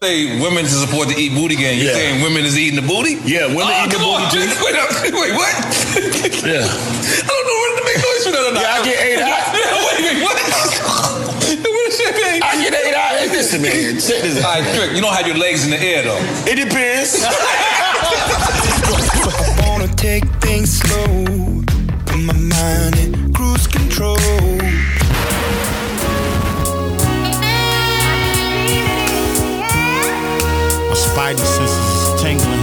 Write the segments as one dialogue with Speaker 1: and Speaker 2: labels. Speaker 1: say women to support the eat booty game. You're
Speaker 2: Yeah.
Speaker 1: saying women is eating the booty?
Speaker 2: Yeah, women
Speaker 1: oh,
Speaker 2: eating the
Speaker 1: come on.
Speaker 2: booty,
Speaker 1: Wait, wait, wait, what?
Speaker 2: Yeah.
Speaker 1: I don't know what to make noise for that or not.
Speaker 2: Yeah, I get eight out.
Speaker 1: wait, wait, what? what is that thing?
Speaker 2: I get eight out. Hey, Listen, man. Check this
Speaker 1: All
Speaker 2: out.
Speaker 1: right, trick. You don't have your legs in the air though.
Speaker 2: It depends.
Speaker 3: wanna take things slow. Put my mind in cruise control.
Speaker 4: My spidey senses is tingling.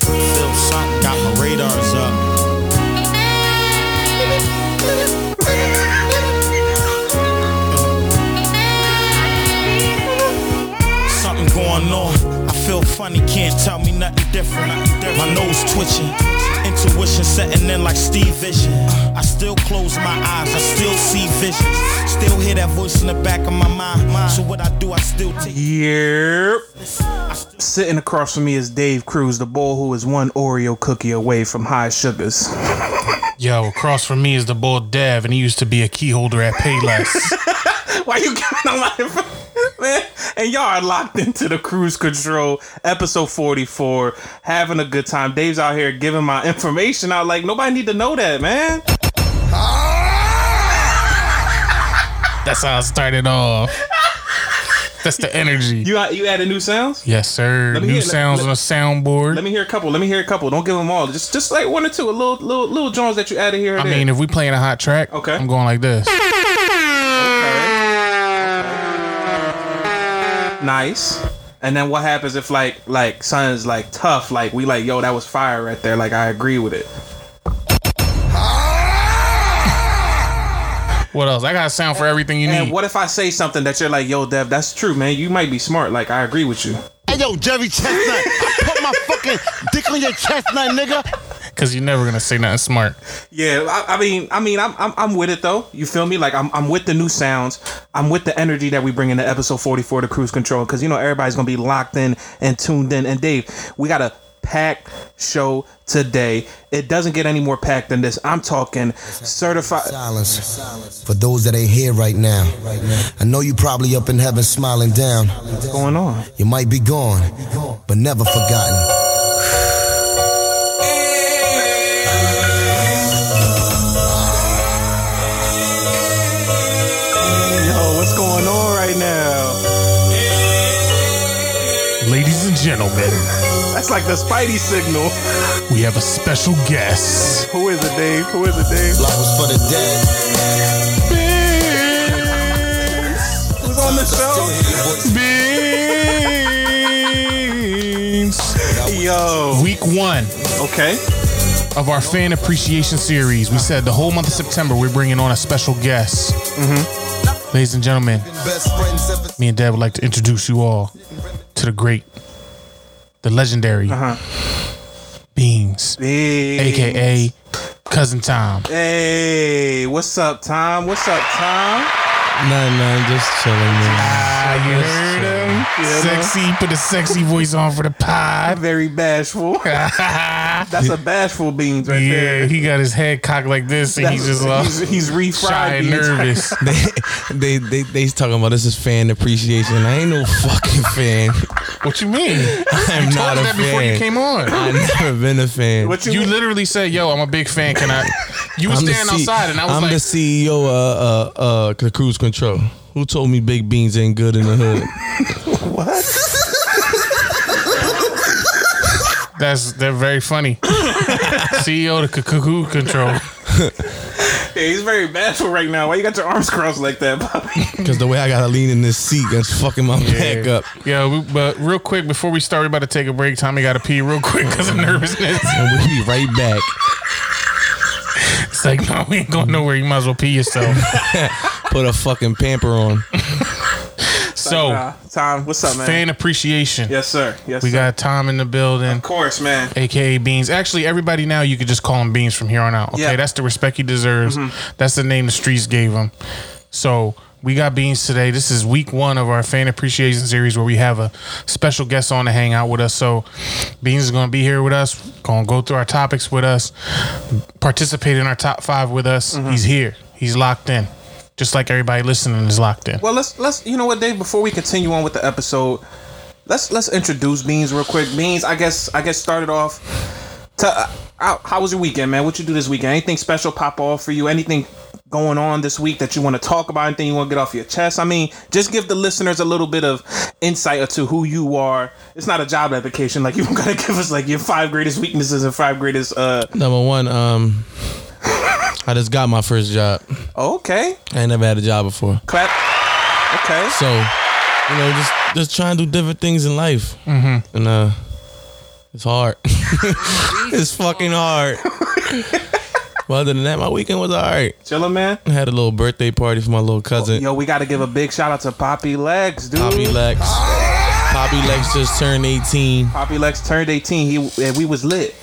Speaker 4: Feel something, got my radars up. Something going on. I feel funny, can't tell me nothing different. My nose twitching, intuition setting in like Steve Vision. I still close my eyes, I still see visions. Still hear that voice in the back of my mind. So what I do, I still take.
Speaker 5: Yep. Sitting across from me is Dave Cruz, the boy who is one Oreo cookie away from high sugars.
Speaker 6: Yo, across from me is the boy Dev, and he used to be a key holder at Payless.
Speaker 5: Why you giving a lot of man? And y'all are locked into the cruise control episode forty four, having a good time. Dave's out here giving my information out like nobody need to know that, man.
Speaker 6: That's how I started off. That's the energy.
Speaker 5: You you added new sounds.
Speaker 6: Yes, sir.
Speaker 5: Let me
Speaker 6: New
Speaker 5: hear- let-
Speaker 6: sounds
Speaker 5: let-
Speaker 6: on a soundboard.
Speaker 5: Let me hear a couple. Let me hear a couple. Don't give them all. Just just like one or two, a little little little joints that you added here. Or
Speaker 6: I
Speaker 5: there.
Speaker 6: mean, if we playing a hot track,
Speaker 5: Okay.
Speaker 6: I'm going like this.
Speaker 5: nice. And then what happens if like like son's like tough? Like we like yo, that was fire right there. Like I agree with it.
Speaker 6: What else? I got a sound for everything you
Speaker 5: And
Speaker 6: need.
Speaker 5: what if I say something that you're like, yo, Dev, that's true, man. You might be smart. Like I agree with you.
Speaker 4: Hey, yo, Jerry Chestnut, I put my fucking dick on your chestnut, nigga.
Speaker 6: Because you're never gonna say nothing smart.
Speaker 5: Yeah, I, I mean, I mean, I'm, I'm I'm with it though. You feel me? Like I'm I'm with the new sounds. I'm with the energy that we bring into episode 44 to Cruise Control because you know everybody's gonna be locked in and tuned in. And Dave, we got a packed show today. It doesn't get any more packed than this. I'm talking certified.
Speaker 7: Silence for those that ain't here right now. I know you probably up in heaven smiling down.
Speaker 5: What's going on?
Speaker 7: You might be gone, but never forgotten.
Speaker 5: Yo, what's going on right now?
Speaker 6: Ladies and gentlemen,
Speaker 5: That's like the Spidey signal.
Speaker 6: we have a special guest.
Speaker 5: Who is it, Dave? Who is it, Dave?
Speaker 7: Life was for the dead.
Speaker 5: Who's on the show?
Speaker 6: Beans.
Speaker 5: Yo.
Speaker 6: Week one
Speaker 5: Okay.
Speaker 6: of our fan appreciation series. We said the whole month of September we're bringing on a special guest. Ladies and gentlemen,
Speaker 7: Best friends ever.
Speaker 6: me and Dad would like to introduce you all to the great, the legendary Beans,
Speaker 5: Big.
Speaker 6: aka Cousin Tom.
Speaker 5: Hey, what's up, Tom? What's up, Tom?
Speaker 8: No, no, just chilling, man.
Speaker 6: Ah, you heard him.
Speaker 5: Yeah,
Speaker 6: sexy, put a sexy voice on for the
Speaker 5: I'm
Speaker 6: pod.
Speaker 5: very bashful.
Speaker 6: yeah,
Speaker 5: That's a bashful beans right there.
Speaker 6: he got his head cocked like this, and
Speaker 5: That's-
Speaker 6: he's just like
Speaker 5: he's, he's refried.
Speaker 6: shy and
Speaker 5: beans.
Speaker 6: nervous.
Speaker 8: They, they, they talking about this is fan appreciation. I ain't no fucking fan.
Speaker 6: what you mean?
Speaker 8: I'm
Speaker 6: you
Speaker 8: not
Speaker 6: told
Speaker 8: a
Speaker 6: us that before you
Speaker 8: fan.
Speaker 6: came on.
Speaker 8: I never been a fan.
Speaker 5: What you,
Speaker 6: You literally said, "Yo, I'm a big fan. Can I?" You were
Speaker 8: the
Speaker 6: standing
Speaker 8: C-
Speaker 6: outside, and I was
Speaker 8: I'm
Speaker 6: like,
Speaker 8: the CEO of uh, uh, uh, Cruise Control. Who told me big beans ain't good in the hood?
Speaker 6: "That's they're very funny." CEO to cuckoo control.
Speaker 5: Yeah, he's very bashful right now. Why you got your arms crossed like that, Bobby?
Speaker 8: Because the way I gotta lean in this seat, that's fucking my back up.
Speaker 6: Yeah, we, but real quick before we start, we're about to take a break. Tommy got to pee real quick because of nervousness.
Speaker 8: And we'll be right back.
Speaker 6: It's like, no, we ain't going nowhere. You might as well pee yourself.
Speaker 8: Put a fucking pamper on.
Speaker 6: So,
Speaker 5: Nah, Tom, what's up, man?
Speaker 6: Oh. fan appreciation.
Speaker 5: yes, sir. Yes,
Speaker 6: We
Speaker 5: sir.
Speaker 6: got Tom in the
Speaker 5: Of
Speaker 6: building,
Speaker 5: course, man.
Speaker 6: aka Beans. Actually, everybody now you could just call him Beans from here on out. Okay,
Speaker 5: Yeah.
Speaker 6: that's the respect he deserves. That's the name the streets gave him. So we got Beans today. This is week one of our fan appreciation series where we have a special guest on to hang out with us. So Beans is gonna be here with us, gonna go through our topics with us, participate in our top five with us. He's here. He's locked in. just like everybody listening is locked in.
Speaker 5: Well, let's let's you know what, Dave. Before we continue on with the episode, let's let's introduce Beans real quick. Beans, I guess I guess started off. To, uh, how, how was your weekend, man? What you do this weekend? Anything special pop off for you? Anything going on this week that you want to talk about? Anything you want to get off your chest? I mean, just give the listeners a little bit of insight into who you are. It's not a job application. Like you gotta give us like your five greatest weaknesses and five greatest. uh
Speaker 8: Number one, um, I just got my first job.
Speaker 5: oh, Okay,
Speaker 8: I ain't never had a job before.
Speaker 5: clap. Okay.
Speaker 8: So, you know, just just trying to do different things in life, mm-hmm. and uh, it's hard. it's fucking hard. but other than that, my weekend was all right.
Speaker 5: Chillin', man.
Speaker 8: I had a little birthday party for my little cousin,
Speaker 5: Yo, we gotta give a big shout out to Poppy Legs, dude.
Speaker 8: Poppy Lex. Poppy Lex just turned 18.
Speaker 5: Poppy Lex turned 18. He and we was lit.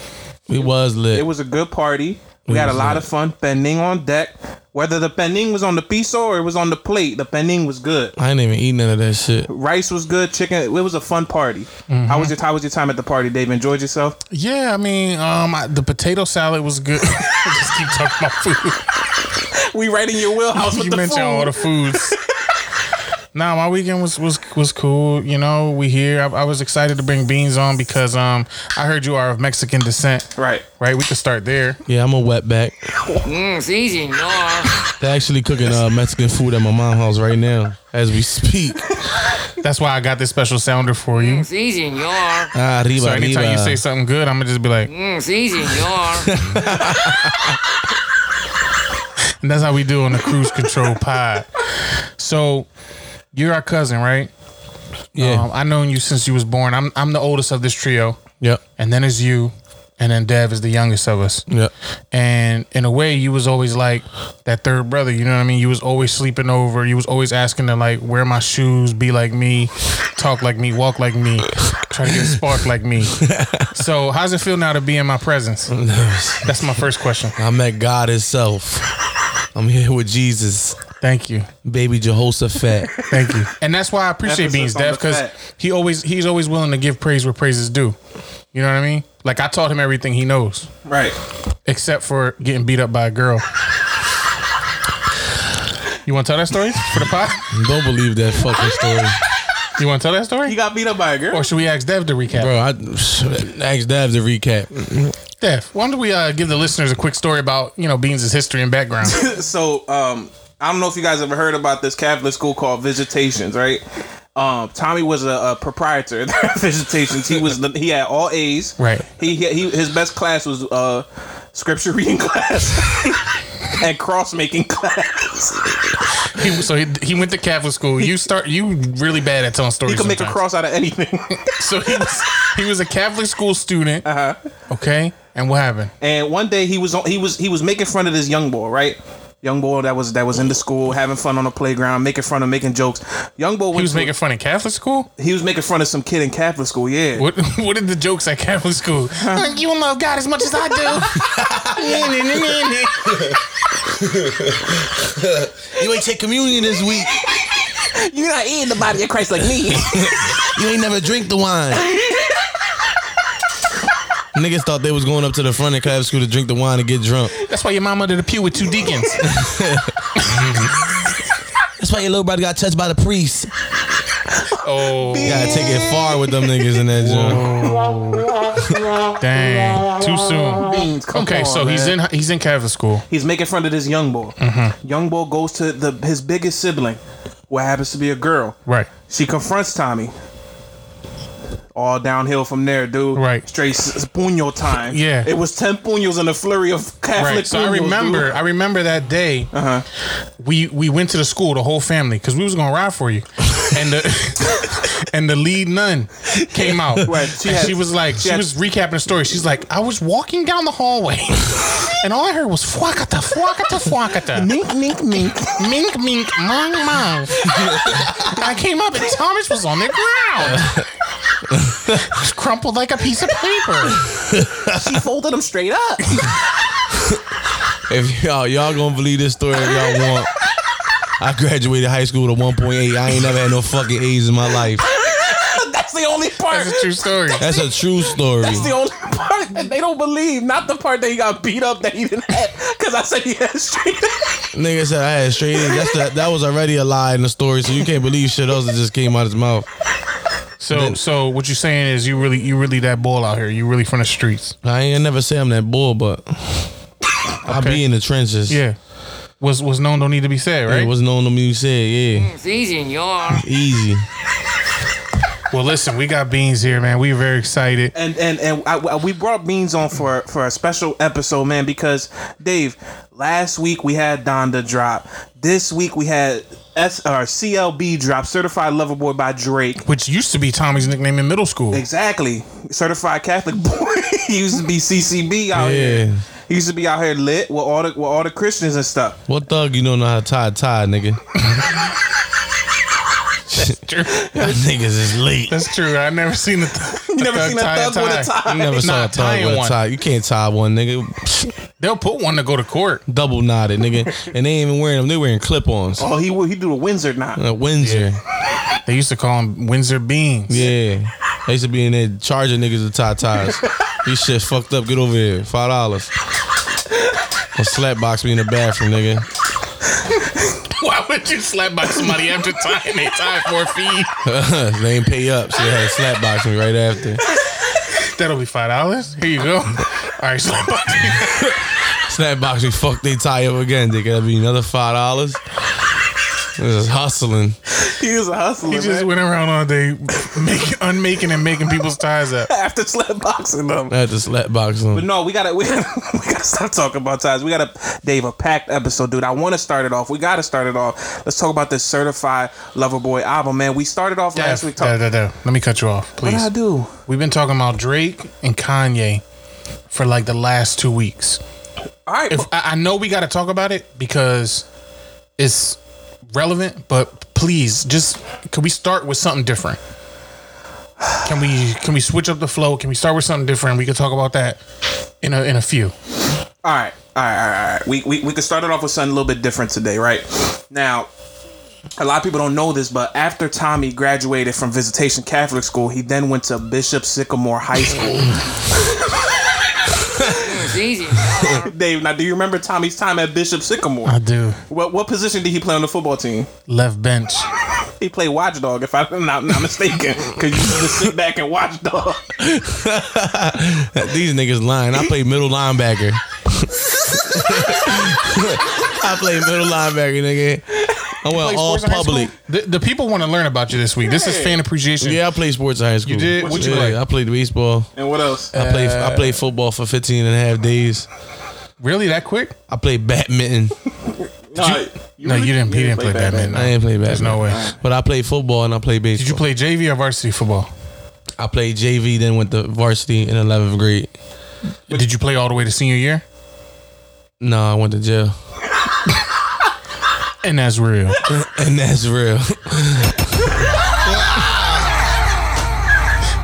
Speaker 8: We was lit.
Speaker 5: It was a good party. We had a
Speaker 8: was
Speaker 5: lot
Speaker 8: lit.
Speaker 5: of fun. Pending on deck. Whether the pending was on the piso or it was on the plate, the pending was good.
Speaker 8: I ain't even eat none of that shit.
Speaker 5: Rice was good. Chicken. It was a fun party. How
Speaker 6: Mm-hmm.
Speaker 5: was your How was your time at the party, Dave? Enjoyed yourself?
Speaker 6: Yeah, I mean, um, I, the potato salad was good. I just keep talking about food.
Speaker 5: We right in your wheelhouse with
Speaker 6: you
Speaker 5: the
Speaker 6: mentioned
Speaker 5: food.
Speaker 6: all the foods. nah, my weekend was was was cool. You know, we here. I, I was excited to bring beans on because um, I heard you are of Mexican descent.
Speaker 5: right.
Speaker 6: Right, we could start there.
Speaker 8: Yeah, I'm a wetback.
Speaker 6: Mm,
Speaker 8: They're actually cooking uh, Mexican food at my mom's house right now as we speak.
Speaker 6: That's why I got this special sounder for you.
Speaker 8: Ah, arriba,
Speaker 6: So anytime you
Speaker 8: arriba.
Speaker 6: say something good, I'm gonna just be like, "Mm." and that's how we do on the cruise control pod. So you're our cousin, right?
Speaker 8: yeah,
Speaker 6: Um, I known you since you was born. I'm I'm the oldest of this trio,
Speaker 8: yep,
Speaker 6: and then it's you, and then Dev is the youngest of us.
Speaker 8: yep.
Speaker 6: And in a way, you was always like that third brother. You know what I mean? You was always sleeping over. You was always asking to like wear my shoes, be like me, talk like me, walk like me, try to get spark like me. So how's it feel now to be in my presence? That's my first question.
Speaker 8: I met God Himself. I'm here with Jesus,
Speaker 6: Thank you.
Speaker 8: baby Jehoshaphat.
Speaker 6: Thank you. And that's why I appreciate
Speaker 5: Emphasis
Speaker 6: Beans
Speaker 5: on
Speaker 6: Dev
Speaker 5: the
Speaker 6: because
Speaker 5: fat.
Speaker 6: he always he's always willing to give praise where praise is due. You know what I mean? Like I taught him everything he knows,
Speaker 5: Right.
Speaker 6: except for getting beat up by a girl. You want to tell that story for the pod?
Speaker 8: Don't believe that fucking story,
Speaker 6: You want to tell that
Speaker 5: He
Speaker 6: story?
Speaker 5: got beat up by a girl.
Speaker 6: Or should we ask Dev to recap?
Speaker 8: bro. I asked Dav to recap.
Speaker 6: Dev, why don't we uh, give the listeners a quick story about you know Beans' history and background?
Speaker 5: so um I don't know if you guys ever heard about this Catholic school called Visitations, right? Um, Tommy was a, a proprietor at Visitations. He was he had all A's.
Speaker 6: Right.
Speaker 5: He, he, he his best class was uh scripture reading class and cross making class.
Speaker 6: He- so he, he went to Catholic school. You start you really bad at telling stories.
Speaker 5: He could make a
Speaker 6: sometimes.
Speaker 5: cross out of anything.
Speaker 6: So he was he was a Catholic school student. Uh huh. Okay, and what happened?
Speaker 5: And one day he was on, he was he was making fun of this young boy, right? Young boy that was that was in the school having fun on the playground, making fun of making jokes. Young boy
Speaker 6: He was
Speaker 5: to-
Speaker 6: making fun of Catholic school.
Speaker 5: he was making fun of some kid in Catholic school. Yeah.
Speaker 6: What what are the jokes at Catholic school? Like, You don't love God as much as I do.
Speaker 8: You ain't take communion this week.
Speaker 5: You're not eating the body of Christ like me.
Speaker 8: You ain't never drink the wine. Niggas thought they was going up to the front of Catholic school to drink the wine and get drunk.
Speaker 6: That's why your mom under the pew with two deacons.
Speaker 8: That's why your little brother got touched by the priest.
Speaker 6: Oh
Speaker 8: You gotta take it far with them niggas in that joint.
Speaker 6: dang, too soon.
Speaker 5: Beans, come
Speaker 6: Okay,
Speaker 5: on,
Speaker 6: so he's
Speaker 5: man.
Speaker 6: in he's in Catholic school.
Speaker 5: He's making fun of this young boy.
Speaker 6: Mm-hmm.
Speaker 5: Young boy goes to the his biggest sibling, what happens to be a girl.
Speaker 6: Right.
Speaker 5: She confronts Tommy. All downhill from there, dude.
Speaker 6: Right.
Speaker 5: Straight s- s- puño time.
Speaker 6: Yeah.
Speaker 5: It was ten puños in a flurry of Catholic
Speaker 6: Right. So I
Speaker 5: puños,
Speaker 6: remember, I remember that day. Uh-huh. We we went to the school, the whole family, because we was gonna ride for you, and the and the lead nun came out.
Speaker 5: Right. She
Speaker 6: She, and
Speaker 5: had-
Speaker 6: she was like, she,
Speaker 5: had-
Speaker 6: was recapping the story. She's like, I was walking down the hallway, and all I heard was fuakata, fuakata, fuakata,
Speaker 5: dude. Mink, mink, mink.
Speaker 6: mink, mink, mong, mong. I came up and Thomas was on the ground. crumpled like a piece of paper.
Speaker 5: She folded him straight up.
Speaker 8: If y'all y'all gonna believe this story if y'all want. I graduated high school with a 1.8. I ain't never had no fucking A's in my life.
Speaker 5: That's the only part.
Speaker 6: That's a true story.
Speaker 8: That's a true story.
Speaker 5: That's the only part. part that they don't believe, not the part that he got beat up that he didn't have. Because I said he had straight.
Speaker 8: Nigga said I had straight A's. That's the, that was already a lie in the story, so you can't believe shit else that just came out his mouth.
Speaker 6: So so what you're saying is you really you really that ball out here. You really from the streets.
Speaker 8: I ain't never say I'm that bull, but I be in the trenches.
Speaker 6: Yeah. Was was known don't need to be said,
Speaker 8: It
Speaker 6: right?
Speaker 8: was known to me you said, yeah.
Speaker 9: It's easy in your
Speaker 8: Easy.
Speaker 6: well, listen, we got beans here, man. We very excited.
Speaker 5: and and and I, I- we brought Beans on for for a special episode, man, because Dave, last week we had Donda drop. This week we had S or CLB drop, Certified Lover Boy by Drake.
Speaker 6: Which used to be Tommy's nickname in middle school.
Speaker 5: Exactly, certified Catholic boy. he used to be CCB out
Speaker 8: Oh, Yeah.
Speaker 5: here. He used to be out here lit with all the with all the Christians and stuff.
Speaker 8: What thug you don't know how to tie a tie, nigga? Y'all niggas is late.
Speaker 6: That's true. I never seen the. Th-
Speaker 5: You never seen a thug with a tie.
Speaker 8: You never saw a
Speaker 6: Not
Speaker 8: thug
Speaker 6: tying
Speaker 8: with a
Speaker 6: one.
Speaker 8: tie. You can't tie one, nigga.
Speaker 6: They'll put one to go to court.
Speaker 8: Double knotted, nigga. And they ain't even wearing them. They wearing clip-ons.
Speaker 5: Oh, he would he do a Windsor knot.
Speaker 8: Uh, Windsor.
Speaker 6: They used to call him Windsor Beans.
Speaker 8: Yeah. I used to be in there charging niggas to tie ties. These shit fucked up. Get over here. Five dollars. Or slap box me in the bathroom, nigga.
Speaker 6: Why would you slap by somebody after tying a tie for a fee?
Speaker 8: they ain't pay up, so they had to slap box me right after.
Speaker 6: That'll be five dollars. Here you go. All right, slap by.
Speaker 8: Snap box me, fuck they tie up again, nigga. That'd be another five dollars. This is hustling.
Speaker 5: He was a hustler.
Speaker 6: He just
Speaker 5: man.
Speaker 6: went around all day making, unmaking and making people's ties up.
Speaker 5: after slap boxing them.
Speaker 8: I had to slap box
Speaker 5: But
Speaker 8: him.
Speaker 5: no, we gotta we gotta, we gotta stop talking about ties. We gotta Dave a packed episode, dude. I want to start it off. We gotta start it off. Let's talk about this certified lover boy album, man. We started off last
Speaker 6: Def,
Speaker 5: week
Speaker 6: da,
Speaker 5: talking.
Speaker 6: da, da. Let me cut you off,
Speaker 5: What
Speaker 6: please.
Speaker 5: did I do?
Speaker 6: We've been talking about Drake and Kanye for like the last two weeks.
Speaker 5: All right,
Speaker 6: If I, I know we got to talk about it because it's relevant, but please, just can we start with something different? Can we can we switch up the flow? Can we start with something different? We could talk about that in a in a few.
Speaker 5: All right, all right, all right, all right. We, we, we can start it off with something a little bit different today, right? Now, a lot of people don't know this, but after Tommy graduated from Visitation Catholic School, he then went to Bishop Sycamore High School.
Speaker 9: It's easy in your
Speaker 5: Dave, now do you remember Tommy's time at Bishop Sycamore?
Speaker 6: I do
Speaker 5: what what position did he play on the football team?
Speaker 6: left bench.
Speaker 8: Uh,
Speaker 5: He played watchdog, if I'm not, not mistaken, because you just sit back and watch dog.
Speaker 8: These niggas lying. I play middle linebacker. I play middle linebacker, nigga. I went all
Speaker 6: Sports in high
Speaker 8: public.
Speaker 6: school? The, the people want to learn about you this week. This is fan appreciation.
Speaker 8: Yeah, I played sports in high school.
Speaker 6: did? What you
Speaker 8: yeah,
Speaker 6: play?
Speaker 8: I played baseball.
Speaker 5: And what else?
Speaker 8: I played I played football for 15 and a half days.
Speaker 6: Really, that quick?
Speaker 8: I played badminton.
Speaker 5: no, you,
Speaker 6: no, you didn't. He didn't play
Speaker 5: badminton.
Speaker 6: badminton.
Speaker 8: I ain't played badminton.
Speaker 6: There's no way.
Speaker 8: But I played football and I played baseball.
Speaker 6: Did you play JV or varsity football?
Speaker 8: I played JV, then went to varsity in 11th grade.
Speaker 6: Did you play all the way to senior year?
Speaker 8: No, I went to jail.
Speaker 6: And that's real.
Speaker 8: And that's real.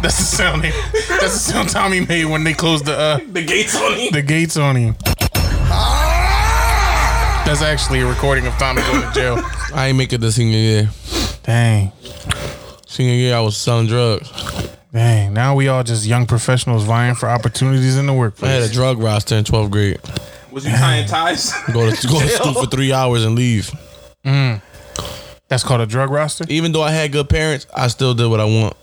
Speaker 6: That's the sound. They, that's the sound Tommy made when they closed the uh,
Speaker 5: The gates on him.
Speaker 6: the gates on him. That's actually a recording of Tommy going to jail.
Speaker 8: I ain't make it to senior year.
Speaker 6: Dang,
Speaker 8: Senior year, I was selling drugs.
Speaker 6: dang. Now we all just young professionals vying for opportunities in the
Speaker 8: I had
Speaker 6: workplace.
Speaker 8: a drug roster in 12th grade.
Speaker 5: Was you tying ties?
Speaker 8: Go to, go to school for three hours and leave.
Speaker 6: That's called a drug roster.
Speaker 8: Even though I had good parents, I still did what I want.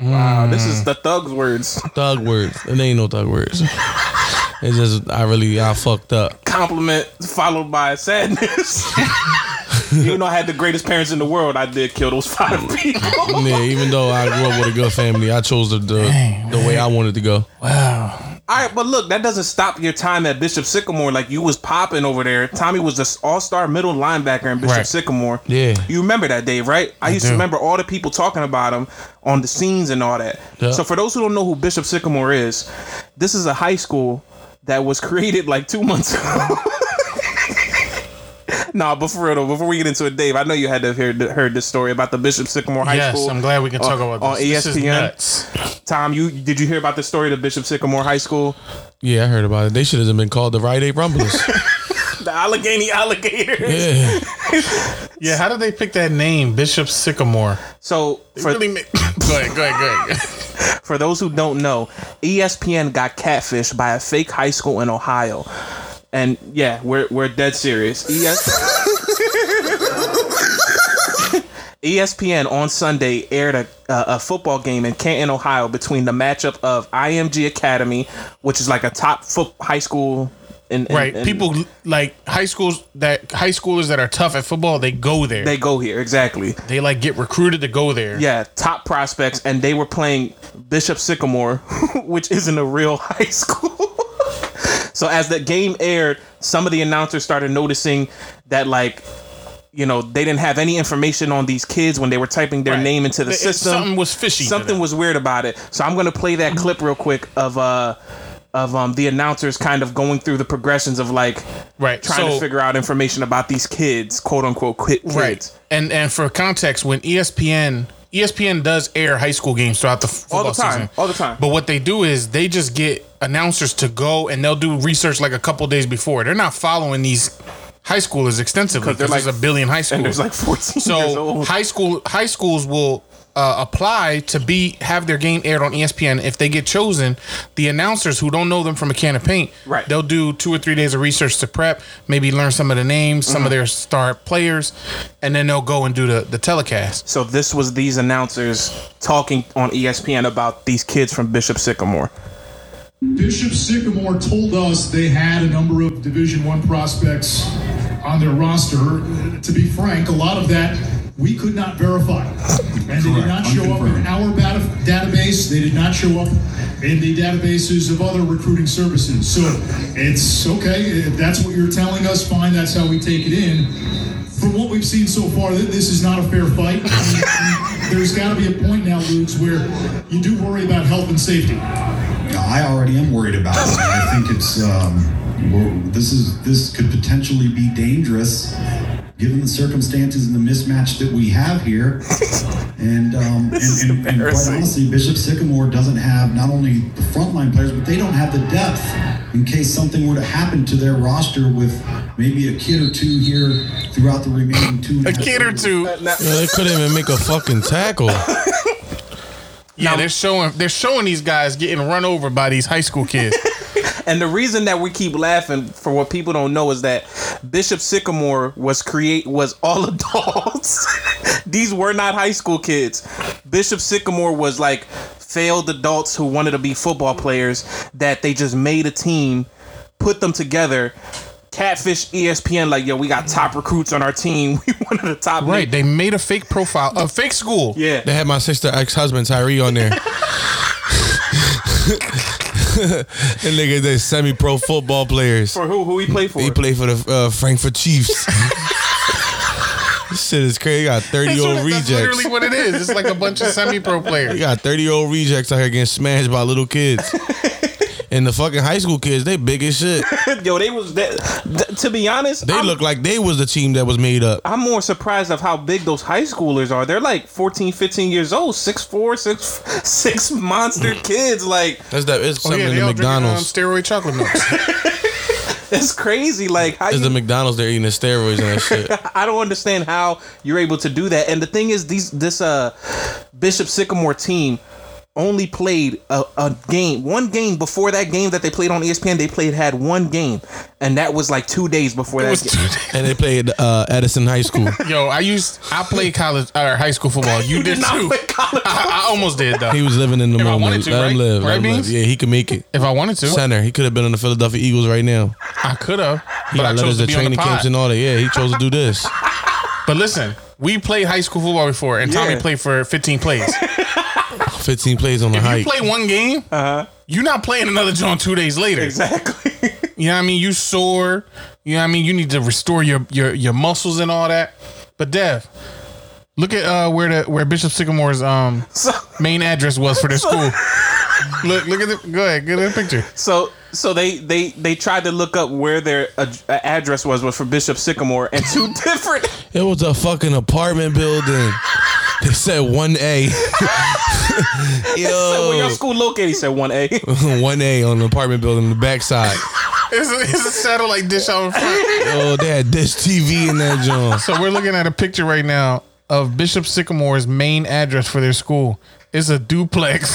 Speaker 5: wow, Oh, this is the thug's words.
Speaker 8: Thug words. And they ain't no thug words. It's just, I really, I fucked up.
Speaker 5: Compliment followed by sadness. Even though I had the greatest parents in the world, I did kill those five people.
Speaker 8: Yeah, even though I grew up with a good family, I chose the, the,
Speaker 6: Dang,
Speaker 8: the way I wanted to go.
Speaker 5: All right, but look, that doesn't stop your time at Bishop Sycamore. Like you was popping over there. Tommy was this all-star middle linebacker in Bishop
Speaker 6: Right.
Speaker 5: Sycamore.
Speaker 8: Yeah.
Speaker 5: you remember that, Dave, right? I, used to
Speaker 6: do.
Speaker 5: remember all the people talking about him on the scenes and all that.
Speaker 8: Yeah.
Speaker 5: So for those who don't know who Bishop Sycamore is, this is a high school that was created like two months ago. Nah, but for real though, before we get into it, Dave, I know you had to have heard, heard this story about the Bishop Sycamore High
Speaker 6: yes,
Speaker 5: School.
Speaker 6: I'm glad we can talk
Speaker 5: on- E
Speaker 6: about this.
Speaker 5: on
Speaker 6: This is
Speaker 5: ESPN.
Speaker 6: nuts.
Speaker 5: Tom, you did you hear about the story of Bishop Sycamore High School?
Speaker 8: Yeah, I heard about it. They should have been called the Rite Aid Rumblers.
Speaker 5: The Allegheny Alligators.
Speaker 8: Yeah.
Speaker 6: Yeah, how did they pick that name, Bishop Sycamore?
Speaker 5: So
Speaker 6: They
Speaker 5: for
Speaker 6: really ma- go ahead, go ahead, go ahead.
Speaker 5: For those who don't know, E ESPN got catfished by a fake high school in Ohio. And yeah, we're we're dead serious. E ES- E ESPN on Sunday aired a, a, a football game in Canton, Ohio, between the matchup of IMG Academy, which is like a top foot high school. In, in-
Speaker 6: Right.
Speaker 5: in-
Speaker 6: People like high schools that high schoolers that are tough at football, they go there.
Speaker 5: they
Speaker 6: They,
Speaker 5: go here exactly.
Speaker 6: like get recruited to go there.
Speaker 5: Yeah, top prospects, and they were playing Bishop Sycamore, which isn't a real high school. so as the game aired, some of the announcers started noticing that like. You know, they didn't have any information on these kids when they were typing their
Speaker 6: Right.
Speaker 5: name into the
Speaker 6: It-
Speaker 5: system.
Speaker 6: something was fishy to
Speaker 5: Something
Speaker 6: them.
Speaker 5: was weird about it. So I'm gonna play that clip real quick of uh of um the announcers kind of going through the progressions of like
Speaker 6: Right.
Speaker 5: trying
Speaker 6: so,
Speaker 5: to figure out information about these kids, quote unquote ki- kids.
Speaker 6: Right. And and for context, when E ESPN ESPN does air high school games throughout the f- football
Speaker 5: All the time,
Speaker 6: season.
Speaker 5: all the time.
Speaker 6: But what they do is they just get announcers to go and they'll do research like a couple days before. They're not following these high schoolers extensively
Speaker 5: 'Cause they're
Speaker 6: because there's
Speaker 5: like-
Speaker 6: a billion high
Speaker 5: And
Speaker 6: schools.
Speaker 5: there's like 14 years
Speaker 6: so
Speaker 5: old.
Speaker 6: high school high schools will uh, apply to be have their game aired on E ESPN. If they get chosen, the announcers who don't know them from a can of paint,
Speaker 5: Right.
Speaker 6: They'll do two or three days of research to prep, maybe learn some of the names, some
Speaker 5: Mm-hmm.
Speaker 6: of their star players, and then they'll go and do the the telecast.
Speaker 5: So this was these announcers talking on E ESPN about these kids from Bishop Sycamore.
Speaker 10: Bishop Sycamore told us they had a number of Division One prospects on their roster. To be frank, a lot of that we could not verify, and they did not show up in our bat- database. They did not show up in the databases of other recruiting services. So it's okay if that's what you're telling us. Fine, that's how we take it in from what we've seen so far, th- this is not a fair fight. And- and There's got to be a point now, Luke's, where you do worry about health and safety. I already am worried about it. I think it's um, this is this could potentially be dangerous, given the circumstances and the mismatch that we have here. And, um,
Speaker 5: This
Speaker 10: and, and,
Speaker 5: is
Speaker 10: and quite
Speaker 5: embarrassing.
Speaker 10: honestly, Bishop Sycamore doesn't have not only the frontline players, but they don't have the depth in case something were to happen to their roster with maybe a kid or two here throughout the remaining two. and
Speaker 6: A
Speaker 10: half
Speaker 6: kid or
Speaker 10: years.
Speaker 6: two.
Speaker 8: Yo, they couldn't even make a fucking tackle.
Speaker 6: Yeah, they're showing they're showing these guys getting run over by these high school kids.
Speaker 5: And the reason that we keep laughing for what people don't know is that Bishop Sycamore was create was all adults. these were not high school kids. Bishop Sycamore was like failed adults who wanted to be football players that they just made a team, put them together. Catfish E ESPN like yo, we got top recruits on our team. We one of the top
Speaker 6: right. They made a fake profile, a fake school.
Speaker 5: Yeah.
Speaker 8: They had my sister ex husband Tyree on there. and nigga, they semi pro football players.
Speaker 5: For who? Who he played for?
Speaker 8: He played for the uh, Frankfurt Chiefs. this shit is crazy. You got 30
Speaker 6: That's,
Speaker 8: year
Speaker 6: what,
Speaker 8: old
Speaker 6: that's
Speaker 8: rejects.
Speaker 6: literally what it is. It's like a bunch of semi-pro
Speaker 8: You
Speaker 6: players.
Speaker 8: got 30 year old rejects out here getting smashed by little kids. and the fucking high school kids, they big as shit.
Speaker 5: Yo, they was that. th- to be honest,
Speaker 8: They
Speaker 5: I'm,
Speaker 8: look like they was the team that was made up.
Speaker 5: I'm more surprised of how big those high schoolers are. They're like 14, 15 years old, six four, six six monster
Speaker 8: Mm.
Speaker 5: kids. Like
Speaker 8: That's that. It's
Speaker 6: Oh,
Speaker 8: something
Speaker 6: yeah,
Speaker 8: in
Speaker 6: they
Speaker 8: the
Speaker 6: all drinking um,
Speaker 8: McDonald's.
Speaker 6: steroid chocolate milk.
Speaker 5: it's crazy. Like how
Speaker 8: It's
Speaker 5: you,
Speaker 8: the McDonald's they're eating the steroids and that shit.
Speaker 5: I don't understand how you're able to do that. And the thing is, these this uh Bishop Sycamore team only played a, a game, one game before that game that they played on E ESPN. They played had one game, and that was like two days before that. game.
Speaker 8: And they played uh, Edison High School.
Speaker 6: Yo, I used I played college or high school football. You, did,
Speaker 5: not
Speaker 6: too.
Speaker 5: play college
Speaker 6: I, I almost did though.
Speaker 8: He was living in the
Speaker 6: If I wanted
Speaker 8: moment.
Speaker 6: to,
Speaker 8: let
Speaker 6: right?
Speaker 8: him live. let
Speaker 6: Right,
Speaker 8: him
Speaker 6: Beans?
Speaker 8: live. Yeah, he could make it.
Speaker 6: if I wanted to,
Speaker 8: Center. He could have been on the Philadelphia Eagles right now.
Speaker 6: I could have,
Speaker 8: He
Speaker 6: but I
Speaker 8: got
Speaker 6: chose
Speaker 8: letters
Speaker 6: to
Speaker 8: to
Speaker 6: be on the
Speaker 8: training
Speaker 6: pod.
Speaker 8: camps and all that. Yeah, he chose to do this.
Speaker 6: but listen, we played high school football before, and Tommy
Speaker 5: Yeah.
Speaker 6: played for 15 plays.
Speaker 8: 15 plays on the
Speaker 6: if you
Speaker 8: hike.
Speaker 6: play one game, you're not playing another joint two days later.
Speaker 5: Exactly.
Speaker 6: You know what I mean? You sore. You know what I mean? You need to restore your your your muscles and all that. But Dev, look at uh, where the where Bishop Sycamore's um main address was for their school. look look at the go ahead get a picture.
Speaker 5: So so they they they tried to look up where their uh, address was was for Bishop Sycamore and two different
Speaker 8: It was a fucking apartment building. They said 1A.
Speaker 5: where your
Speaker 8: Yo.
Speaker 5: school located. He said one A.
Speaker 8: 1A on the apartment building on the backside.
Speaker 6: It's a, it's a satellite dish out in front.
Speaker 8: Oh, they had dish TV in that joint.
Speaker 6: So we're looking at a picture right now of Bishop Sycamore's main address for their school. It's a duplex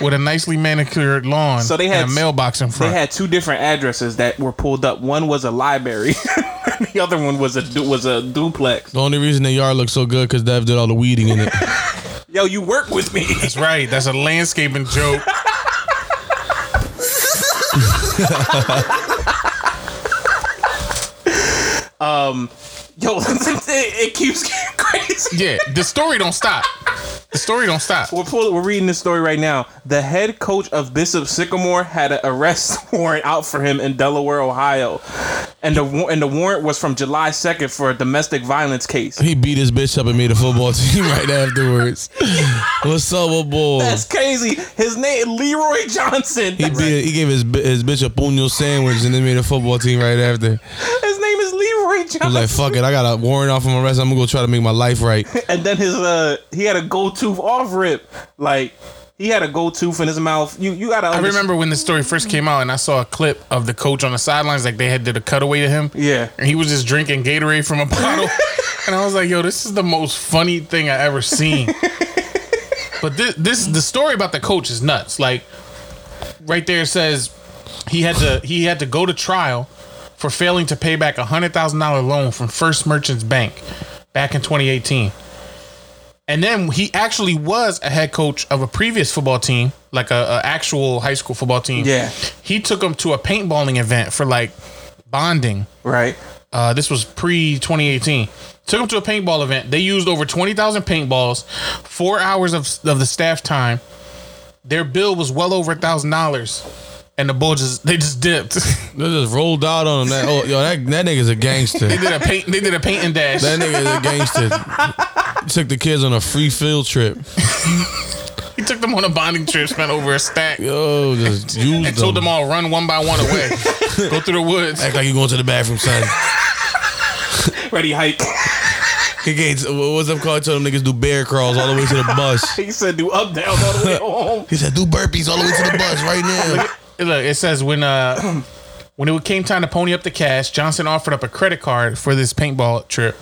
Speaker 6: with a nicely manicured lawn
Speaker 5: So they had
Speaker 6: and a mailbox in front.
Speaker 5: They had two different addresses that were pulled up. One was a library. the other one was a du- was a duplex.
Speaker 8: The only reason the yard looks so good because Dev did all the weeding in it.
Speaker 5: Yo, you work with me.
Speaker 6: That's right. That's a landscaping joke.
Speaker 5: Yo, it, it keeps getting crazy.
Speaker 6: Yeah, the story don't stop. The story don't stop.
Speaker 5: We're, pull, we're reading this story right now. The head coach of Bishop Sycamore had an arrest warrant out for him in Delaware, Ohio, and the war- and the warrant was from July second for a domestic violence case.
Speaker 8: He beat his bitch up and made a football team right afterwards. What's up, old boy?
Speaker 5: That's crazy. His name Leroy Johnson.
Speaker 8: he, beat, he gave his bi- his bitch a puño sandwich and then made a football team right after.
Speaker 5: His name is Leroy
Speaker 8: I
Speaker 5: Johnson.
Speaker 8: was like, fuck it, I got a warrant off from arrest. I'm gonna go try to make my life right.
Speaker 5: and then his uh he had a gold tooth off rip. Like he had a gold tooth in his mouth. You you gotta
Speaker 6: I
Speaker 5: understand-
Speaker 6: remember when the story first came out, and I saw a clip of the coach on the sidelines, like they had did a cutaway to him.
Speaker 5: Yeah.
Speaker 6: and he was just drinking Gatorade from a bottle, and I was like, "Yo, this is the most funny thing I ever seen." but this, this, the story about the coach is nuts. Like, right there it says he had to he had to go to trial for failing to pay back a hundred thousand dollar loan from First Merchants Bank back in 2018. And then he actually was a head coach of a previous football team, like a, a actual high school football team.
Speaker 5: Yeah.
Speaker 6: he took them to a paintballing event for like bonding.
Speaker 5: Right.
Speaker 6: Uh, this was pre 2018. Took them to a paintball event. They used over 20,000 paintballs, four hours of, of the staff time. Their bill was well over a thousand dollars, and the bull just they just dipped.
Speaker 8: They just rolled out on him. That, oh, yo, that, that nigga's a gangster.
Speaker 6: they did a paint. They did a painting dash.
Speaker 8: That nigga's a gangster. Took the kids on a free field trip.
Speaker 6: he took them on a bonding trip, spent over a stack,
Speaker 8: Yo, just used
Speaker 6: and told them all run one by one away, go through the woods.
Speaker 8: Act like you going to the bathroom, son.
Speaker 5: Ready hike.
Speaker 8: He gave, what's up called? He Told them niggas do bear crawls all the way to the bus.
Speaker 5: he said do up down all the way home.
Speaker 8: He said do burpees all the way to the bus right now.
Speaker 6: Look, it says when uh when it came time to pony up the cash, Johnson offered up a credit card for this paintball trip.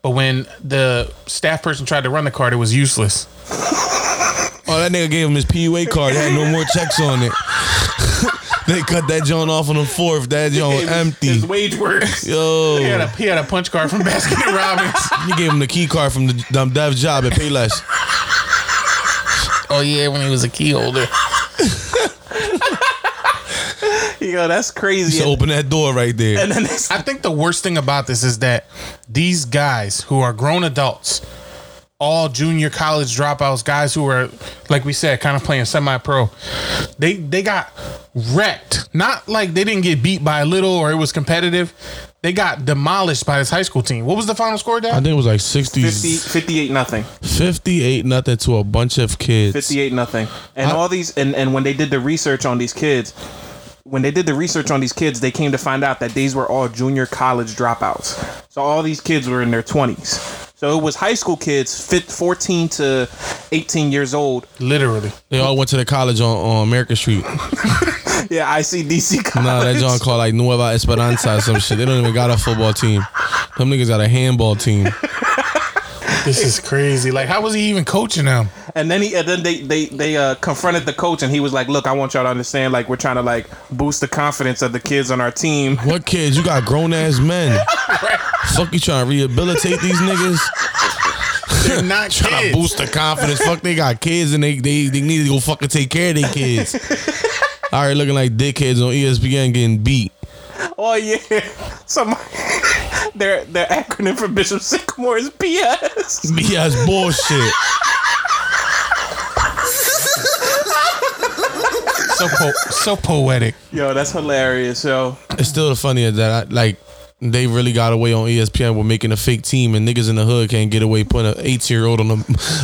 Speaker 6: But when the staff person tried to run the card, it was useless.
Speaker 8: Oh, that nigga gave him his PUA card. It had no more checks on it. they cut that joint off on the fourth. That joint empty.
Speaker 5: His wage works.
Speaker 8: Yo,
Speaker 6: He had a, he had a punch card from Baskin and Robbins.
Speaker 8: he gave him the key card from the dumb dev job at Payless.
Speaker 6: Oh yeah, when he was a key holder.
Speaker 5: Yo, that's crazy.
Speaker 8: Just open that door right there.
Speaker 5: and then it's,
Speaker 6: I think the worst thing about this is that these guys who are grown adults, all junior college dropouts, guys who are, like we said, kind of playing semi pro, they they got wrecked. Not like they didn't get beat by little or it was competitive. They got demolished by this high school team. What was the final score,
Speaker 8: I
Speaker 6: Dad?
Speaker 8: think it was like 60,
Speaker 5: 50, 58 nothing.
Speaker 8: 58 nothing to a bunch of kids.
Speaker 5: 58 nothing. And all these and, and when they did the research on these kids, when they did the research on these kids, they came to find out that these were all junior college dropouts. So all these kids were in their 20s. So it was high school kids, fit 14 to 18 years old.
Speaker 6: Literally.
Speaker 8: They all went to the college on, on America Street.
Speaker 5: Yeah, ICDC college.
Speaker 8: Nah, that joint called like Nueva Esperanza or some shit. They don't even got a football team. Them niggas got a handball team.
Speaker 6: This is crazy. Like, how was he even coaching them?
Speaker 5: And then he, and then they, they, they uh, confronted the coach, and he was like, "Look, I want y'all to understand. Like, we're trying to like boost the confidence of the kids on our team."
Speaker 8: What kids? You got grown ass men. Fuck you trying to rehabilitate these niggas?
Speaker 6: They're not
Speaker 8: Trying to
Speaker 6: kids.
Speaker 8: boost their confidence. Fuck, they got kids and they, they they need to go fucking take care of their kids. All right, looking like dickheads on E ESPN getting beat.
Speaker 5: Oh yeah, some their their acronym for Bishop Sycamore is PS.
Speaker 8: Yeah, it's bullshit.
Speaker 6: So po- so poetic.
Speaker 5: Yo, that's hilarious. Yo,
Speaker 8: It's still the funniest that I, like they really got away on E ESPN with making a fake team and niggas in the hood can't get away putting an 18 year old on a,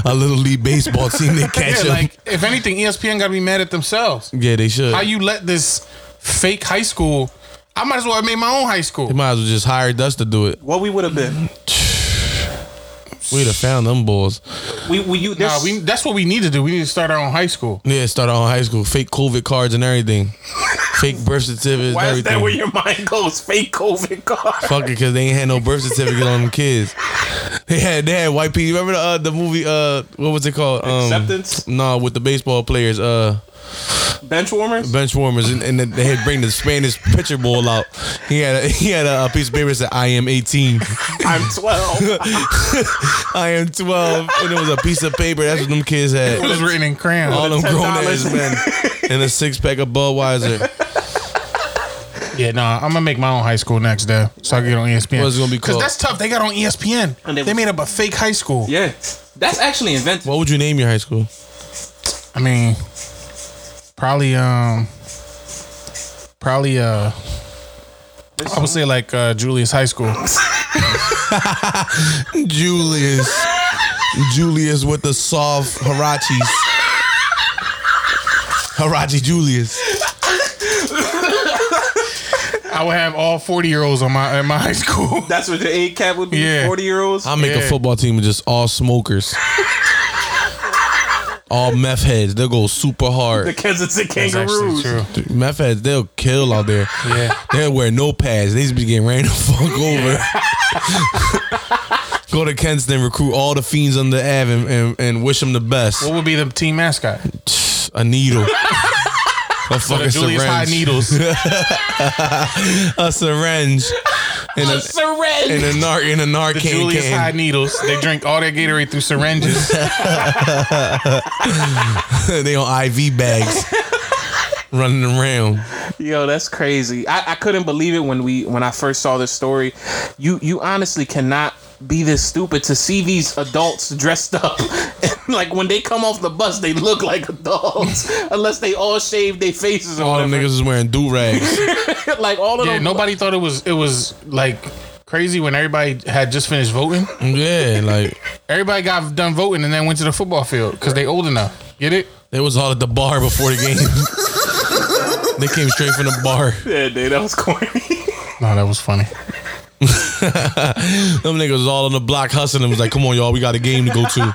Speaker 8: a little league baseball team. They catch
Speaker 6: Yeah,
Speaker 8: him.
Speaker 6: like if anything, E ESPN got to be mad at themselves.
Speaker 8: yeah, they should.
Speaker 6: how you let this fake high school. I might as well have made my own high
Speaker 8: they
Speaker 6: school.
Speaker 8: might as well just hired us to do it.
Speaker 5: what we would have been?
Speaker 8: We'd have found them balls.
Speaker 5: We we you
Speaker 6: Nah,
Speaker 5: there's
Speaker 6: we, that's what we need to do. We need to start our own high school.
Speaker 8: Yeah, started on high school. Fake COVID cards and everything. Fake birth certificates and
Speaker 5: why is that where
Speaker 8: everything.
Speaker 5: your mind goes? Fake COVID card.
Speaker 8: Fuck it, because they ain't had no birth certificate on them kids. They had they had white people. Remember the uh, the movie? Uh, what was it called? Um,
Speaker 5: Acceptance?
Speaker 8: No, with the baseball players. Uh,
Speaker 5: Bench warmers.
Speaker 8: bench warmers, and, and they had bring the Spanish pitcher ball out. He had a, he had a, piece of paper that said, "I am 18,
Speaker 5: I'm 12.
Speaker 8: I am 12," and it was a piece of paper. That's what them kids had.
Speaker 6: It was written in crayon.
Speaker 8: All them grown ass
Speaker 5: $10.
Speaker 8: men and a six pack of Budweiser.
Speaker 6: Yeah, nah, I'm gonna make my own high school next day, so I can get on E ESPN.
Speaker 8: What's it gonna be
Speaker 6: Because
Speaker 8: called?
Speaker 6: that's tough. They got on E ESPN.
Speaker 5: And
Speaker 6: they,
Speaker 5: they-
Speaker 6: made up a fake high school.
Speaker 5: yeah, that's actually invented.
Speaker 8: What would you name your high school?
Speaker 6: I mean, probably um, probably uh, I would say like uh, Julius High School.
Speaker 8: Julius. Julius with the soft Harachis. Harachi Julius.
Speaker 6: I would have all 40 year olds on my in my high school.
Speaker 5: That's what your A cap would be.
Speaker 6: Yeah. Um,
Speaker 5: 40 year olds.
Speaker 8: I'll make
Speaker 6: Yeah.
Speaker 8: a football team with just all smokers. all meth heads. They'll go super
Speaker 5: The
Speaker 8: hard.
Speaker 5: Kensington
Speaker 6: That's actually
Speaker 5: Kangaroos.
Speaker 6: true.
Speaker 8: Meth heads, they'll kill out there.
Speaker 6: Yeah.
Speaker 8: They'll wear no pads. They just be getting ran the fuck over. go to Kenston, recruit all the fiends on the Ave and, and, and wish them the best.
Speaker 6: What would be the team mascot?
Speaker 8: A needle. a fucking
Speaker 6: Julius High
Speaker 8: syringe.
Speaker 6: Needles.
Speaker 8: a syringe and a,
Speaker 5: Surrender.
Speaker 8: and a nar and a
Speaker 6: The
Speaker 8: Narcan
Speaker 6: Julius High
Speaker 8: can.
Speaker 6: Needles. They drink all their Gatorade through syringes.
Speaker 8: they on IV bags, running around.
Speaker 5: Yo, that's crazy. I, I couldn't believe it when we when I first saw this story. You you honestly cannot be this stupid to see these adults dressed up. like when they come off the bus, they look like adults unless they all shave their faces
Speaker 6: Oh,
Speaker 5: or
Speaker 8: All them
Speaker 5: whatever.
Speaker 8: niggas is wearing do rags.
Speaker 5: like all of
Speaker 6: yeah,
Speaker 5: them.
Speaker 6: nobody thought it was it was like crazy when everybody had just finished voting.
Speaker 8: yeah, like
Speaker 6: Everybody got done voting and then went to the football field because they old enough. Get it?
Speaker 8: they was all at the bar before the game. they came straight from the bar.
Speaker 5: Yeah, dude, that was corny.
Speaker 6: No, that was funny.
Speaker 8: Them niggas was all on the block hustling. It was like, come on, y'all, we got a game to go to.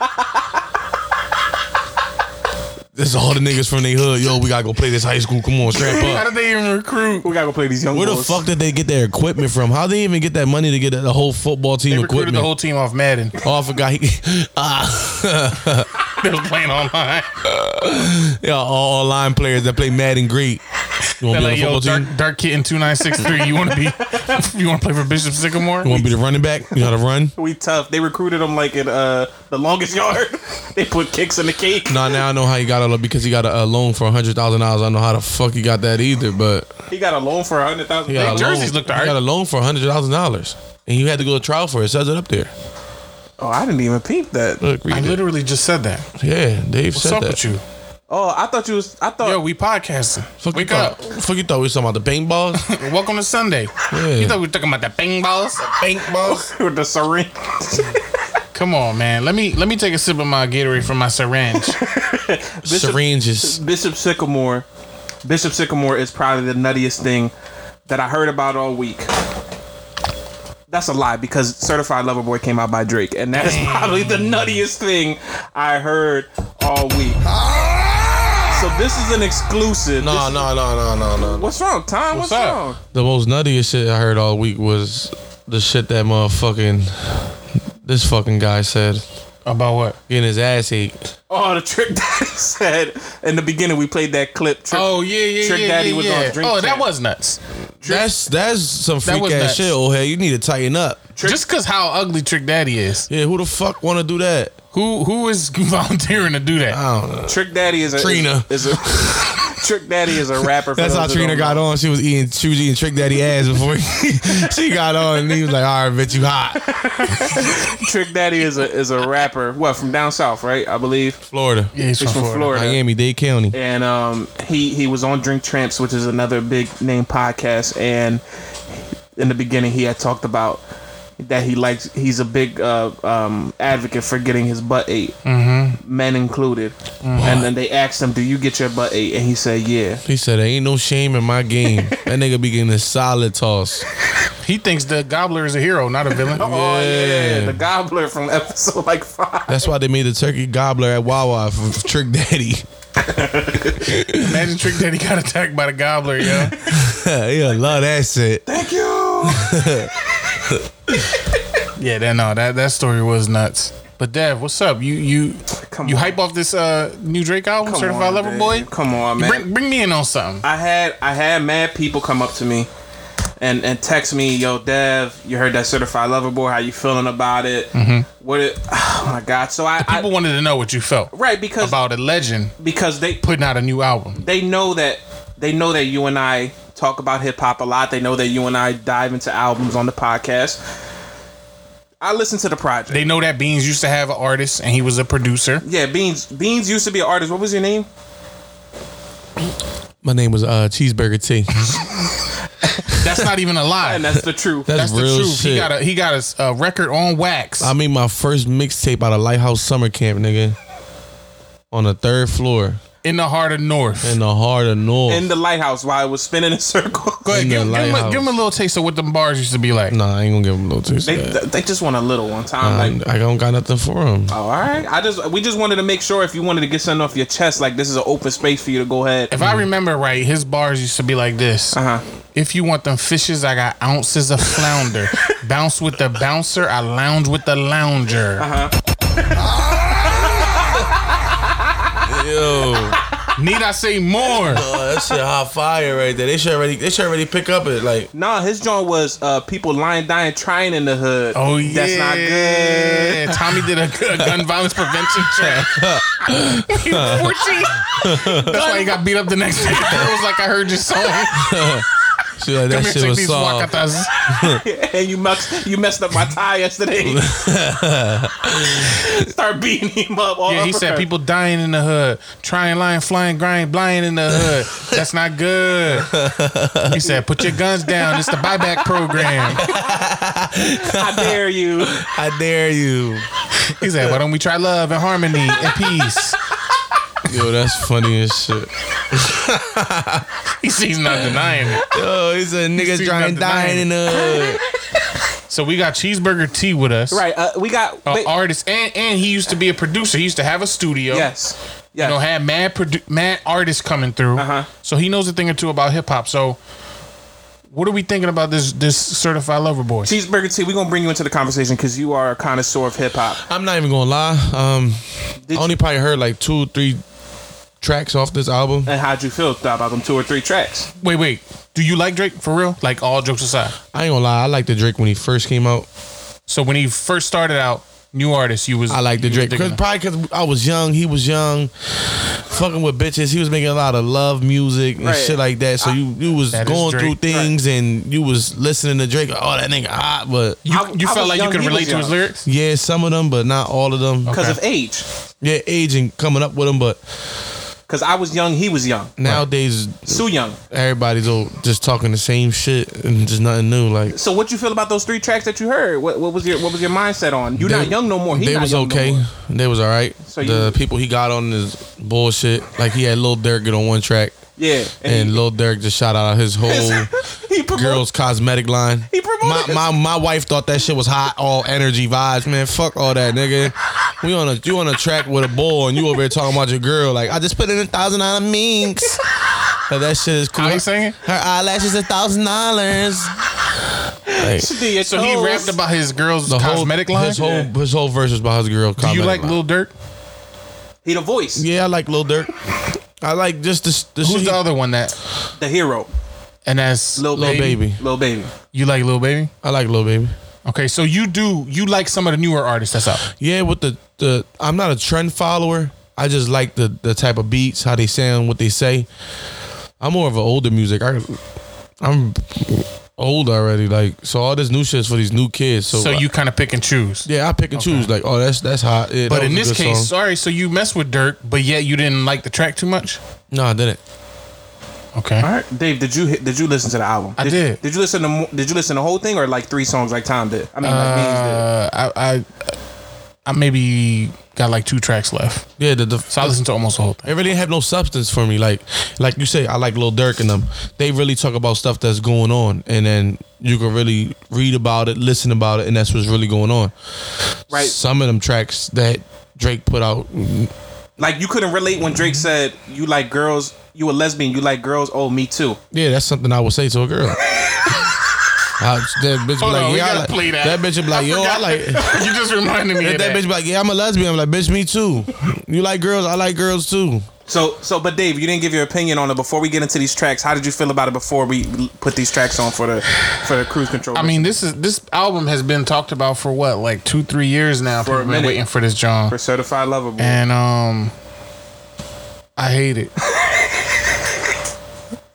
Speaker 8: That's all the niggas from they hood. Yo, we gotta go play this high school. Come on, strap up.
Speaker 6: How did they even recruit?
Speaker 5: we gotta go play these young
Speaker 8: Where the
Speaker 5: boys.
Speaker 8: fuck did they get their equipment from? How they even get that money to get the whole football
Speaker 6: They
Speaker 8: team
Speaker 6: recruited
Speaker 8: equipment?
Speaker 6: the whole team off Madden.
Speaker 8: oh, I forgot. He, ah,
Speaker 6: They was playing online.
Speaker 8: yeah, all online players that play Madden great. You
Speaker 6: They're
Speaker 8: want to be on
Speaker 6: like,
Speaker 8: the
Speaker 6: yo,
Speaker 8: football
Speaker 6: Dark,
Speaker 8: team?
Speaker 6: Dark Kitten two nine six three. You want to be? You want to play for Bishop Sycamore?
Speaker 8: You want to be the running back? You know how to run?
Speaker 5: We tough. They recruited them like in uh the longest yard. they put kicks in the cake.
Speaker 8: Nah, now I know how he got it because he got a, a loan for hundred thousand dollars. I don't know how the fuck he got that either, but
Speaker 5: He got a loan for a hundred thousand.
Speaker 8: he got
Speaker 6: Their
Speaker 8: a
Speaker 6: jerseys
Speaker 8: loan.
Speaker 6: looked
Speaker 8: he
Speaker 6: alright.
Speaker 8: got a loan for hundred thousand dollars, and you had to go to trial for it. It Says it up there.
Speaker 5: Oh, I didn't even peep that.
Speaker 8: Look,
Speaker 6: I
Speaker 8: read it.
Speaker 6: literally just said that.
Speaker 8: yeah, Dave
Speaker 6: What's
Speaker 8: said
Speaker 6: up
Speaker 8: that.
Speaker 6: with you?
Speaker 5: Oh, I thought you was. I thought
Speaker 6: Yo, we podcasting.
Speaker 8: Fuck
Speaker 6: Wake
Speaker 8: you
Speaker 6: up.
Speaker 8: Thought, fuck you thought we was talking about the paintballs?
Speaker 6: Welcome to Sunday. You thought we were talking about the bang balls? The bang balls?
Speaker 5: with the syringe.
Speaker 6: Come on, man. Let me let me take a sip of my Gatorade from my syringe.
Speaker 8: Syringes.
Speaker 5: Bishop Sycamore. Bishop Sycamore is probably the nuttiest thing that I heard about all week. That's a lie because Certified Lover Boy came out by Drake, and that is probably the nuttiest thing I heard all week. So this is an exclusive.
Speaker 8: No,
Speaker 5: This-
Speaker 8: no, no, no, no, no.
Speaker 5: What's wrong, Tom?
Speaker 6: What's
Speaker 5: What's,
Speaker 6: up?
Speaker 5: wrong?
Speaker 8: The most nuttiest shit I heard all week was the shit that motherfucking this fucking guy said.
Speaker 6: About Oh, what?
Speaker 8: Getting his ass ate.
Speaker 5: Oh, the trick daddy said in the beginning. We played that clip. Trick,
Speaker 6: Oh yeah, yeah,
Speaker 5: Trick
Speaker 6: yeah,
Speaker 5: Daddy
Speaker 6: yeah,
Speaker 5: was
Speaker 6: yeah.
Speaker 5: on Drink
Speaker 6: Oh, that
Speaker 5: Champ.
Speaker 6: was nuts.
Speaker 8: That's that's some freak
Speaker 6: was
Speaker 8: ass
Speaker 6: nuts.
Speaker 8: shit, old head. You need to tighten up.
Speaker 6: Just because how ugly Trick Daddy is.
Speaker 8: Yeah, who the fuck wanna do that?
Speaker 6: Who who is volunteering to do that?
Speaker 8: I don't know.
Speaker 5: Trick Daddy is a
Speaker 8: Trina.
Speaker 5: Is, is a Trick Daddy is a rapper. for
Speaker 8: That's
Speaker 5: those
Speaker 8: how
Speaker 5: that
Speaker 8: Trina
Speaker 5: don't
Speaker 8: got on. She was eating she was eating Trick Daddy ass before he- she got on and he was like, All right, bitch, you hot.
Speaker 5: know. Trick Daddy is a is a rapper. What from down south, right? I believe.
Speaker 8: Florida.
Speaker 6: yeah, he's,
Speaker 5: He's
Speaker 6: from, Florida.
Speaker 8: Miami Dade County.
Speaker 5: and um, he he was on Drink Tramps, which is another big name podcast. And in the beginning, he had talked about that he likes he's a big uh, um, advocate for getting his butt ate, mm-hmm. men included.
Speaker 6: Mm-hmm.
Speaker 5: And then they asked him, "Do you get your butt ate?" And he said, "Yeah."
Speaker 8: He said, There ain't no shame in my game. that nigga be getting a solid toss.
Speaker 6: He thinks the Gobbler is a hero, not a villain.
Speaker 5: Oh yeah,
Speaker 8: Yeah.
Speaker 5: the gobbler from episode like five.
Speaker 8: That's why they made the turkey gobbler at Wawa for for Trick Daddy.
Speaker 6: Imagine Trick Daddy got attacked by the Gobbler, yo.
Speaker 8: yeah, love that shit.
Speaker 5: Thank you.
Speaker 6: Yeah, that no, that that story was nuts. But Dev, what's up? You you you hype off this uh new Drake album,
Speaker 5: Come
Speaker 6: Certified
Speaker 5: on,
Speaker 6: Lover
Speaker 5: Dave.
Speaker 6: Boy?
Speaker 5: Come on, man.
Speaker 6: Bring bring me in on something.
Speaker 5: I had I had mad people come up to me and and text me, yo, Dev, you heard that certified lover boy, how you feeling about it? Mm-hmm. What it oh my god. So I, I
Speaker 6: People wanted to know what you felt
Speaker 5: right because
Speaker 6: about a legend
Speaker 5: because they
Speaker 6: putting out a new album.
Speaker 5: they know that they know that you and I talk about hip hop a lot. They know that you and I dive into albums on the podcast. I listen to the project.
Speaker 6: They know that Beans used to have an artist and he was a producer.
Speaker 5: yeah, Beans Beans used to be an artist. What was your name?
Speaker 8: My name was uh, Cheeseburger T.
Speaker 6: That's not even a lie.
Speaker 5: And that's the truth.
Speaker 8: That's,
Speaker 6: That's the
Speaker 8: real
Speaker 6: truth.
Speaker 8: shit.
Speaker 6: He got a he got a s- a, record on wax.
Speaker 8: I made my first mixtape out of Lighthouse Summer Camp, nigga. On the third floor
Speaker 6: in the heart of North.
Speaker 8: in the heart of North.
Speaker 5: in the lighthouse while it was spinning in circles.
Speaker 6: Go ahead,
Speaker 8: in
Speaker 6: give,
Speaker 8: the
Speaker 6: give him a,
Speaker 8: lighthouse.
Speaker 6: give him a little taste of what them bars used to be like.
Speaker 8: nah, I ain't gonna give him no taste.
Speaker 5: They,
Speaker 8: of that.
Speaker 5: they just want a little one time.
Speaker 8: I,
Speaker 5: Like
Speaker 6: Um,
Speaker 8: I don't got nothing for him.
Speaker 5: Oh, all right. I just we just wanted to make sure if you wanted to get something off your chest, like this is an open space for you to go ahead.
Speaker 6: If I remember right, his bars used to be like this.
Speaker 5: Uh huh.
Speaker 6: If you want them fishes, I got ounces of flounder. Bounce with the bouncer, I lounge with the lounger.
Speaker 5: Uh-huh.
Speaker 8: Yo, uh,
Speaker 6: Need I say more?
Speaker 8: that shit hot fire right there. They should already, they should already pick up it. Like,
Speaker 5: No, his joint was uh, people lying, dying, trying in the hood.
Speaker 6: Oh yeah,
Speaker 5: that's not good.
Speaker 6: Tommy did a, a gun violence prevention check. He was 14. That's why he got beat up the next day. It was like I heard your song.
Speaker 8: shit, like that
Speaker 6: Come here,
Speaker 8: shit
Speaker 6: take
Speaker 8: was
Speaker 6: these
Speaker 8: soft.
Speaker 6: wakatas.
Speaker 5: and you messed you messed up my tie yesterday. Start beating him up. All
Speaker 6: Yeah, he
Speaker 5: uppercut.
Speaker 6: said people dying in the hood, trying, lying, flying, grind, blind in the hood. That's not good. He said, put your guns down. It's the buyback program.
Speaker 5: I dare you.
Speaker 8: I dare you.
Speaker 6: He said, why don't we try love and harmony and peace?
Speaker 8: Yo, that's funny as shit.
Speaker 6: He sees not denying it.
Speaker 8: Yo, he's a nigga
Speaker 6: seen
Speaker 8: trying
Speaker 6: nothing
Speaker 8: dying in the hood.
Speaker 6: So we got Cheeseburger T with us.
Speaker 5: Right. Uh, we got.
Speaker 6: An
Speaker 5: wait,
Speaker 6: artist. And, and he used to be a producer. He used to have a studio.
Speaker 5: yes.
Speaker 6: You
Speaker 5: Yes.
Speaker 6: know, had mad, produ- mad artists coming through.
Speaker 5: Uh-huh.
Speaker 6: So he knows a thing or two about hip hop. So what are we thinking about this this certified lover boy?
Speaker 5: Cheeseburger T, we're gonna bring you into the conversation because you are a connoisseur of hip hop.
Speaker 8: I'm not even gonna lie. Um,
Speaker 5: Did
Speaker 8: I only probably heard like two, three tracks off this album.
Speaker 5: And how'd you feel about them two or three tracks?
Speaker 6: Wait, wait. Do you like Drake for real? Like all jokes aside.
Speaker 8: I ain't gonna lie. I liked the Drake when he first came out.
Speaker 6: So when he first started out, new artist, you was
Speaker 8: I liked
Speaker 6: you
Speaker 8: the
Speaker 6: was
Speaker 8: Drake
Speaker 6: digging
Speaker 8: cause,
Speaker 6: him.
Speaker 8: probably because I was young. He was young, fucking with bitches. He was making a lot of love music and
Speaker 5: Right.
Speaker 8: shit like that. So you you was
Speaker 6: That is
Speaker 8: going
Speaker 6: Drake.
Speaker 8: through things and you was listening to Drake. Oh, that nigga hot, but
Speaker 6: You,
Speaker 5: I-
Speaker 6: you
Speaker 5: I was
Speaker 6: felt like
Speaker 5: young,
Speaker 6: you could
Speaker 5: he was
Speaker 6: relate to his
Speaker 5: young.
Speaker 6: lyrics.
Speaker 8: yeah, some of them, but not all of them.
Speaker 5: Because
Speaker 6: Okay.
Speaker 5: of age.
Speaker 8: Yeah, age and coming up with them, but
Speaker 5: Because I was young, he was young.
Speaker 8: nowadays
Speaker 5: Too young.
Speaker 8: everybody's all just talking the same shit and just nothing new. Like
Speaker 5: So what you feel about those three tracks that you heard? What, what was your what was your mindset on? You're
Speaker 8: They-
Speaker 5: not young no more. He
Speaker 8: they
Speaker 5: not
Speaker 8: was
Speaker 5: young no
Speaker 8: okay.
Speaker 5: more.
Speaker 8: they was all right.
Speaker 5: So
Speaker 8: the
Speaker 5: you-
Speaker 8: people he got on is bullshit. Like he had Lil Durk get on one track,
Speaker 5: Yeah,
Speaker 8: and Lil Durk just shot out his whole
Speaker 5: he, he promoted-
Speaker 8: girls cosmetic line.
Speaker 5: He promoted
Speaker 8: my, my my wife thought that shit was hot, all energy vibes, man. Fuck all that, nigga. We on a you on a track with a bull, and you over here talking about your girl. Like I just put in a thousand dollar minks. Like, that shit is cool.
Speaker 6: How he singing?
Speaker 8: Her eyelashes a thousand dollars. Like,
Speaker 6: So he
Speaker 5: Oh.
Speaker 6: rapped about his girl's
Speaker 8: the whole
Speaker 6: cosmetic line.
Speaker 8: his whole his whole verse was about his girl.
Speaker 6: Do you
Speaker 8: cosmetic
Speaker 6: like
Speaker 8: line.
Speaker 6: Lil Durk?
Speaker 5: He the voice,
Speaker 8: Yeah, I like Lil Durk. I like just this. the shit
Speaker 6: Who's
Speaker 8: he-
Speaker 6: the other one that?
Speaker 5: the hero,
Speaker 6: And that's
Speaker 5: Lil
Speaker 8: Lil
Speaker 5: baby,
Speaker 8: Baby.
Speaker 5: Lil baby.
Speaker 6: You like Lil Baby?
Speaker 8: I like Lil Baby.
Speaker 6: Okay, so you do you like some of the newer artists that's out?
Speaker 8: Yeah, with the the I'm not a trend follower. I just like the the type of beats, how they sound, what they say. I'm more of an older music. I I'm old already, like so all this new shit's for these new kids. So,
Speaker 6: So
Speaker 8: I-
Speaker 6: you kind of pick and choose.
Speaker 8: yeah, I pick and choose. Like oh, that's that's hot. Yeah,
Speaker 6: But
Speaker 8: that
Speaker 6: in
Speaker 8: was a
Speaker 6: this
Speaker 8: good
Speaker 6: case,
Speaker 8: song.
Speaker 6: sorry, so you mess with Dirk, but yet you didn't like the track too much.
Speaker 8: no, I didn't.
Speaker 6: Okay,
Speaker 5: All right, Dave, did you hit- did you listen to the album?
Speaker 6: I did.
Speaker 5: Did you listen to mo- Did you listen to the whole thing or like three songs like Tom did? I mean, like Means
Speaker 6: uh, I, I I maybe got like two tracks left,
Speaker 8: Yeah, the, the
Speaker 6: so I listened to almost the whole thing.
Speaker 8: It really didn't have no substance for me. Like, like you say, I like Lil Durk and them. They really talk about stuff that's going on, and then you can really read about it, listen about it, and that's what's really going on.
Speaker 5: did. right?
Speaker 8: Some of them tracks that Drake put out,
Speaker 5: Like you couldn't relate when Drake said you like girls, you a lesbian, you like girls. Oh, me too.
Speaker 8: yeah, that's something I would say to a girl. I, that bitch be
Speaker 6: Hold
Speaker 8: like,
Speaker 6: on, we
Speaker 8: yeah, I
Speaker 6: gotta
Speaker 8: like-
Speaker 6: play that.
Speaker 8: bitch be like,
Speaker 6: I
Speaker 8: yo, I
Speaker 6: forgot.
Speaker 8: like.
Speaker 6: You just reminded me
Speaker 8: If
Speaker 6: of
Speaker 8: that
Speaker 6: that.
Speaker 8: bitch be like, yeah, I'm a lesbian. I'm like, bitch, me too. You like girls, I like girls too.
Speaker 5: So, so, but Dave, you didn't give your opinion on it before we get into these tracks. How did you feel about it before we put these tracks on for the for the cruise control?
Speaker 6: I mean, this is this album has been talked about for what, like two, three years now. People
Speaker 5: a
Speaker 6: have been
Speaker 5: minute.
Speaker 6: waiting for this John,
Speaker 5: for certified lover boy.
Speaker 6: and um, I hate it.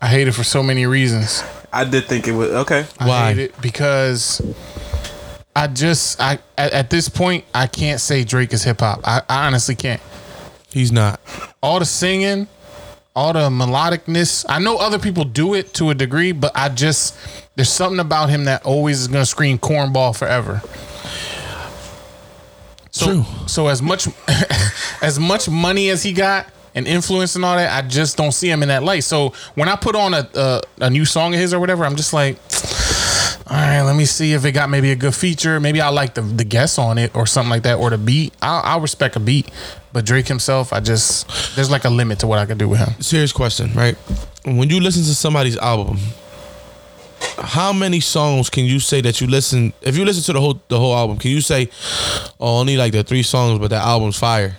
Speaker 6: I hate it for so many reasons.
Speaker 5: I did think it was okay.
Speaker 6: I hate
Speaker 8: Why?
Speaker 6: it because I just I at, at this point I can't say Drake is hip hop. I, I honestly can't.
Speaker 8: He's not.
Speaker 6: All the singing, all the melodicness. I know other people do it to a degree, but I just there's something about him that always is gonna scream cornball forever. So,
Speaker 8: True.
Speaker 6: So as much as much money as he got and influence and all that, I just don't see him in that light. So when I put on a a, a new song of his or whatever, I'm just like, all right, let me see if it got maybe a good feature. Maybe I like the the guess on it or something like that or the beat. I I respect a beat, but Drake himself, I just there's like a limit to what I can do with him.
Speaker 8: Serious question, right? When you listen to somebody's album, how many songs can you say that you listen? If you listen to the whole the whole album, can you say, "Oh, only like the three songs, but that album's fire"?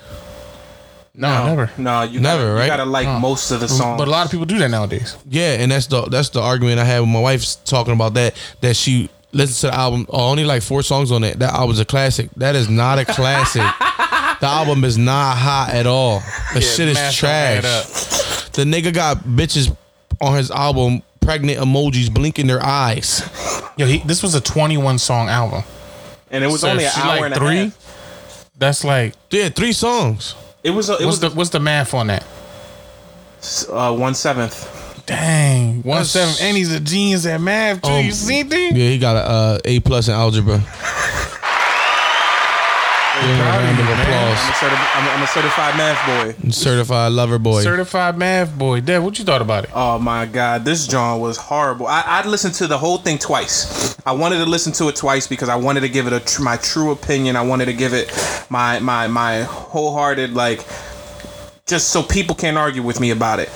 Speaker 6: No, never.
Speaker 5: No, you
Speaker 8: Never,
Speaker 5: gotta,
Speaker 8: right?
Speaker 5: You gotta like most of the songs.
Speaker 6: But a lot of people do that nowadays.
Speaker 8: Yeah, and that's the that's the argument I had with my wife's talking about that that she listens to the album oh, only like four songs on it. That album's a classic. That is not a classic. the album is not hot at all. The shit
Speaker 6: math
Speaker 8: is
Speaker 6: don't add
Speaker 8: trash. The nigga got bitches on his album pregnant emojis blinking their eyes.
Speaker 6: Yo, he, this was a 21 song album.
Speaker 5: and it was
Speaker 6: So
Speaker 5: only an
Speaker 6: if she
Speaker 5: hour
Speaker 6: like
Speaker 5: and
Speaker 6: three?
Speaker 5: a half.
Speaker 6: That's like
Speaker 8: Yeah, three songs.
Speaker 5: It was. A,
Speaker 6: what's
Speaker 5: it was
Speaker 6: the what's the math on that?
Speaker 5: uh, one seventh.
Speaker 6: Dang, one
Speaker 8: That's-
Speaker 6: seven, and he's a genius at math too.
Speaker 8: Um,
Speaker 6: you see that?
Speaker 8: Yeah, he got a uh, A plus in algebra. Give him a round of
Speaker 5: I'm a,
Speaker 6: Oh,
Speaker 8: applause.
Speaker 5: certi- I'm, a, I'm a certified math boy.
Speaker 8: Certified lover boy.
Speaker 6: Certified math boy, Dad. What you thought about it?
Speaker 5: Oh my god, this John was horrible. I, I listened to the whole thing twice. I wanted to listen to it twice because I wanted to give it a tr- my true opinion. I wanted to give it my my my wholehearted like, just so people can't argue with me about it.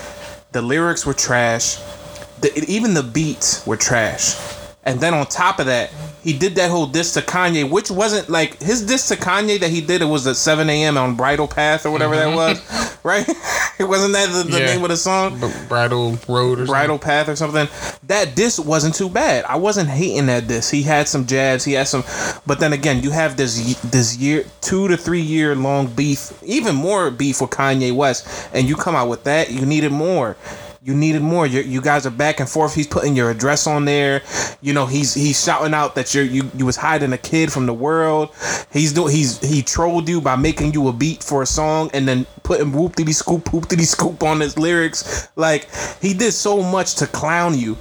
Speaker 5: The lyrics were trash. The, even the beats were trash. And then on top of that, he did that whole diss to Kanye, which wasn't like his diss to Kanye that he did. It was at 7 a.m. on Bridal Path or whatever that was, right? it wasn't that the, the
Speaker 6: Yeah.
Speaker 5: name of the song.
Speaker 6: B- Bridal road or
Speaker 5: Bridal Path or something. That diss wasn't too bad. I wasn't hating that diss. He had some jabs. He had some, but then again, you have this y- this year two to three year long beef, even more beef with Kanye West, and you come out with that. You needed more. You needed more. you you guys are back and forth. He's putting your address on there. You know he's he's shouting out that you're you, you was hiding a kid from the world. He's doing he's he trolled you by making you a beat for a song and then putting whoop diddy scoop whoop diddy scoop on his lyrics. Like he did so much to clown you,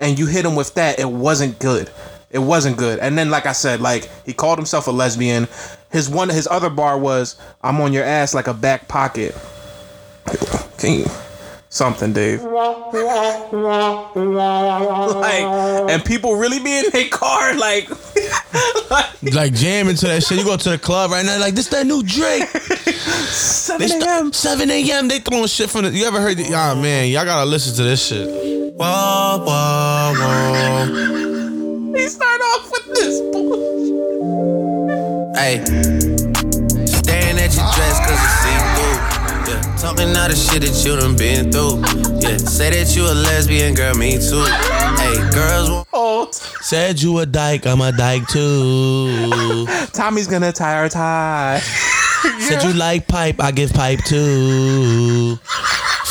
Speaker 5: and you hit him with that. It wasn't good. It wasn't good. And then like I said, like he called himself a lesbian. His one his other bar was I'm on your ass like a back pocket. Can you something, Dave? like and people really be in their car like
Speaker 8: like jamming to that shit. You go to the club right now, like this that new Drake. They
Speaker 5: 7 a.m.
Speaker 8: start, 7 a.m. They throwing shit from the. You ever heard? The, ah man, y'all gotta listen to this shit.
Speaker 4: Whoa, whoa, whoa.
Speaker 5: He start off with this. bull-
Speaker 11: Hey, staring at your dress cause it's see through. Yeah, talking all the shit that you done been through. Yeah, say that you a lesbian girl, me too. Hey, girls want.
Speaker 5: Oh,
Speaker 8: Said you a dyke, I'm a dyke too.
Speaker 5: Tommy's gonna tie our tie.
Speaker 8: Said you like pipe, I give pipe too.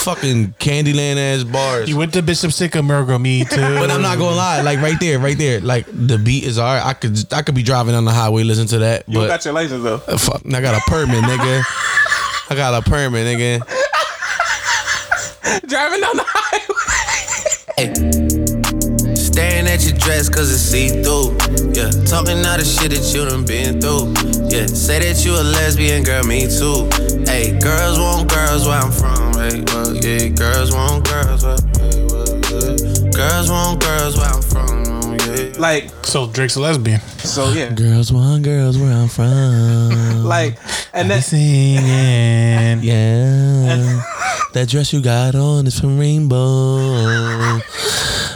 Speaker 8: Fucking Candyland ass bars.
Speaker 6: went to Bishop Sycamore, me too.
Speaker 8: But I'm not gonna lie, like right there, right there, like the beat is alright. I could, I could be driving on the highway, listen to that.
Speaker 5: You
Speaker 8: But
Speaker 5: got your license though.
Speaker 8: Uh, Fuck, I got a permit, nigga. I got a permit, nigga.
Speaker 5: Driving down the highway.
Speaker 11: Hey. Staring at your dress cause it's see through. Yeah, talking all the shit that you done been through. Yeah, say that you a lesbian girl, me too. Hey, girls want girls where I'm from. Hey, well, yeah, girls want girls where, hey, well, yeah. Girls want girls where I'm from. Yeah.
Speaker 5: Like,
Speaker 6: so Drake's a lesbian.
Speaker 5: so yeah.
Speaker 8: Girls want girls where I'm from.
Speaker 5: Like, and
Speaker 8: They
Speaker 5: then
Speaker 8: singing. yeah. That dress you got on is from Rainbow. I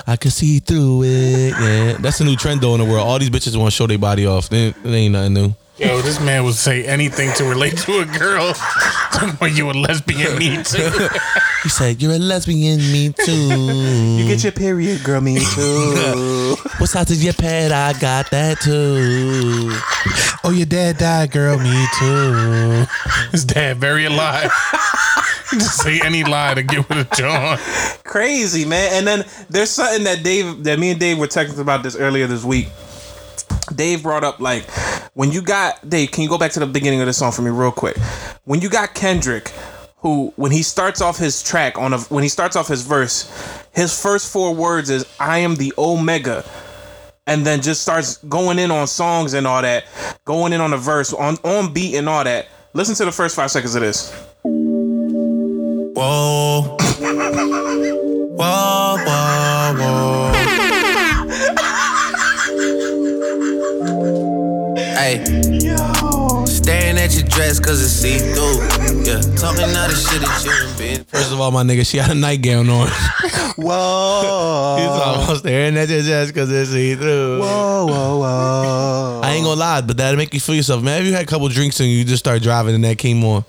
Speaker 8: I can see through it. Yeah, that's a new trend though in the world. All these bitches want to show their body off. They, it ain't nothing new.
Speaker 6: Yo, this man would say anything to relate to a girl. Were you a lesbian? Me too.
Speaker 8: He said, "You're a lesbian, me too." you
Speaker 5: get your period, girl, me too.
Speaker 8: what size is your pad? I got that too. Oh, your dad died, girl, me too.
Speaker 6: His dad very alive. Just say any lie to get with a John.
Speaker 5: Crazy man. And then there's something that Dave, that me and Dave were texting about this earlier this week. Dave brought up like when you got Dave. Can you go back to the beginning of the song for me real quick? When you got Kendrick, who when he starts off his track on a when he starts off his verse, his first four words is "I am the Omega." and then just starts going in on songs and all that, going in on the verse, on on beat and all that. Listen to the first five seconds of this.
Speaker 11: Whoa. Whoa, whoa, whoa. Hey. Staring at your dress cause it's see through. Yeah. Talking all the shit that you done been
Speaker 8: First of all, my nigga, she had a nightgown on.
Speaker 5: Whoa.
Speaker 8: He's almost staring at your chest because it's see through.
Speaker 5: Whoa, whoa, whoa.
Speaker 8: I ain't gonna lie, but that'll make you feel yourself. Man, if you had a couple drinks and you just start driving and that came on.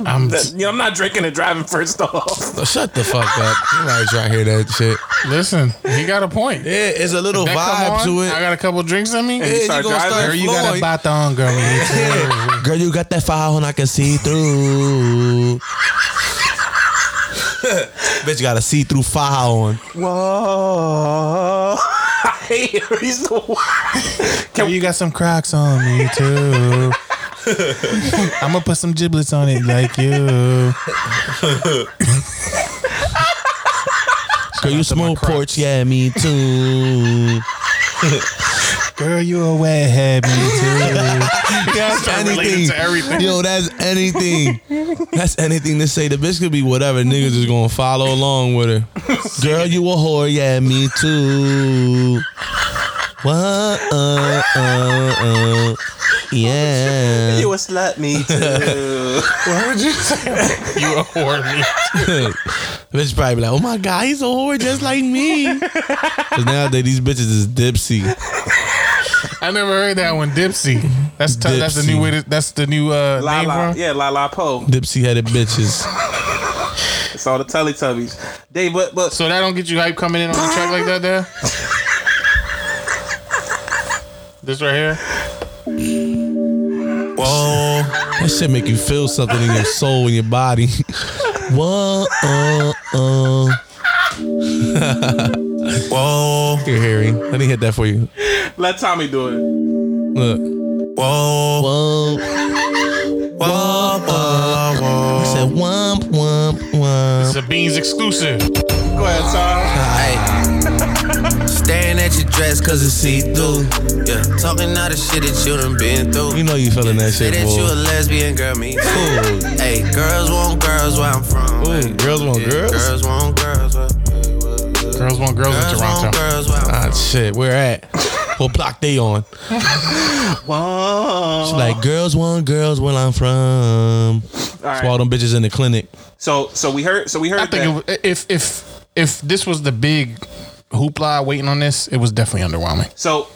Speaker 6: I'm
Speaker 5: That- you know, I'm not drinking and driving first off.
Speaker 8: Shut the fuck up. I'm not trying to hear that shit.
Speaker 6: listen. He got a point.
Speaker 8: Yeah, it's a little
Speaker 6: That come
Speaker 8: vibe
Speaker 6: on,
Speaker 8: to
Speaker 6: I
Speaker 8: it.
Speaker 6: got a couple drinks in me.
Speaker 5: And you
Speaker 8: Yeah,
Speaker 5: start
Speaker 8: you gonna
Speaker 5: driving.
Speaker 8: start
Speaker 6: Girl, you got a
Speaker 8: flowing.
Speaker 6: bot on, girl. Me too.
Speaker 8: Girl, you got that fire and I can see through. Bitch got a see through fire on.
Speaker 5: Whoa. I hate it. He's the one.
Speaker 6: Girl, you got some Crocs on me too. I'm gonna put some giblets on it like you.
Speaker 8: Girl, you smoke porch, yeah, me too.
Speaker 6: Girl, you a wethead, me too.
Speaker 8: that's anything.
Speaker 6: to everything.
Speaker 8: Yo, that's anything. That's anything to say. The bitch could be whatever. Niggas is gonna follow along with her. Girl, you a whore. Yeah, me too. What? Uh, uh, uh. Yeah.
Speaker 5: You a slut me too.
Speaker 6: What would you say? You a whore, me.
Speaker 8: bitch probably be like, oh my god, he's a whore just like me. Cause nowadays these bitches is dipsy.
Speaker 6: I never heard that one. Dipsy. That's tough. That's the
Speaker 8: Dipsy.
Speaker 6: new way. To, that's the new uh,
Speaker 5: La
Speaker 6: name
Speaker 5: la,
Speaker 6: for
Speaker 5: yeah, la la po.
Speaker 8: Dipsy headed bitches.
Speaker 5: It's all the Teletubbies. Dave, but but
Speaker 6: So that don't get you hype coming in on a track like that, there. this right here.
Speaker 8: Whoa. Oh. That shit make you feel something in your soul and your body. Whoa. Uh, uh. Whoa. You're hearing. Let me hit that for you.
Speaker 5: let Tommy do it.
Speaker 8: Look. Whoa. Whoa. Whoa. Whoa. Whoa. He said womp womp womp.
Speaker 6: It's a Beans exclusive.
Speaker 5: Go ahead, Tom.
Speaker 11: Ay. Staring at your dress cause it's see through. Yeah. Talking all the shit that you done been through.
Speaker 8: You know you feeling that
Speaker 11: Say
Speaker 8: shit,
Speaker 11: that you a
Speaker 8: boy.
Speaker 11: lesbian girl, me too.
Speaker 8: Ooh.
Speaker 11: Hey, girls want girls where I'm from.
Speaker 8: Ooh, girls want
Speaker 11: Yeah,
Speaker 8: girls?
Speaker 11: Girls want girls. Where,
Speaker 6: Girls want girls in
Speaker 11: girls want
Speaker 6: Toronto.
Speaker 11: girls where I'm
Speaker 8: Ah, shit. Where at? what block they on?
Speaker 5: Whoa.
Speaker 8: She like girls want girls where I'm from. That's why all them bitches in the clinic.
Speaker 5: So so we heard so we heard
Speaker 6: I
Speaker 5: that.
Speaker 6: think it, if if if this was the big hoopla waiting on this, it was definitely underwhelming
Speaker 5: so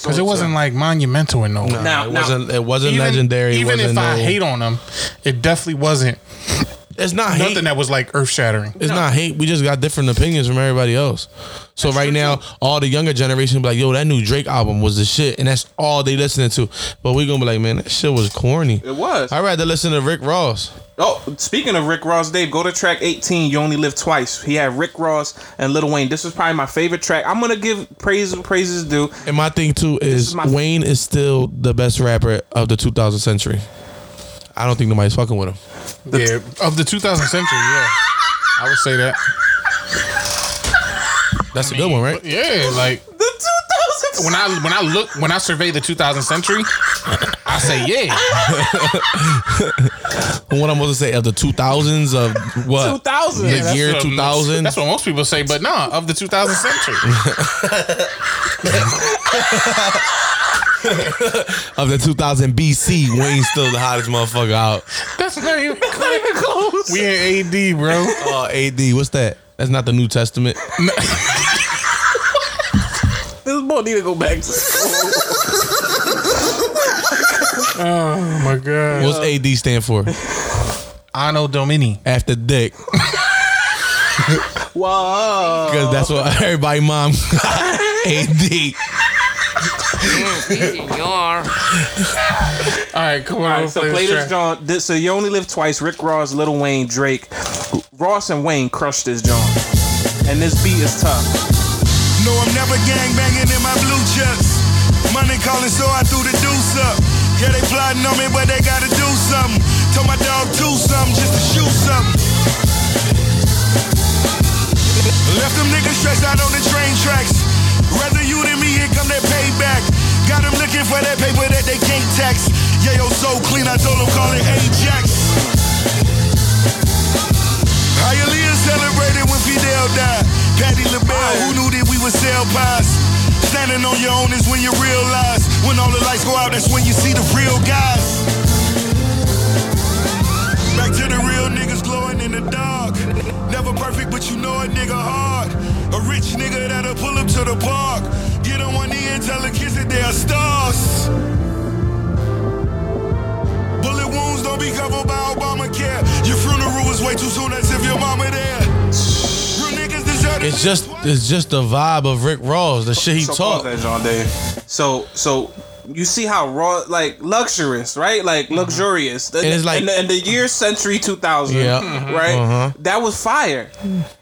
Speaker 6: because it wasn't like monumental in no way.
Speaker 5: Now-
Speaker 8: it wasn't. It wasn't legendary. it
Speaker 6: Even
Speaker 8: wasn't
Speaker 6: if I
Speaker 8: no-
Speaker 6: hate on them, it definitely wasn't
Speaker 8: It's not hate.
Speaker 6: nothing that was like earth shattering.
Speaker 8: it's not hate. We just got different opinions from everybody else. So right now, all the younger generation be like, "Yo, that new Drake album was the shit," and that's all they listening to. But we gonna be like, "Man, that shit was corny."
Speaker 5: It was.
Speaker 8: I'd rather listen to Rick Ross.
Speaker 5: Oh, speaking of Rick Ross, Dave, go to track 18. You only live twice. He had Rick Ross and Lil Wayne. This is probably my favorite track. I'm gonna give praise praises due.
Speaker 8: And my thing too is,
Speaker 5: is my-
Speaker 8: Wayne is still the best rapper of the 2000 century. I don't think nobody's fucking with him.
Speaker 6: yeah, of the 2000 century. Yeah, I would say that.
Speaker 8: That's a good one, right?
Speaker 6: Yeah, like
Speaker 5: The 2000s.
Speaker 6: when I when I look when I survey the 2000 century, I say yeah.
Speaker 8: What I'm supposed to say of the 2000s of what?
Speaker 5: 2000s.
Speaker 8: The
Speaker 5: Yeah, that's
Speaker 8: year
Speaker 6: what-
Speaker 8: 2000.
Speaker 6: That's what most people say, but nah, of the 2000 century.
Speaker 8: of the 2000 BC, Wayne's still the hottest motherfucker out.
Speaker 6: That's not even, close. We in AD, bro.
Speaker 8: Oh, AD, what's that? That's not the New Testament.
Speaker 5: don't need to go back to
Speaker 6: Oh my god.
Speaker 8: What's AD stand for?
Speaker 6: Anno Domini.
Speaker 8: After dick.
Speaker 5: Whoa.
Speaker 8: Because that's what everybody mom AD.
Speaker 9: you are.
Speaker 6: All right, come on.
Speaker 5: All right,
Speaker 6: let's
Speaker 5: so play this John. This, so you only live twice. Rick Ross, Little Wayne, Drake, Ross and Wayne crushed this John, and this beat is tough.
Speaker 12: No, I'm never gangbanging in my blue chucks. Money calling, so I threw the deuce up. Yeah, they plotting on me, but they gotta do something. Told my dog do something just to shoot something. Left them niggas stretched out on the train tracks. Rather you than me, here come that payback. Got them looking for that paper that they can't tax. Yeah, yo, so clean, I told them call it Ajax. Hialeah celebrated when Fidel died. Patty LaBelle, who knew that we would sell pies? Standing on your own is when you realize. When all the lights go out, that's when you see the real guys. Back to the real niggas glowing in the dark. Never perfect, but you know a nigga hard. A rich nigga that'll pull up to the park. Get on one knee and tell the kids that they are stars. Bullet wounds don't be covered by Obamacare. Your funeral is way too soon, as if your mama there. Real niggas deserve
Speaker 8: It's just it's just the vibe of Rick Ross, the shit he
Speaker 5: so
Speaker 8: talk.
Speaker 5: pause that John Dave. So so you see how raw, like luxurious, right? Like luxurious. The-
Speaker 8: Mm-hmm. And it's like-
Speaker 5: in the, in the year century two thousand,
Speaker 8: Yeah.
Speaker 5: right?
Speaker 8: Uh-huh.
Speaker 5: That was fire.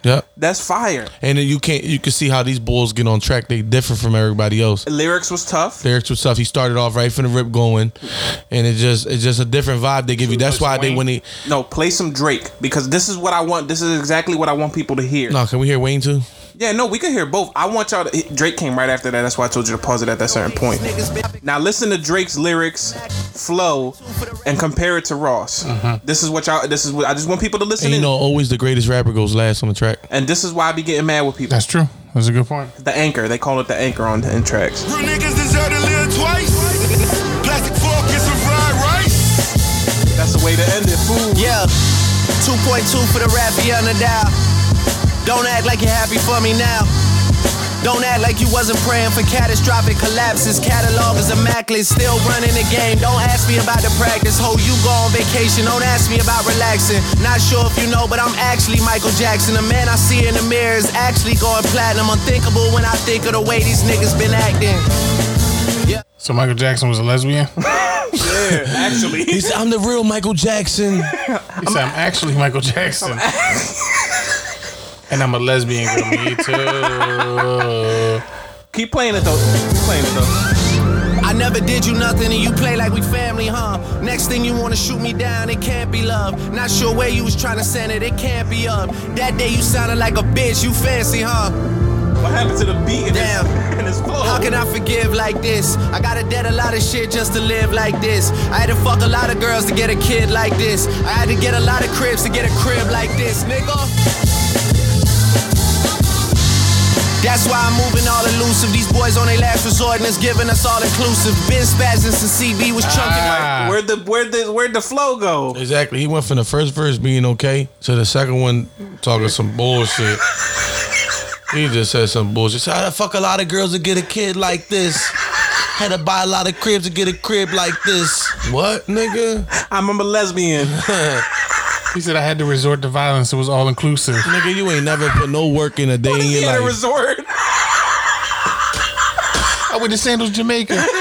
Speaker 8: Yep.
Speaker 5: That's fire.
Speaker 8: And then you can't you can see how these bulls get on track. They differ from everybody else.
Speaker 5: Lyrics was tough.
Speaker 8: Lyrics was tough. He started off right from the rip going, and it just it's just a different vibe they give you. That's why they when they
Speaker 5: No, play some Drake because this is what I want. This is exactly what I want people to hear.
Speaker 8: no. Can we hear Wayne too?
Speaker 5: Yeah, no, we can hear both. I want y'all to. Drake came right after that. That's why I told you to pause it at that certain point. Now listen to Drake's lyrics, flow, and compare it to Ross. This is what y'all. This is what I just want people to listen
Speaker 8: Mm-hmm. And you
Speaker 5: in.
Speaker 8: know, always the greatest rapper goes last on the track.
Speaker 5: And this is why I be getting mad with people.
Speaker 6: That's true. That's a good point.
Speaker 5: The anchor. They call it the anchor on the in tracks.
Speaker 12: Real niggas deserve to live twice. Plastic fork and some fried rice.
Speaker 5: That's the way to end it. Food.
Speaker 13: Yeah. 2.2 for the Raffiana Dow. Don't act like you're happy for me now. Don't act like you wasn't praying for catastrophic collapses. Catalog is immaculate, still running the game. Don't ask me about the practice. Ho, you go on vacation. Don't ask me about relaxing. Not sure if you know, but I'm actually Michael Jackson. The man I see in the mirror is actually going platinum. Unthinkable when I think of the way these niggas been acting.
Speaker 6: So Michael Jackson was a lesbian.
Speaker 5: yeah, actually.
Speaker 8: He said, "I'm the real Michael Jackson."
Speaker 6: He said, "I'm actually Michael Jackson." And I'm a lesbian girl. Me too.
Speaker 5: Keep playing it though. Keep playing it though.
Speaker 13: I never did you nothing and you play like we family, huh? Next thing you wanna shoot me down, it can't be love. Not sure where you was trying to send it, it can't be up. That day you sounded like a bitch, you fancy, huh?
Speaker 5: What happened to the beat?
Speaker 13: Damn. How can I forgive like this? I gotta dead a lot of shit just to live like this. I had to fuck a lot of girls to get a kid like this. I had to get a lot of cribs to get a crib like this, nigga. That's why I'm moving all elusive. These boys on their last resort and it's giving us all inclusive. Been spazzing since CB was chunking
Speaker 8: Ah.
Speaker 13: like.
Speaker 5: Where'd the where'd the where'd the flow go?
Speaker 8: Exactly. He went from the first verse being okay to the second one talking some bullshit. He just said some bullshit. Said, I fuck a lot of girls to get a kid like this. Had to buy a lot of cribs to get a crib like this. What, nigga?
Speaker 5: I'm a lesbian.
Speaker 6: He said I had to resort to violence. It was all inclusive.
Speaker 8: Nigga, you ain't never put no work in a day in
Speaker 5: He
Speaker 8: your
Speaker 5: had a
Speaker 8: life.
Speaker 5: resort.
Speaker 6: I went to Sandals, Jamaica.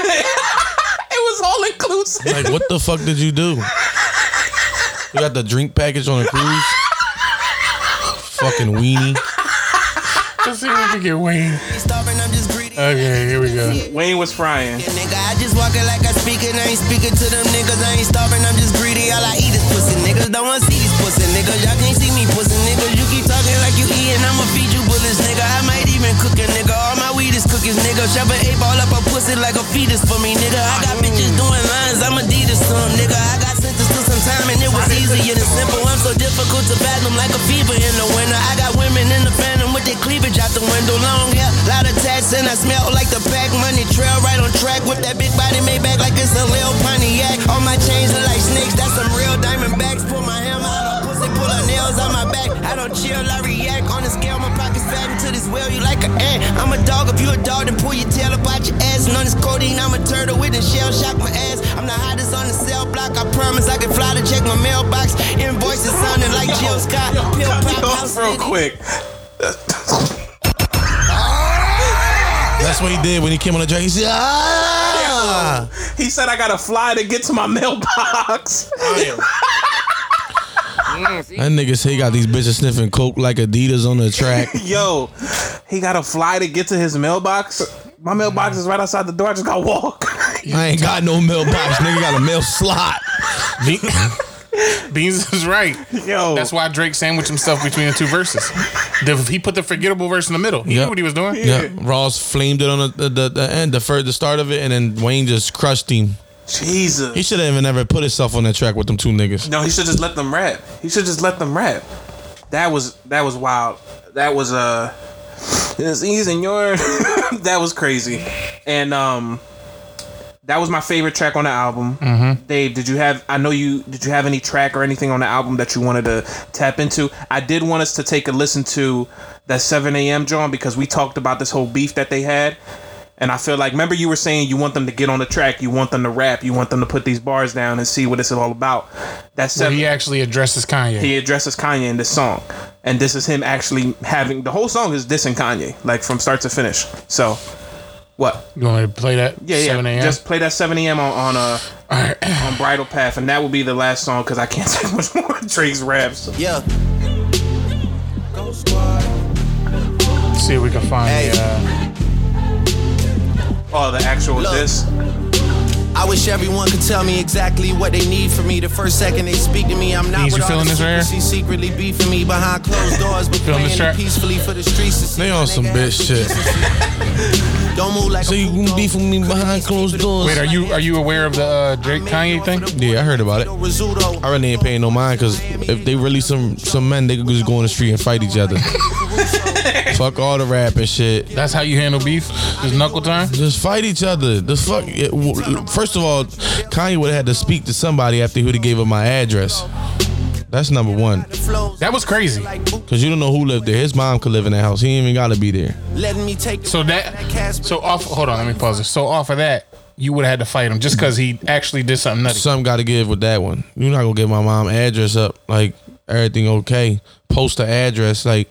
Speaker 5: It was all inclusive.
Speaker 8: Like, what the fuck did you do? You got the drink package on a cruise? Fucking weenie.
Speaker 6: Let's see if we can get Wayne.
Speaker 13: Starving, I'm just greedy.
Speaker 6: Okay, here we go.
Speaker 5: Wayne was frying.
Speaker 13: Nigga, I just walk it like I speak it. I ain't speaking to them niggas. I ain't starving, I'm just greedy. All I eat is pussy. Niggas don't wanna see these pussy niggas. Y'all can't see me pussy niggas. You keep talking like you eating. I'ma feed you bullets, nigga. I might even cook a nigga. All my weed is cookies, nigga. Shove an eight ball up a pussy like a fetus for me, nigga. I got bitches doing lines. I'm Adidas to 'em, nigga. I got sentenced to some time and it was easy and it's simple. I'm so difficult to fathom like a fever in the winter. I got women in the phantom with their cleavage out the window. Long hair, lot of tats, and I smell like the pack money trail right on track with that big body made back like it's a little Pontiac. All my chains are like snakes, that's some real diamond backs. Pull my hammer out, pussy pull her nails on my back. I don't chill, I react. On the scale, my pockets fat into this well. You like an ant. I'm a dog. If you a dog, then pull your tail about your ass. And on this codeine, I'm a turtle with a shell. Shock my ass. I'm the hottest on the cell block. I promise I can fly to check my mailbox. Invoices sounding like Jill Scott. Pill pop, house
Speaker 5: Real quick.
Speaker 8: That's what he did when he came on the track. He said, ah!
Speaker 5: He said, I gotta fly to get to my mailbox.
Speaker 8: That nigga say he got these bitches sniffing coke like Adidas on the track.
Speaker 5: Yo, he gotta fly to get to his mailbox. My mailbox is right outside the door. I just gotta walk.
Speaker 8: I ain't got no mailbox. nigga got a mail slot.
Speaker 6: Beans is right.
Speaker 5: Yo.
Speaker 6: That's why Drake sandwiched himself between the two verses. The- he put the forgettable verse in the middle. He
Speaker 8: Yeah,
Speaker 6: knew what he was doing.
Speaker 8: Yeah, Ross flamed it on the, the, the end, the first, the start of it, and then Wayne just crushed him.
Speaker 5: Jesus.
Speaker 8: He should have even never put himself on that track with them two niggas.
Speaker 5: No, he should just let them rap. He should just let them rap. That was that was wild. That was uh it's easy in your that was crazy. And um that was my favorite track on the album.
Speaker 6: Mhm.
Speaker 5: Dave, did you have I know you did you have any track or anything on the album that you wanted to tap into? I did want us to take a listen to that 7 a.m. John because we talked about this whole beef that they had. And I feel like, remember, you were saying you want them to get on the track, you want them to rap, you want them to put these bars down and see what it's all about. That
Speaker 6: Where
Speaker 5: seven,
Speaker 6: he actually addresses Kanye.
Speaker 5: he addresses Kanye in this song, and this is him actually having the whole song is dissing Kanye, like from start to finish. So, what?
Speaker 6: You want me to play that?
Speaker 5: Yeah, yeah.
Speaker 6: 7 a.m.?
Speaker 5: Just play that 7 a.m. on on uh, on Bridal Path, and that will be the last song because I can't take much more of Drake's raps.
Speaker 13: Yeah.
Speaker 6: see if we can find the, uh,
Speaker 5: Oh, the actual this.
Speaker 13: I wish everyone could tell me exactly what they need from me. The first second they speak to me, I'm not
Speaker 6: Beans,
Speaker 13: what
Speaker 6: you
Speaker 13: all
Speaker 6: feeling
Speaker 13: the
Speaker 6: this right here?
Speaker 13: secrecy secretly beefing me behind closed doors, but
Speaker 6: Feeling
Speaker 13: playing
Speaker 6: this
Speaker 13: it
Speaker 6: track?
Speaker 13: peacefully for the streets. to see
Speaker 8: They on some bitch shit.
Speaker 13: Don't move like
Speaker 8: So you can be from me behind closed doors.
Speaker 6: Wait, are you are you aware of the uh, Drake Kanye thing?
Speaker 8: Yeah, I heard about it. I really ain't paying no mind because if they release some some men, they could just go on the street and fight each other. fuck all the rap and shit.
Speaker 6: That's how you handle beef? Just knuckle time?
Speaker 8: Just fight each other. Just fuck. it- w- First of all, Kanye would have had to speak to somebody after he would have gave up my address. That's number one.
Speaker 6: That was crazy.
Speaker 8: Cause you don't know who lived there. His mom could live in that house. He ain't even gotta be there.
Speaker 13: Letting me take
Speaker 6: So that so off hold on, let me pause this. So off of that, you would have had to fight him just cause he actually did something nutty.
Speaker 8: Something gotta give with that one. You're not gonna give my mom address up. Like everything okay. Post the address. Like,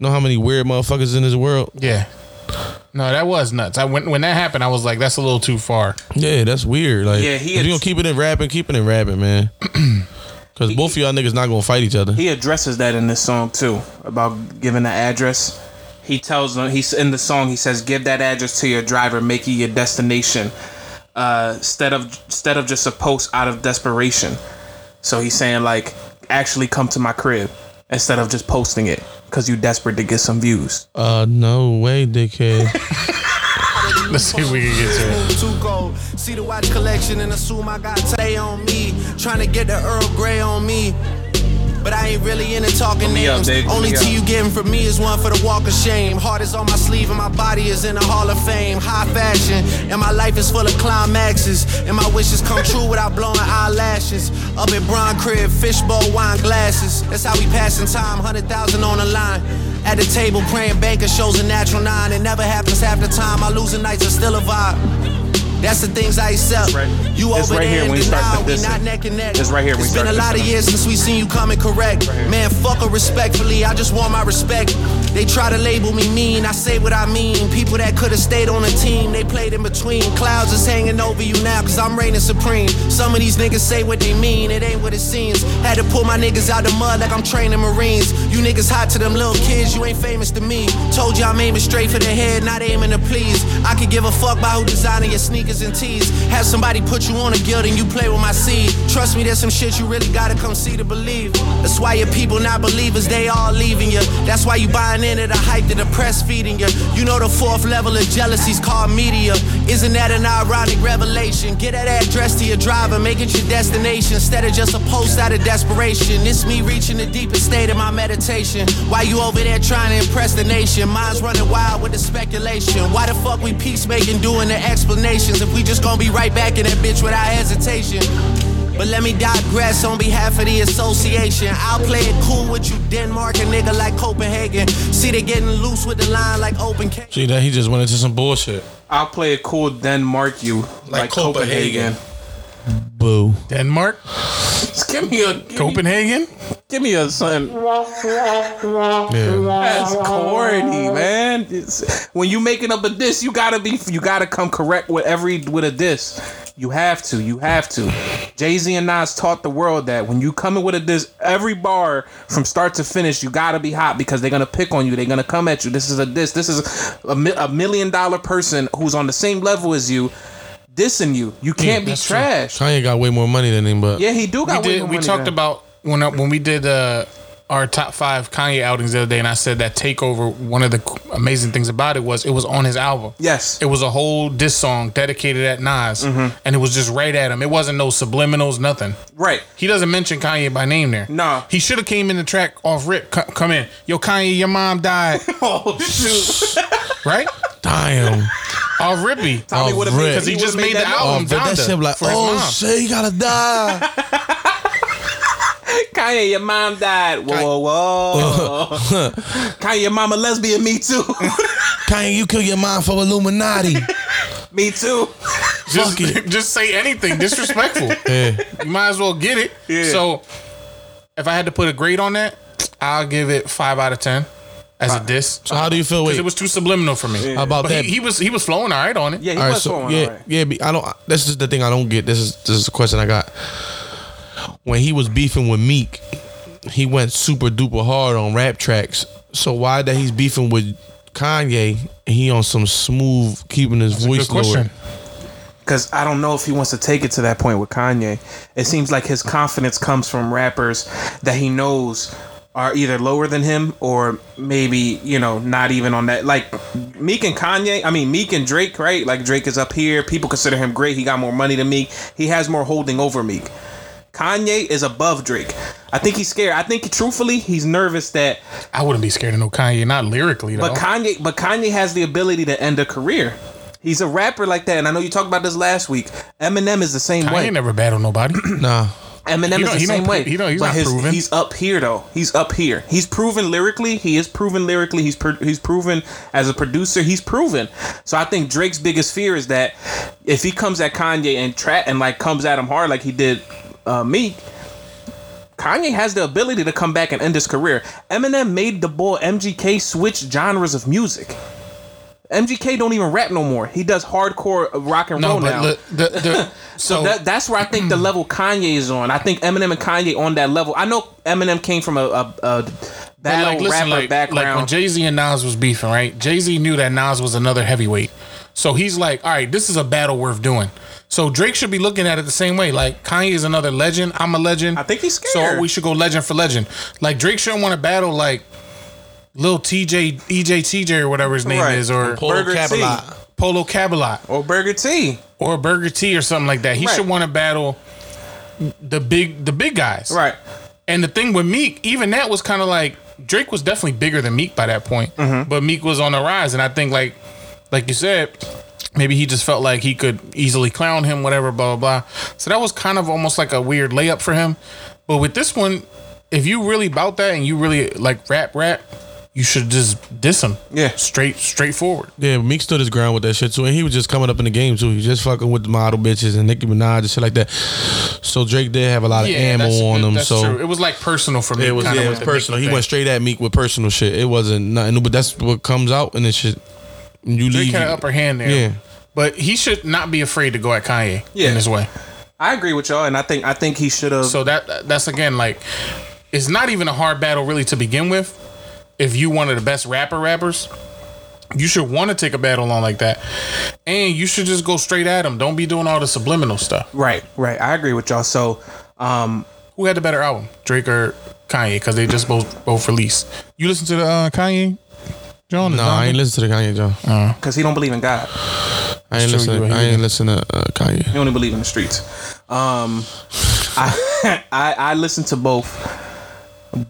Speaker 8: know how many weird motherfuckers in this world?
Speaker 6: Yeah. No, that was nuts. I when when that happened, I was like, that's a little too far.
Speaker 8: Yeah, that's weird. Like,
Speaker 5: Yeah, he
Speaker 8: if
Speaker 5: had-
Speaker 8: you gonna keep it in rapping, keep it in rapping, man. Cause both of y'all niggas not gonna fight each other.
Speaker 5: He addresses that in this song too about giving the address. He tells them he's in the song. He says, "Give that address to your driver, make it your destination, uh, instead of instead of just a post out of desperation." So he's saying like, "Actually come to my crib instead of just posting it because you desperate to get some views."
Speaker 8: Uh, no way, dickhead.
Speaker 6: Let's see if we can get to it.
Speaker 13: Too gold. See the watch collection and assume I got Tay on me. Trying to get the Earl Grey on me. But I ain't really into talking
Speaker 5: me up,
Speaker 13: names.
Speaker 5: Dave. Put
Speaker 13: Only
Speaker 5: me
Speaker 13: tea
Speaker 5: up.
Speaker 13: you getting from me is one for the walk of shame. Heart is on my sleeve and my body is in the Hall of Fame. High fashion. And my life is full of climaxes. And my wishes come true without blowing eyelashes. Up at Bron Crib, fishbowl wine glasses. That's how we passing time. 100,000 on the line. At the table praying banker shows a natural nine. It never happens half the time. My losing nights are still a vibe. That's the things I accept. You
Speaker 5: It's
Speaker 13: over
Speaker 5: right
Speaker 13: there
Speaker 5: here
Speaker 13: in
Speaker 5: when you start
Speaker 13: denial,
Speaker 5: the
Speaker 13: we
Speaker 5: dissing.
Speaker 13: not neck and neck.
Speaker 5: It's right here when
Speaker 13: It's
Speaker 5: you
Speaker 13: been a
Speaker 5: start
Speaker 13: lot of
Speaker 5: dissing.
Speaker 13: years since we seen you coming correct. Man, fuck her respectfully. I just want my respect. They try to label me mean. I say what I mean. People that could have stayed on a team, they played in between. Clouds is hanging over you now, cause I'm reigning supreme. Some of these niggas say what they mean, it ain't what it seems. Had to pull my niggas out the mud like I'm training Marines. You niggas hot to them little kids, you ain't famous to me. Told you I'm aiming straight for the head, not aiming to please. I could give a fuck about who designing your sneakers and tees. Have somebody put you on a guild and you play with my seed. Trust me, there's some shit you really gotta come see to believe. That's why your people not believers, they all leaving you. That's why you buying into the hype that the press feeding you. You know the fourth level of jealousy's called media. Isn't that an ironic revelation? Get that address to your driver, make it your destination instead of just a post out of desperation. It's me reaching the deepest state of my meditation. Why you over there trying to impress the nation? Minds running wild with the speculation. Why the fuck we peacemaking doing the explanations if we just gonna be right back in that bitch without hesitation?
Speaker 11: But let me digress on behalf of the association. I'll play it cool with you, Denmark, a nigga like Copenhagen. See, they getting loose with the line like open ca-
Speaker 8: See that he just went into some bullshit.
Speaker 5: I'll play it cool, then mark you like, Copenhagen.
Speaker 8: Boo.
Speaker 6: Denmark.
Speaker 5: give me a
Speaker 6: Copenhagen.
Speaker 5: Give me a son. That's corny, man. It's- when you making up a diss, you gotta be, you gotta come correct with every with a diss. You have to, you have to. Jay Z and Nas taught the world that when you come in with a diss, every bar from start to finish, you gotta be hot because they're gonna pick on you. They're gonna come at you. This is a diss. This is a, mi- a million dollar person who's on the same level as you, dissing you.
Speaker 6: Mm,
Speaker 5: You can't be trash.
Speaker 8: Kanye got way more money than him, but
Speaker 5: Yeah, he do got
Speaker 6: we
Speaker 5: way
Speaker 6: did,
Speaker 5: more
Speaker 6: We
Speaker 5: money
Speaker 6: talked
Speaker 5: than-
Speaker 6: about when I, when we did uh, our top five Kanye outings the other day, and I said that Takeover. One of the c- amazing things about it was it was on his album.
Speaker 5: Yes,
Speaker 6: it was a whole diss song dedicated at Nas, and it was just right at him. It wasn't no subliminals, nothing.
Speaker 5: Right.
Speaker 6: He doesn't mention Kanye by name there. No. He should have came in the track off rip. Co- come in, yo, Kanye, your mom died.
Speaker 5: oh shoot.
Speaker 6: right.
Speaker 8: Damn.
Speaker 6: Off rippy.
Speaker 8: Tommy Off would've made- rip.
Speaker 6: because he,
Speaker 8: he
Speaker 6: just
Speaker 8: would've
Speaker 6: made
Speaker 8: made
Speaker 6: the
Speaker 8: that
Speaker 6: album.
Speaker 8: off rip. That
Speaker 6: Donda
Speaker 8: shit like,
Speaker 6: for his
Speaker 8: oh,
Speaker 6: mom.
Speaker 8: shit, he gotta die.
Speaker 5: Kanye, your mom died. Whoa,
Speaker 8: Uh-huh.
Speaker 5: whoa, whoa. Kanye, your mama lesbian. Me too.
Speaker 8: Kanye, you kill your mom for Illuminati.
Speaker 5: me too.
Speaker 6: just, just say anything disrespectful. You might as well get it. So, if I had to put a grade on that, I'll give it five out of ten as a diss.
Speaker 8: So how do you feel?
Speaker 6: 'Cause
Speaker 8: Wait.
Speaker 6: it was too subliminal for me.
Speaker 8: How about
Speaker 6: But
Speaker 8: that?
Speaker 6: He, he was he was flowing all right on it.
Speaker 5: Yeah,
Speaker 8: All right, so- yeah, yeah. but I don't. This is the thing I don't get. This is this is the question I got. When he was beefing with Meek, he went super duper hard on rap tracks. So why that he's beefing with Kanye? and He on some smooth keeping his voice lower.
Speaker 5: Because I don't know if he wants to take it to that point with Kanye. It seems like his confidence comes from rappers that he knows are either lower than him or maybe, you know, not even on that. Like Meek and Kanye, I mean, Meek and Drake, right? Like Drake is up here. People consider him great. He got more money than Meek. He has more holding over Meek. Kanye is above Drake. I think he's scared. I think truthfully, he's nervous that
Speaker 6: I wouldn't be scared of no Kanye, not lyrically.
Speaker 5: But
Speaker 6: though.
Speaker 5: Kanye, but Kanye has the ability to end a career. He's a rapper like that, and I know you talked about this last week. Eminem is the same
Speaker 6: Kanye
Speaker 5: way.
Speaker 6: never battled nobody.
Speaker 8: nah.
Speaker 5: Eminem
Speaker 6: He don't-
Speaker 5: is
Speaker 6: he
Speaker 5: the
Speaker 6: don't
Speaker 5: same
Speaker 6: pro-
Speaker 5: way.
Speaker 6: he don't- he's
Speaker 5: but
Speaker 6: not
Speaker 5: his,
Speaker 6: proven.
Speaker 5: He's up here though. He's up here. He's proven lyrically. He is proven lyrically. He's pro- he's proven as a producer. He's proven. So I think Drake's biggest fear is that if he comes at Kanye and trap and like comes at him hard like he did uh, Meek, Kanye has the ability to come back and end his career. Eminem made the boy MGK switch genres of music. MGK don't even rap no more. He does hardcore rock and
Speaker 6: No,
Speaker 5: roll
Speaker 6: but
Speaker 5: now.
Speaker 6: look, the- the-
Speaker 5: so
Speaker 6: so-
Speaker 5: that, that's where I think the level Kanye is on. I think Eminem and Kanye on that level. I know Eminem came from a, a, a
Speaker 6: But,
Speaker 5: battle rapper
Speaker 6: like,
Speaker 5: background.
Speaker 6: Like when Jay Z and Nas was beefing, right? Jay Z knew that Nas was another heavyweight, so he's like, "All right, this is a battle worth doing." So Drake should be looking at it the same way. Like Kanye is another legend. I'm a legend. I
Speaker 5: think he's
Speaker 6: So we should go legend for legend. Like Drake shouldn't want to battle like Lil E TJ, EJ TJ or whatever his name
Speaker 5: Right.
Speaker 6: is, or
Speaker 5: Polo Burger T. Cabalot.
Speaker 6: Polo Cabalot,
Speaker 5: or Burger T,
Speaker 6: or Burger T, or something like that. He
Speaker 5: Right.
Speaker 6: should want to battle the big the big guys.
Speaker 5: Right.
Speaker 6: And the thing with Meek, even that was kind of like Drake was definitely bigger than Meek by that point,
Speaker 5: Mm-hmm.
Speaker 6: but Meek was on the rise, and I think like like you said, maybe he just felt like he could easily clown him, whatever, blah blah blah. So that was kind of almost like a weird layup for him. But with this one, if you really bout that and you really like rap rap, you should just diss him.
Speaker 5: Yeah,
Speaker 6: straight straightforward.
Speaker 8: Yeah, Meek stood his ground with that shit too, and he was just coming up in the game too. He was just fucking with the model bitches and Nicki Minaj and shit like that. So Drake did have a lot of ammo
Speaker 6: that's-
Speaker 8: on him.
Speaker 6: that's
Speaker 8: so
Speaker 6: true. it was like personal for me.
Speaker 8: It was,
Speaker 6: kinda
Speaker 8: yeah, it
Speaker 6: with
Speaker 8: was
Speaker 6: the
Speaker 8: personal.
Speaker 6: Meek
Speaker 8: He
Speaker 6: thing.
Speaker 8: went straight at Meek with personal shit. It wasn't nothing, new, but that's what comes out and this shit. You
Speaker 6: Drake
Speaker 8: leave.
Speaker 6: had an upper hand there.
Speaker 8: Yeah.
Speaker 6: But he should not be afraid to go at Kanye
Speaker 5: Yeah.
Speaker 6: in this way.
Speaker 5: I agree with y'all, and I think I think he should have.
Speaker 6: So that that's again like it's not even a hard battle really to begin with. If you one of the best rapper rappers, you should want to take a battle on like that, and you should just go straight at him. Don't be doing all the subliminal stuff.
Speaker 5: Right, right. I agree with y'all. So, um,
Speaker 6: who had the better album, Drake or Kanye? Because they just both both released. You listen to the uh, Kanye? John?
Speaker 8: No, I ain't listen to the Kanye John.
Speaker 6: Oh,
Speaker 5: because he don't believe in God.
Speaker 8: I ain't
Speaker 5: It's true,
Speaker 8: listen.
Speaker 5: you a
Speaker 8: I ain't listen to uh, Kanye.
Speaker 5: He only believe in the streets. Um, I, I I listened to both.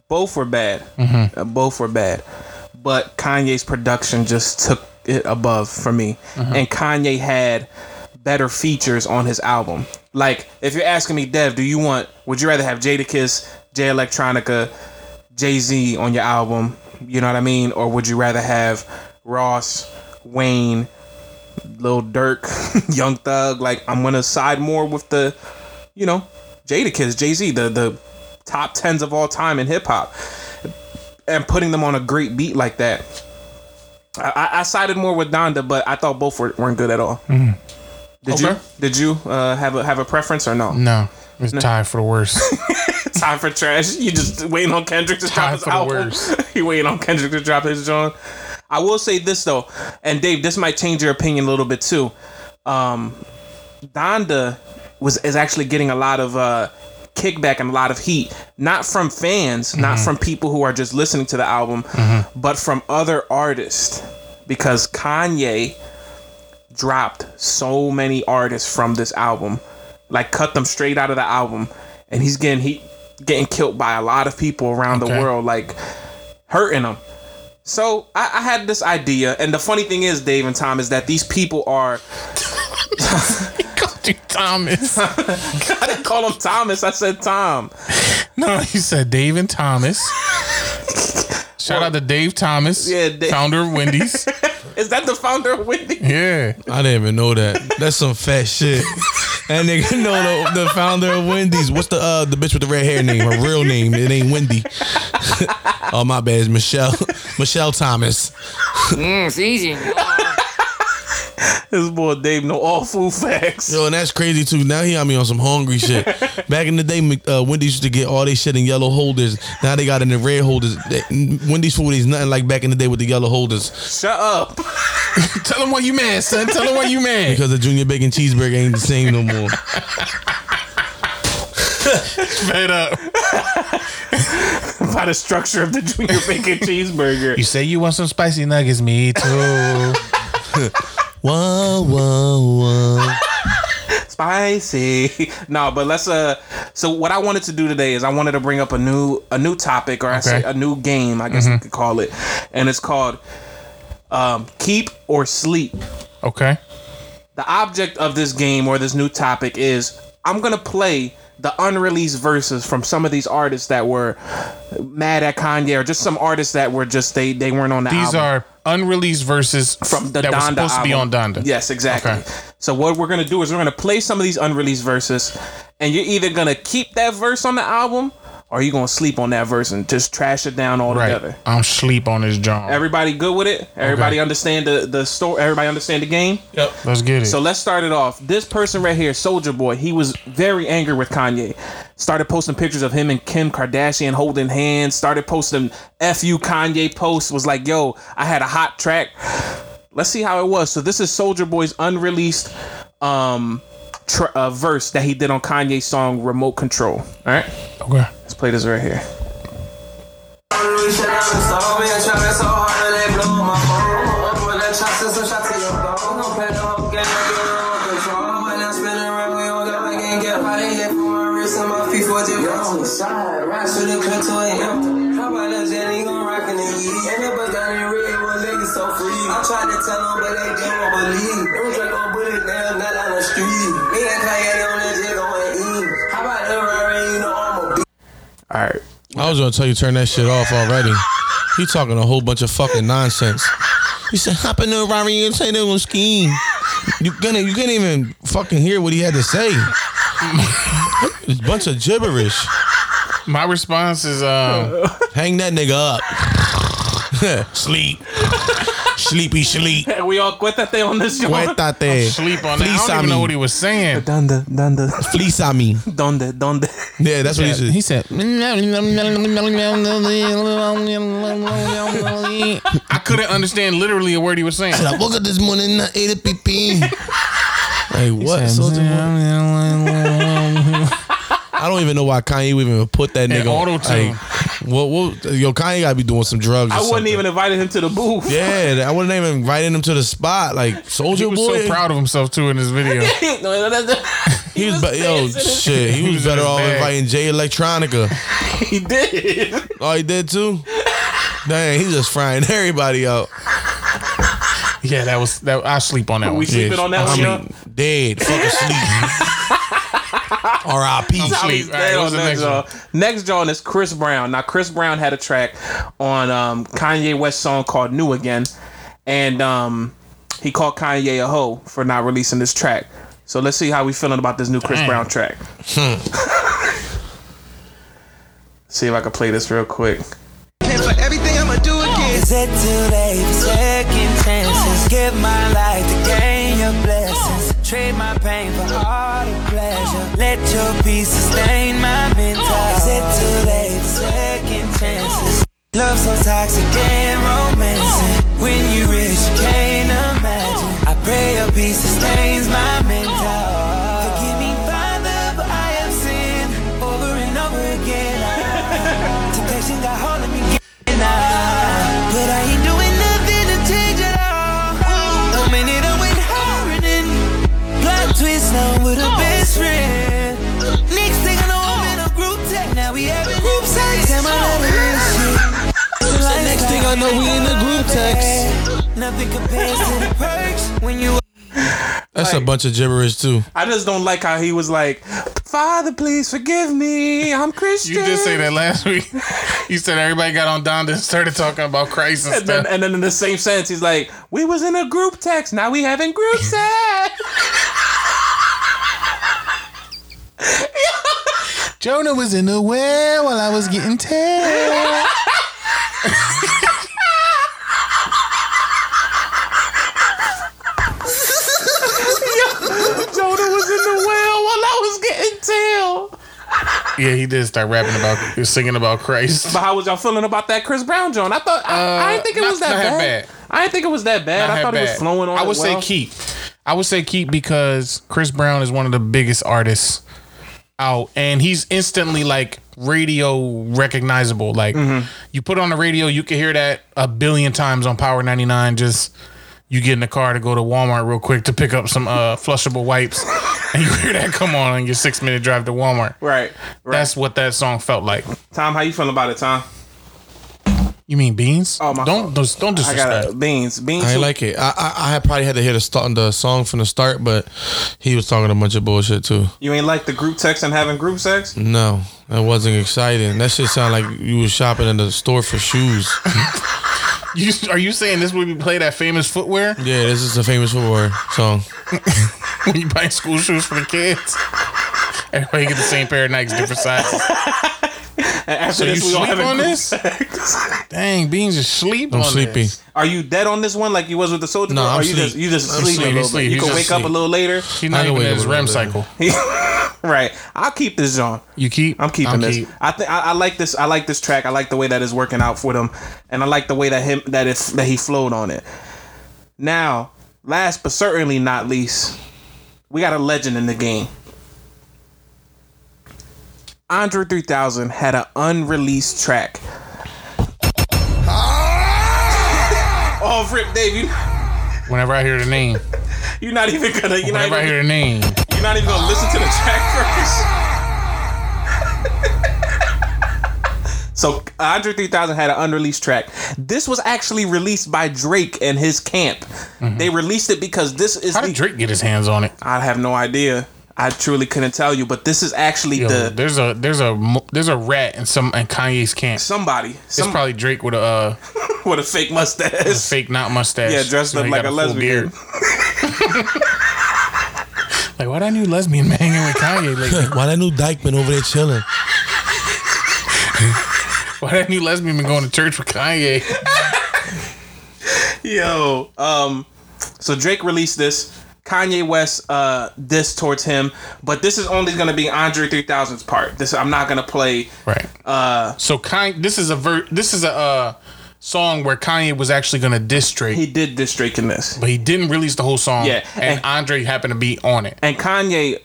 Speaker 5: Both were bad.
Speaker 6: Mhm.
Speaker 5: Uh, Both were bad. But Kanye's production just took it above for me,
Speaker 6: Mhm.
Speaker 5: and Kanye had better features on his album. Like, if you're asking me, Dev, do you want? Would you rather have Jada Kiss, J Electronica, Jay Z on your album? You know what I mean? Or would you rather have Ross, Wayne, Lil Durk, Young Thug? Like, I'm gonna side more with the, you know, Jada Kiss, Jay Z, the the top tens of all time in hip hop, and putting them on a great beat like that. I, I- I sided more with Donda, but I thought both were, weren't good at all.
Speaker 6: Mhm.
Speaker 5: Did you
Speaker 6: Okay.
Speaker 5: did you uh, have a have a preference or no?
Speaker 6: No, it's time for the worst.
Speaker 5: Time for trash. You just waiting on Kendrick to drop his album. you waiting on Kendrick to drop his joint. I will say this though, and Dave, this might change your opinion a little bit too. Um, Donda was is actually getting a lot of uh, kickback and a lot of heat, not from fans, not
Speaker 6: Mhm.
Speaker 5: from people who are just listening to the album,
Speaker 6: Mhm.
Speaker 5: but from other artists, because Kanye dropped so many artists from this album, like cut them straight out of the album, and he's getting he getting killed by a lot of people around
Speaker 6: Okay.
Speaker 5: the world, like hurting them. So I, I had this idea, and the funny thing is, Dave and Tom, is that these people are.
Speaker 6: Thomas.
Speaker 5: I didn't call him Thomas. I said Tom.
Speaker 6: No, you said Dave and Thomas. Shout out to Dave Thomas,
Speaker 5: Yeah, Dave-
Speaker 6: founder of Wendy's.
Speaker 5: Is that the founder of Wendy?
Speaker 6: Yeah,
Speaker 8: I didn't even know that. That's some fat shit. That nigga know the, the founder of Wendy's. What's the uh the bitch with the red hair name? Her real name? It ain't Wendy. oh my bad, it's Michelle Michelle Thomas.
Speaker 9: Mm, it's easy.
Speaker 5: This boy Dave know all food facts.
Speaker 8: Yo, and that's crazy too. Now he on me on some hungry shit. Back in the day, Mc- uh, Wendy's used to get all they shit in yellow holders. Now they got it in the red holders. They- Wendy's food is nothing like back in the day with the yellow holders.
Speaker 5: Shut up.
Speaker 6: Tell him why you mad, son. Tell him why you mad.
Speaker 8: Because the junior bacon cheeseburger ain't the same no more.
Speaker 6: Fed up.
Speaker 5: By the structure of the junior bacon cheeseburger.
Speaker 6: You say you want some spicy nuggets, me too.
Speaker 8: whoa, whoa, whoa.
Speaker 5: Spicy. No, but let's uh so what I wanted to do today is I wanted to bring up a new a new topic or I say
Speaker 6: Okay.
Speaker 5: a new game, I guess you
Speaker 6: Mhm.
Speaker 5: could call it. And it's called um keep or sleep.
Speaker 6: Okay.
Speaker 5: The object of this game or this new topic is I'm gonna play the unreleased verses from some of these artists that were mad at Kanye or just some artists that were just they they weren't on the
Speaker 6: These
Speaker 5: album.
Speaker 6: are unreleased verses
Speaker 5: from the
Speaker 6: that
Speaker 5: Donda
Speaker 6: was supposed to be on
Speaker 5: album.
Speaker 6: Donda.
Speaker 5: Yes, exactly. So what we're gonna do is we're gonna play some of these unreleased verses, and you're either gonna keep that verse on the album, or you're gonna sleep on that verse and just trash it down
Speaker 6: Right.
Speaker 5: altogether.
Speaker 6: I'm sleep on this John.
Speaker 5: Everybody good with it? Everybody understand the the story? Everybody understand the game?
Speaker 8: Yep.
Speaker 6: Let's get it.
Speaker 5: So let's start it off. This person right here, Soldier Boy, he was very angry with Kanye. Started posting pictures of him and Kim Kardashian holding hands. Started posting "fu Kanye" posts. Was like, "Yo, I had a hot track." Let's see how it was. So this is Soldier Boy's unreleased um, tr- uh, verse that he did on Kanye's song "Remote Control." All right.
Speaker 6: Okay.
Speaker 5: Let's play this right here.
Speaker 13: I'm trying to tell them, but they just won't believe. Them Drake gon' put it oh, down, not on the street. Me and Kanye on that jet gon' eat. How about the Rari? You know I'm a
Speaker 5: All right.
Speaker 8: I was gonna tell you turn that shit off already. He talking a whole bunch of fucking nonsense. He said hop in the Rari and say they gonna ski. You gonna you can't even fucking hear what he had to say. It's a bunch of gibberish.
Speaker 6: My response is um,
Speaker 8: hang that nigga up. Sleep. Sleepy sleep.
Speaker 5: we all cuéntate on this.
Speaker 8: Cuéntate.
Speaker 6: sleep on that. I
Speaker 8: Fleece
Speaker 6: don't
Speaker 8: on
Speaker 6: even know
Speaker 8: me.
Speaker 6: what he was saying.
Speaker 5: Donda, donda,
Speaker 8: Fleece on me.
Speaker 5: donda, donda.
Speaker 8: Yeah, that's what he said.
Speaker 6: He said, I couldn't understand literally a word he was saying.
Speaker 8: I woke up this morning and I ate a pee pee. Hey, what?
Speaker 6: said,
Speaker 8: Soldier Boy? I don't even know why Kanye would even put that
Speaker 6: And
Speaker 8: nigga on
Speaker 6: auto-tune.
Speaker 8: Like, what, what, yo, Kanye gotta be doing some drugs. Or
Speaker 5: I wouldn't
Speaker 8: something.
Speaker 5: even invited him to the booth.
Speaker 8: Yeah, I wouldn't even inviting him to the spot. Like
Speaker 6: He
Speaker 8: Soldier
Speaker 6: was
Speaker 8: Boy,
Speaker 6: so proud of himself too in this video.
Speaker 5: No, that- that-
Speaker 8: He was, be- yo, shit.
Speaker 6: He
Speaker 8: He, was,
Speaker 6: was in
Speaker 8: better
Speaker 6: his
Speaker 8: off
Speaker 6: bag.
Speaker 8: inviting Jay Electronica.
Speaker 5: he did.
Speaker 8: oh, he did too. Dang, he just frying everybody out.
Speaker 6: Yeah, that was that. I sleep on that one.
Speaker 5: We sleeping on that
Speaker 6: I
Speaker 5: one,
Speaker 6: mean,
Speaker 5: yo?
Speaker 8: Dead, fucking sleep. R.I.P.
Speaker 5: I'm sleep. All right, what's the next one? Next joint is Chris Brown. Now Chris Brown had a track on um, Kanye West song called "New Again," and um, he called Kanye a hoe for not releasing this track. So let's see how we feeling about this new Chris
Speaker 6: Damn. Hmm.
Speaker 5: Brown track. see if I can play this real quick.
Speaker 14: And for everything I'ma do again. Is it too late for second chances? Give my life to gain your blessings. Trade my pain for all the pleasure. Let your peace sustain my mental. Is it too late for second chances? Love so toxic and romancing. When you rich, you can't imagine. I pray your peace sustains my mental. Forgive me, Father, but I have sinned over and over again. Temptation got hold of me. But I ain't doing nothing to change it all. One minute I'm with her and then plot twist now I'm with her best friend. Next thing I know I'm in a group text. Now we having group sex. Damn, I love this shit. So next thing I know we in a group text. Nothing compares to the perks when you.
Speaker 8: That's a bunch of gibberish too.
Speaker 5: I just don't like how he was like, "Father, please forgive me. I'm Christian."
Speaker 6: You did say that last week. you said everybody got on Donda and started talking about Christ and
Speaker 5: And then,
Speaker 6: stuff.
Speaker 5: and then in the same sentence, he's like, "We was in a group text. Now we having group sex."
Speaker 6: Jonah was in the well while I was getting tail.
Speaker 5: Jonah was in the well while I was getting tail.
Speaker 6: yeah, he did start rapping about, he was singing about Christ.
Speaker 5: But how was y'all feeling about that Chris Brown joint? I thought I, I didn't think it
Speaker 6: Uh, not-
Speaker 5: was that
Speaker 6: not
Speaker 5: bad.
Speaker 6: that
Speaker 5: I didn't think it was that bad.
Speaker 6: Not
Speaker 5: I
Speaker 6: that
Speaker 5: thought it was
Speaker 6: bad.
Speaker 5: flowing on.
Speaker 6: I would say
Speaker 5: well.
Speaker 6: keep. I would say keep because Chris Brown is one of the biggest artists out, and he's instantly like radio recognizable. Like
Speaker 5: Mm-hmm.
Speaker 6: you put on the radio, you can hear that a billion times on Power ninety nine. Just you get in the car to go to Walmart real quick to pick up some uh, flushable wipes, and you hear that come on on your six minute drive to Walmart.
Speaker 5: Right, right.
Speaker 6: That's what that song felt like.
Speaker 5: Tom, how you feeling about it, Tom?
Speaker 6: You mean beans? Oh my Don't don't, don't
Speaker 5: I
Speaker 6: disrespect.
Speaker 5: got beans. Beans.
Speaker 8: I ain't
Speaker 5: who-
Speaker 8: like it. I I, I had probably had to hear the, start, the song from the start, but he was talking a bunch of bullshit too.
Speaker 5: you ain't like the group text and having group sex.
Speaker 8: No, that wasn't exciting. That shit sound like you was shopping in the store for shoes.
Speaker 6: You, are you saying this would be play that famous footwear?
Speaker 8: Yeah, this is a famous footwear song.
Speaker 6: when you buy school shoes for the kids. Everybody get the same pair of Nikes, different sizes.
Speaker 5: after
Speaker 6: so
Speaker 5: this,
Speaker 6: you sleep
Speaker 5: we gonna have a
Speaker 6: on
Speaker 5: group
Speaker 6: this? Dang, Beans is sleep
Speaker 8: I'm
Speaker 6: on
Speaker 8: sleepy.
Speaker 6: this.
Speaker 5: Are you dead on this one like you was with the soldier?
Speaker 8: No,
Speaker 5: Boy?
Speaker 8: I'm
Speaker 5: Or you
Speaker 8: sleep.
Speaker 5: just you just
Speaker 8: I'm
Speaker 5: sleep a
Speaker 8: sleep.
Speaker 5: little
Speaker 8: He's
Speaker 5: bit.
Speaker 8: sleep.
Speaker 5: You
Speaker 8: He's
Speaker 5: can
Speaker 8: just
Speaker 5: wake up a
Speaker 8: sleep.
Speaker 5: little later.
Speaker 6: He's not even in his REM cycle.
Speaker 5: right. I'll keep this on.
Speaker 6: You keep?
Speaker 5: I'm keeping
Speaker 6: I'm
Speaker 5: this.
Speaker 6: keep.
Speaker 5: I think I I like this. I like this track. I like the way that it's working out for them, and I like the way that him that it that he flowed on it. Now, last but certainly not least, we got a legend in the game. Andre 3000 had an unreleased track. Oh, Rip Dave, you,
Speaker 6: Whenever I hear the name,
Speaker 5: you're not even gonna. You're not
Speaker 6: whenever I
Speaker 5: even,
Speaker 6: hear the name,
Speaker 5: you're not even gonna listen to the track first. So Andre 3000 had an unreleased track. This was actually released by Drake and his camp. They released it because this is
Speaker 6: Mm-hmm. how did Drake get his hands on it?
Speaker 5: I have no idea. I truly couldn't tell you, but this is actually
Speaker 6: Yo,
Speaker 5: the
Speaker 6: there's a there's a mo- there's a rat in some in Kanye's camp.
Speaker 5: somebody.
Speaker 6: it's
Speaker 5: some-
Speaker 6: probably Drake with a, uh,
Speaker 5: with a fake mustache.
Speaker 6: with a fake not mustache.
Speaker 5: Yeah, dressed
Speaker 6: You know,
Speaker 5: up
Speaker 6: he
Speaker 5: like
Speaker 6: got
Speaker 5: a
Speaker 6: full
Speaker 5: lesbian.
Speaker 6: Like why that new lesbian man hanging with Kanye lately?
Speaker 8: Why that new Dykeman over there chilling?
Speaker 6: Why that new lesbian been going to church with Kanye?
Speaker 5: Yo, um, so Drake released this Kanye West uh diss towards him, but this is only gonna be Andre 3000's part. This I'm not gonna play.
Speaker 6: Right.
Speaker 5: Uh,
Speaker 6: so Kanye, this is a ver- this is a uh, song where Kanye was actually going to diss Drake. He
Speaker 5: did diss Drake in this,
Speaker 6: but he didn't release the whole song.
Speaker 5: Yeah,
Speaker 6: and,
Speaker 5: and-
Speaker 6: Andre happened to be on it.
Speaker 5: And Kanye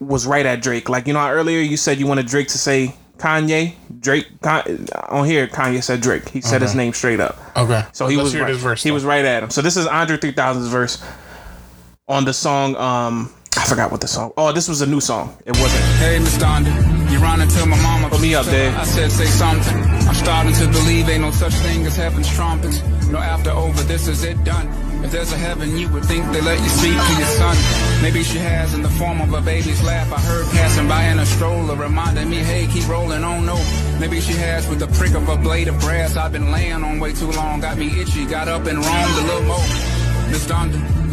Speaker 5: was right at Drake. Like you know, how earlier you said you wanted Drake to say Kanye. Drake Con- on here, Kanye said Drake. He said his
Speaker 6: Okay.
Speaker 5: name straight up.
Speaker 6: Okay,
Speaker 5: So he
Speaker 6: Let's
Speaker 5: was
Speaker 6: hear
Speaker 5: right.
Speaker 6: this verse.
Speaker 5: he was right at him. So this is Andre 3000's verse on the song. Um, I forgot what the song. Oh, this was a new song. It wasn't.
Speaker 15: Hey, Miss Donda, you're running to my mama. Put me up, Dave. I said, say something. I'm starting to believe ain't no such thing as heaven's trumpets. No after over, this is it done. If there's a heaven, you would think they let you speak to your son. Maybe she has in the form of a baby's laugh. I heard passing by in a stroller, reminding me, hey, keep rolling on. No, maybe she has with the prick of a blade of grass. I've been laying on way too long, got me itchy, got up and roamed a little more. Miss Donda,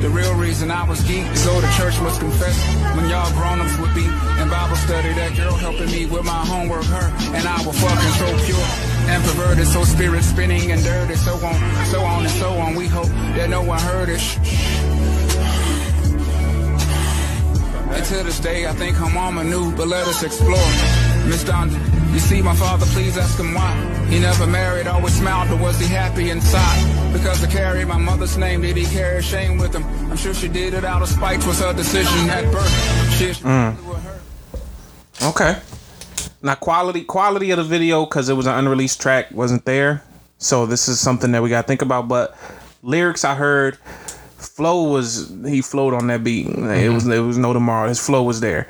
Speaker 15: The real reason I was geek is so the church was confessed when y'all grown-ups would be in Bible study. That girl helping me with my homework, her and I were fucking so pure and perverted, so spirit spinning and dirty, so on, so on and so on. We hope that no one heard it. Shh, shh. And to this day, I think her mama knew, but let us explore. Miss Donda, you see my father, please ask him why. He never married, always smiled, but was he happy inside? Because I carried my mother's name, did he carry shame with him? I'm sure she did it out of spite, was her decision at birth. Shit.
Speaker 5: Mm. Okay. Now quality quality of the video because it was an unreleased track wasn't there, so this is something that we gotta think about. But lyrics I heard, flow was he flowed on that beat. Like, It was it was no tomorrow. His flow was there.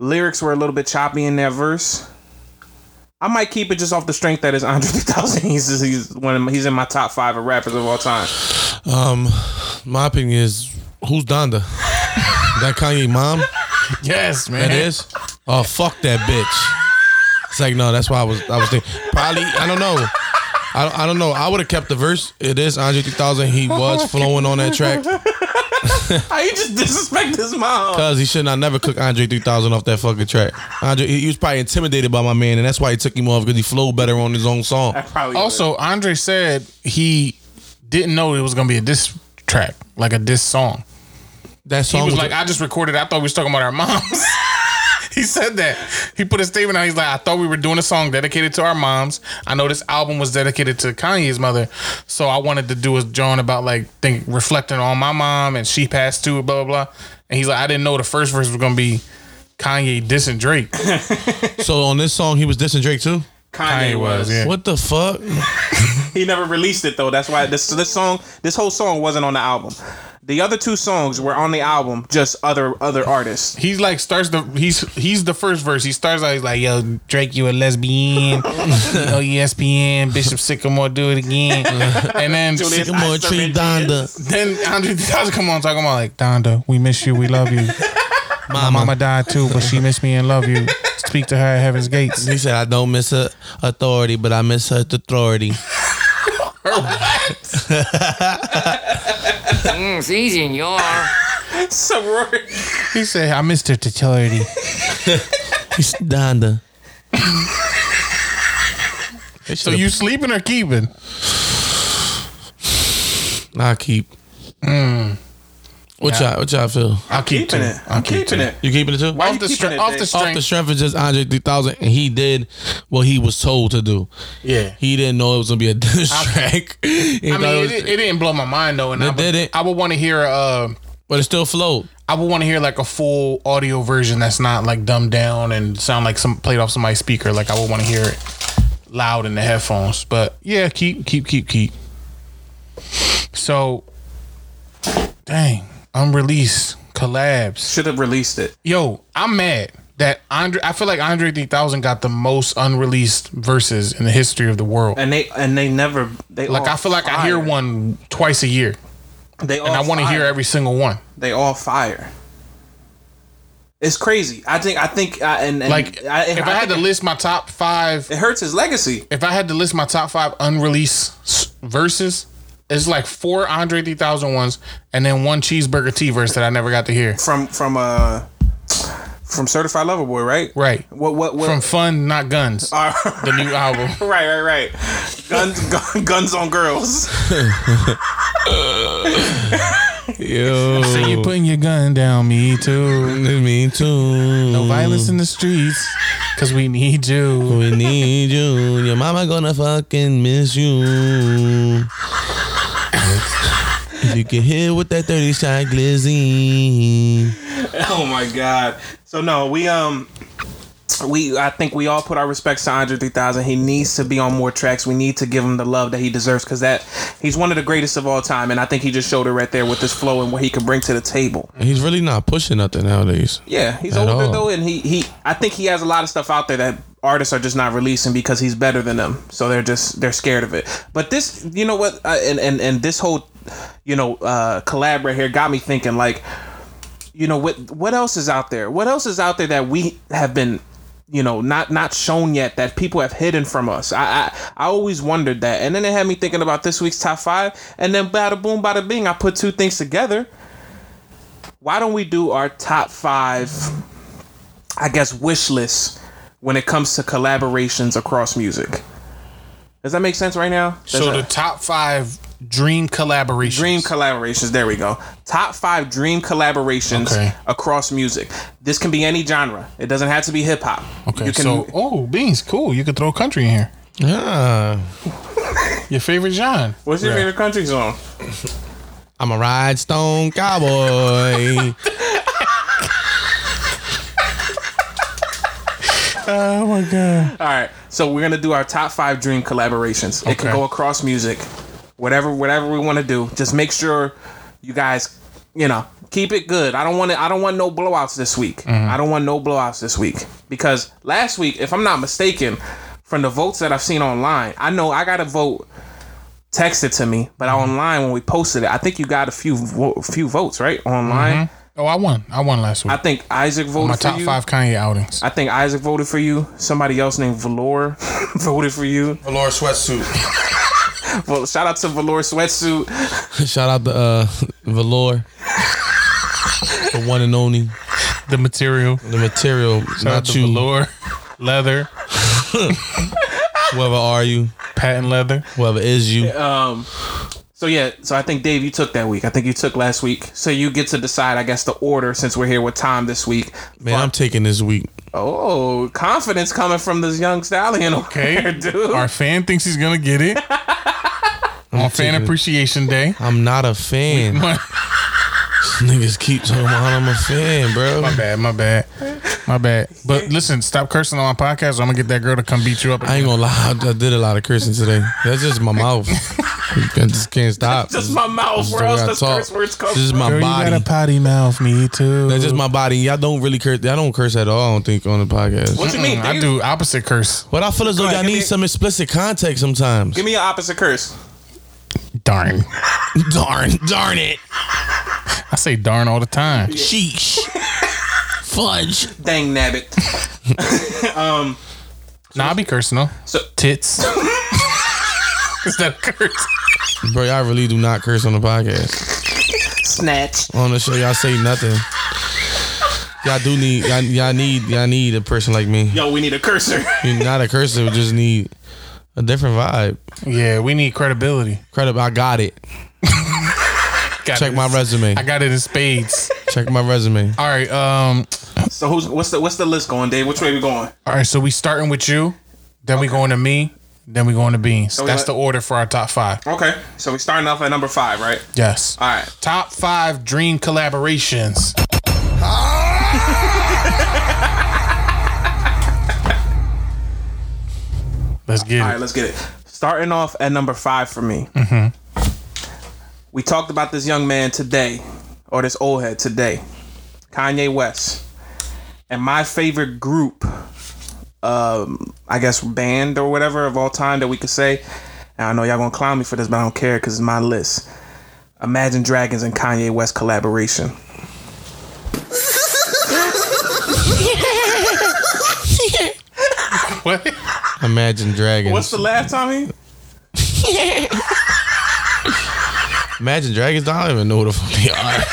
Speaker 5: Lyrics were a little bit choppy in that verse. I might keep it just off the strength that is Andre 3000. He's he's one of my, he's in my top five of rappers of all time.
Speaker 8: Um, my opinion is who's Donda? that Kanye mom?
Speaker 6: Yes, man.
Speaker 8: That is. Oh fuck that bitch. It's like no, that's why I was I was thinking probably I don't know. I, I don't know. I would have kept the verse. It is Andre 3000. He was flowing on that track
Speaker 5: How you just disrespect his mom?
Speaker 8: because he should not never cook Andre 3000 off that fucking track. Andre, he, he was probably intimidated by my man, and that's why he took him off because he flowed better on his own song.
Speaker 6: also, Andre said he didn't know it was gonna be a diss track, like a diss song.
Speaker 8: That
Speaker 6: he
Speaker 8: song
Speaker 6: was,
Speaker 8: was
Speaker 6: like,
Speaker 8: a-
Speaker 6: I just recorded. I thought we was talking about our moms. he said that. He put a statement out. He's like, I thought we were doing a song dedicated to our moms. I know this album was dedicated to Kanye's mother, so I wanted to do a John about like think reflecting on my mom and she passed too, blah blah blah. And he's like, I didn't know the first verse was gonna be Kanye dissing Drake.
Speaker 8: so on this song, he was dissing Drake too.
Speaker 6: Kanye was, yeah.
Speaker 8: What the fuck?
Speaker 5: he never released it though. That's why this this song this whole song wasn't on the album. The other two songs were on the album, just other other artists.
Speaker 6: He's like starts the he's he's the first verse. He starts out he's like, "Yo, Drake, you a lesbian? oh, ESPN, Bishop Sycamore, do it again." and then
Speaker 8: Julius Sycamore Ister treat Benji. Donda.
Speaker 6: Then Andre 2000 come on talking about like Donda, we miss you, we love you. My mama died too, but she missed me and love you. Speak to her at heaven's gates.
Speaker 8: He said, I don't miss her authority, but I miss her authority.
Speaker 9: mm, season, you are.
Speaker 5: Sorority.
Speaker 6: He said, "I missed her to charity."
Speaker 8: He's Donda.
Speaker 6: so you sleeping or keeping?
Speaker 8: I keep.
Speaker 6: Mm.
Speaker 8: What
Speaker 6: Yeah.
Speaker 8: y'all, what y'all feel?
Speaker 6: I'll keep keeping too. it. I'm I'll keep keeping too. it.
Speaker 8: You keeping it too?
Speaker 6: Why Off you the keeping stre- it, off Dave? the
Speaker 8: Off the strength of just Andre 3000, and he did what he was told to do.
Speaker 6: Yeah.
Speaker 8: He didn't know it was gonna be a diss track. He
Speaker 6: I
Speaker 8: thought
Speaker 6: mean, it,
Speaker 8: was-
Speaker 6: it didn't blow my mind though, and I
Speaker 8: It
Speaker 6: would, I would want to hear, uh,
Speaker 8: but it still flowed.
Speaker 6: I would want to hear like a full audio version that's not like dumbed down and sound like some played off somebody's speaker. Like I would want to hear it loud in the headphones. But yeah, keep, keep, keep, keep. So, dang, unreleased collabs.
Speaker 5: Should have released it.
Speaker 6: Yo, I'm mad that Andre. I feel like Andre 3000 got the most unreleased verses in the history of the world.
Speaker 5: And they and they never they
Speaker 6: like
Speaker 5: all
Speaker 6: I feel like I hear
Speaker 5: fire.
Speaker 6: one twice a year.
Speaker 5: They
Speaker 6: and I want to hear
Speaker 5: fire.
Speaker 6: every single one.
Speaker 5: They all fire. It's crazy. I think I think I, and, and
Speaker 6: Like, if I had to list my top five,
Speaker 5: it hurts his legacy.
Speaker 6: If I had to list my top five unreleased s- verses, it's like four Andre 3000 ones and then one cheeseburger T verse that I never got to hear
Speaker 5: from from uh from Certified Lover Boy, right?
Speaker 6: Right.
Speaker 5: What what what
Speaker 6: from Fun Not Guns, the new album.
Speaker 5: right, right, right. Guns, gun, guns on girls.
Speaker 8: Yo.
Speaker 6: So you putting your gun down, me too.
Speaker 8: Me too.
Speaker 6: No violence in the streets, cause we need you.
Speaker 8: We need you. Your mama gonna fucking miss you. you can hit with that 30 shot glizzy.
Speaker 5: oh my god. So no, we um we I think we all put our respects to Andre 3000. He needs to be on more tracks. We need to give him the love that he deserves cuz that he's one of the greatest of all time and I think he just showed it right there with his flow and what he can bring to the table.
Speaker 8: He's really not pushing nothing nowadays.
Speaker 5: Yeah, he's
Speaker 8: At
Speaker 5: older
Speaker 8: all.
Speaker 5: though and he he I think he has a lot of stuff out there that artists are just not releasing because he's better than them. So they're just they're scared of it. But this, you know what, I, and and and this whole you know uh collab right here got me thinking like you know what what else is out there what else is out there that we have been you know not not shown yet that people have hidden from us i i, I always wondered that and then it had me thinking about this week's top five and then bada boom bada bing i put two things together why don't we do our top five i guess wish list when it comes to collaborations across music does that make sense right now Does
Speaker 6: So
Speaker 5: that-
Speaker 6: the top five dream collaborations.
Speaker 5: Dream collaborations. There we go. Top five dream collaborations across music. This can be any genre. It doesn't have to be hip hop.
Speaker 6: Okay, so oh, beans, cool. You could throw country in here. Yeah. Your favorite genre?
Speaker 5: What's your
Speaker 6: Yeah.
Speaker 5: favorite country song?
Speaker 8: I'm a ride stone cowboy.
Speaker 5: Oh my god! All right, so we're gonna do our top five dream collaborations. It can
Speaker 6: Okay.
Speaker 5: go across music, whatever, whatever we want to do. Just make sure you guys, you know, keep it good. I don't want it. I don't want no blowouts this week.
Speaker 6: Mhm.
Speaker 5: I don't want no blowouts this week because last week, if I'm not mistaken, from the votes that I've seen online, I know I got a vote texted to me, but
Speaker 6: Mm-hmm.
Speaker 5: online when we posted it, I think you got a few vo- few votes right online.
Speaker 6: Mhm. Oh, I won. I won last week.
Speaker 5: I think Isaac voted
Speaker 6: my
Speaker 5: for
Speaker 6: top
Speaker 5: you.
Speaker 6: five Kanye outings.
Speaker 5: I think Isaac voted for you. Somebody else named Valor voted for you.
Speaker 8: Valor sweatsuit.
Speaker 5: Well, shout out to Valor sweatsuit.
Speaker 8: Shout out to uh, Valor. the one and only.
Speaker 6: The material.
Speaker 8: The material.
Speaker 6: out
Speaker 8: not
Speaker 6: to
Speaker 8: you.
Speaker 6: Velour. Leather.
Speaker 8: Whoever are you.
Speaker 6: Patent leather.
Speaker 8: Whoever is you.
Speaker 5: Um. So yeah. So I think Dave, you took that week. I think you took last week. So you get to decide, I guess, the order since we're here with Tom this week.
Speaker 8: Man, I'm taking this week.
Speaker 5: Oh, confidence coming from this young stallion. Okay,
Speaker 6: Okay.
Speaker 5: dude.
Speaker 6: Our fan thinks he's gonna get it. On fan
Speaker 8: taking it.
Speaker 6: appreciation day.
Speaker 8: I'm not a fan. Niggas keep talking about I'm a fan, bro.
Speaker 6: My bad, my bad. My bad. But listen, stop cursing on my podcast or I'm gonna get that girl to come beat you up.
Speaker 8: I ain't gonna lie, I I did a lot of cursing today. That's just my mouth. I just can't stop.
Speaker 5: Just my mouth.
Speaker 8: This is the
Speaker 5: Where else
Speaker 8: way I
Speaker 5: does
Speaker 8: talk.
Speaker 5: curse words come
Speaker 8: This is
Speaker 5: from?
Speaker 8: my
Speaker 6: Girl,
Speaker 8: body.
Speaker 6: You got a potty mouth, me too.
Speaker 8: That's just my body. Y'all don't really curse. Y'all don't curse at all. I don't think on the podcast.
Speaker 5: What you mean,
Speaker 8: I
Speaker 5: dude?
Speaker 8: do
Speaker 6: Mm, opposite curse.
Speaker 8: But I feel as though
Speaker 5: Go ahead,
Speaker 8: y'all
Speaker 5: give
Speaker 8: need
Speaker 5: me-
Speaker 8: some explicit context sometimes.
Speaker 5: Give me your opposite curse.
Speaker 6: Darn.
Speaker 8: darn. Darn it.
Speaker 6: I say darn all the time.
Speaker 8: Sheesh. Fudge.
Speaker 5: Dang nabbit. um.
Speaker 6: Nah, I be cursing though.
Speaker 5: So
Speaker 6: tits. Is that a curse?
Speaker 8: Bro, y'all really do not curse on the podcast.
Speaker 5: Snatch.
Speaker 8: On the show, y'all say nothing. Y'all do need y'all, y'all need y'all need a person like me.
Speaker 5: Yo, we need a cursor.
Speaker 8: You're not a cursor, we just need a different vibe.
Speaker 6: Yeah, we need credibility.
Speaker 8: Credible I got it.
Speaker 6: Got
Speaker 8: Check
Speaker 6: it.
Speaker 8: my resume.
Speaker 6: I got it in spades.
Speaker 8: Check my resume.
Speaker 6: All right. Um.
Speaker 5: So who's what's the what's the list going, Dave? Which way we going?
Speaker 6: All right. So we starting with you, then we going to me, then we going to beans.
Speaker 5: So we
Speaker 6: That's
Speaker 5: let-
Speaker 6: the order for our top five.
Speaker 5: Okay. So we starting off at number five, right?
Speaker 6: Yes.
Speaker 5: All right.
Speaker 6: Top five dream collaborations. Let's get
Speaker 5: All right, let's get it. Starting off at number five for me.
Speaker 6: Mm-hmm.
Speaker 5: We talked about this young man today, or this old head today, Kanye West. And my favorite group, um, I guess band or whatever of all time that we could say. And I know y'all gonna clown me for this, but I don't care because it's my list. Imagine Dragons and Kanye West collaboration.
Speaker 6: What?
Speaker 8: Imagine Dragons.
Speaker 5: What's the last time he?
Speaker 8: Imagine Dragons? I don't even know what the fuck they are.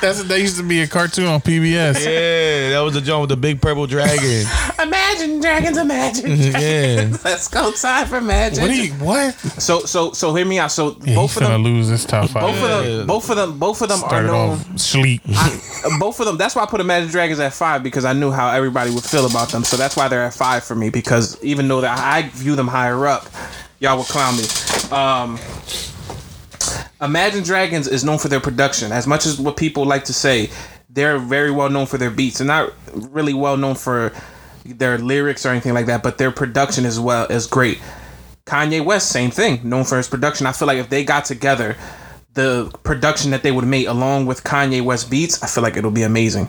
Speaker 6: That's that used to be a cartoon on PBS.
Speaker 8: yeah, that was the joint with the big purple dragon.
Speaker 5: Imagine Dragons, Imagine
Speaker 8: yeah.
Speaker 5: Let's go time for magic.
Speaker 6: Mm-hmm. What do you- what?
Speaker 5: So so so hear me out. So both of
Speaker 6: gonna
Speaker 5: them
Speaker 6: lose this top five.
Speaker 5: both of them both of them both of them are
Speaker 6: Started
Speaker 5: known
Speaker 6: off sleep.
Speaker 5: I- both of them that's why I put Imagine Dragons at five because I knew how everybody would feel about them. So that's why they're at five for me, because even though that I view them higher up, y'all would clown me. Um Imagine Dragons is known for their production. As much as what people like to say, they're very well known for their beats. They're not really well known for their lyrics or anything like that, but their production as well is great. Kanye West, same thing, known for his production. I feel like if they got together, the production that they would make along with Kanye West beats, I feel like it'll be amazing.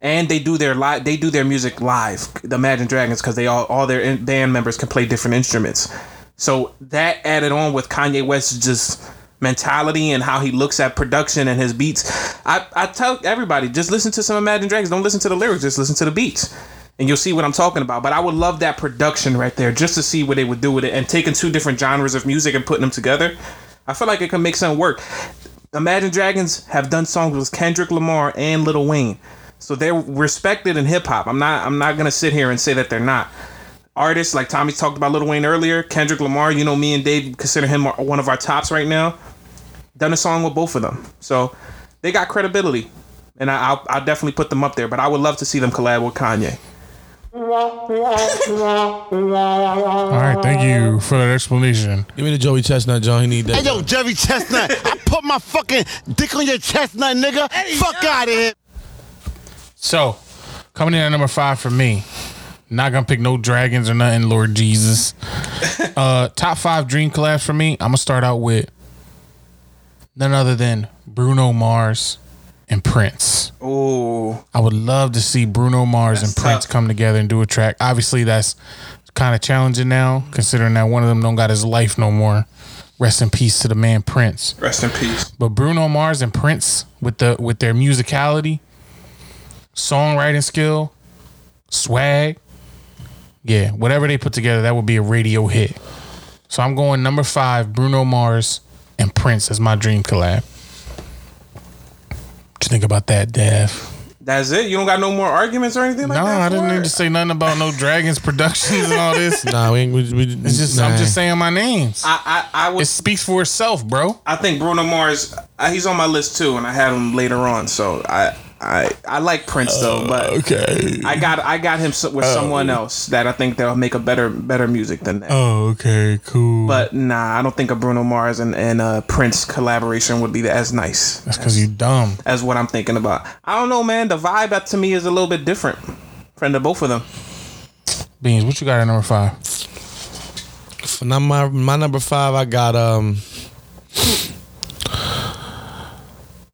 Speaker 5: And they do their live, they do their music live. The Imagine Dragons, because they all all their in- band members can play different instruments. So that added on with Kanye West's just mentality and how he looks at production and his beats. I, I tell everybody, just listen to some Imagine Dragons. Don't listen to the lyrics, just listen to the beats. And you'll see what I'm talking about. But I would love that production right there just to see what they would do with it and taking two different genres of music and putting them together. I feel like it can make something work. Imagine Dragons have done songs with Kendrick Lamar and Lil Wayne. So they're respected in hip hop. I'm not I'm not gonna sit here and say that they're not artists like Tommy talked about Lil Wayne earlier, Kendrick Lamar. You know, me and Dave consider him our- one of our tops right now. Done a song with both of them, so they got credibility, and I, I'll, I'll definitely put them up there. But I would love to see them collab with Kanye.
Speaker 6: All right, thank you for that explanation.
Speaker 8: Give me the Joey Chestnut, John. He need
Speaker 16: Hey,
Speaker 8: that.
Speaker 16: yo, Jerry Chestnut, I put my fucking dick on your chestnut, nigga. Fuck out of here.
Speaker 6: So, coming in at number five for me, not gonna pick no dragons or nothing, Lord Jesus. uh, top five dream collabs for me, I'm gonna start out with none other than Bruno Mars and Prince.
Speaker 5: Oh,
Speaker 6: I would love to see Bruno Mars and Prince come together and do a track. Obviously, that's kind of challenging now, considering that one of them don't got his life no more. Rest in peace to the man Prince.
Speaker 5: Rest in peace.
Speaker 6: But Bruno Mars and Prince with the with their musicality, songwriting skill, swag, yeah, whatever they put together, that would be a radio hit. So I'm going number five, Bruno Mars and Prince as my dream collab. What you think about that, Dev?
Speaker 5: That's it. You don't got no more arguments or anything like
Speaker 6: No,
Speaker 5: that.
Speaker 6: I didn't need to say nothing about no Dragons Productions and all this.
Speaker 8: Nah, we, ain't- we, we
Speaker 6: It's just
Speaker 8: nah.
Speaker 6: I'm just saying my names.
Speaker 5: I, I, I would. It
Speaker 6: speaks for itself, bro.
Speaker 5: I think Bruno Mars, uh, he's on my list too, and I had him later on. So I, I, I like Prince though, but
Speaker 8: okay,
Speaker 5: I got, I got him so- with
Speaker 6: Oh.
Speaker 5: someone else that I think they'll make a better, better music than that.
Speaker 6: Oh, okay, cool.
Speaker 5: But nah, I don't think a Bruno Mars and, and uh, Prince collaboration would be as nice. That's
Speaker 6: because you dumb.
Speaker 5: As what I'm thinking about. I don't know, man. The vibe uh, to me is a little bit different from the both of them.
Speaker 6: Beans, what you got at number five?
Speaker 8: For Now my my number five, I got um,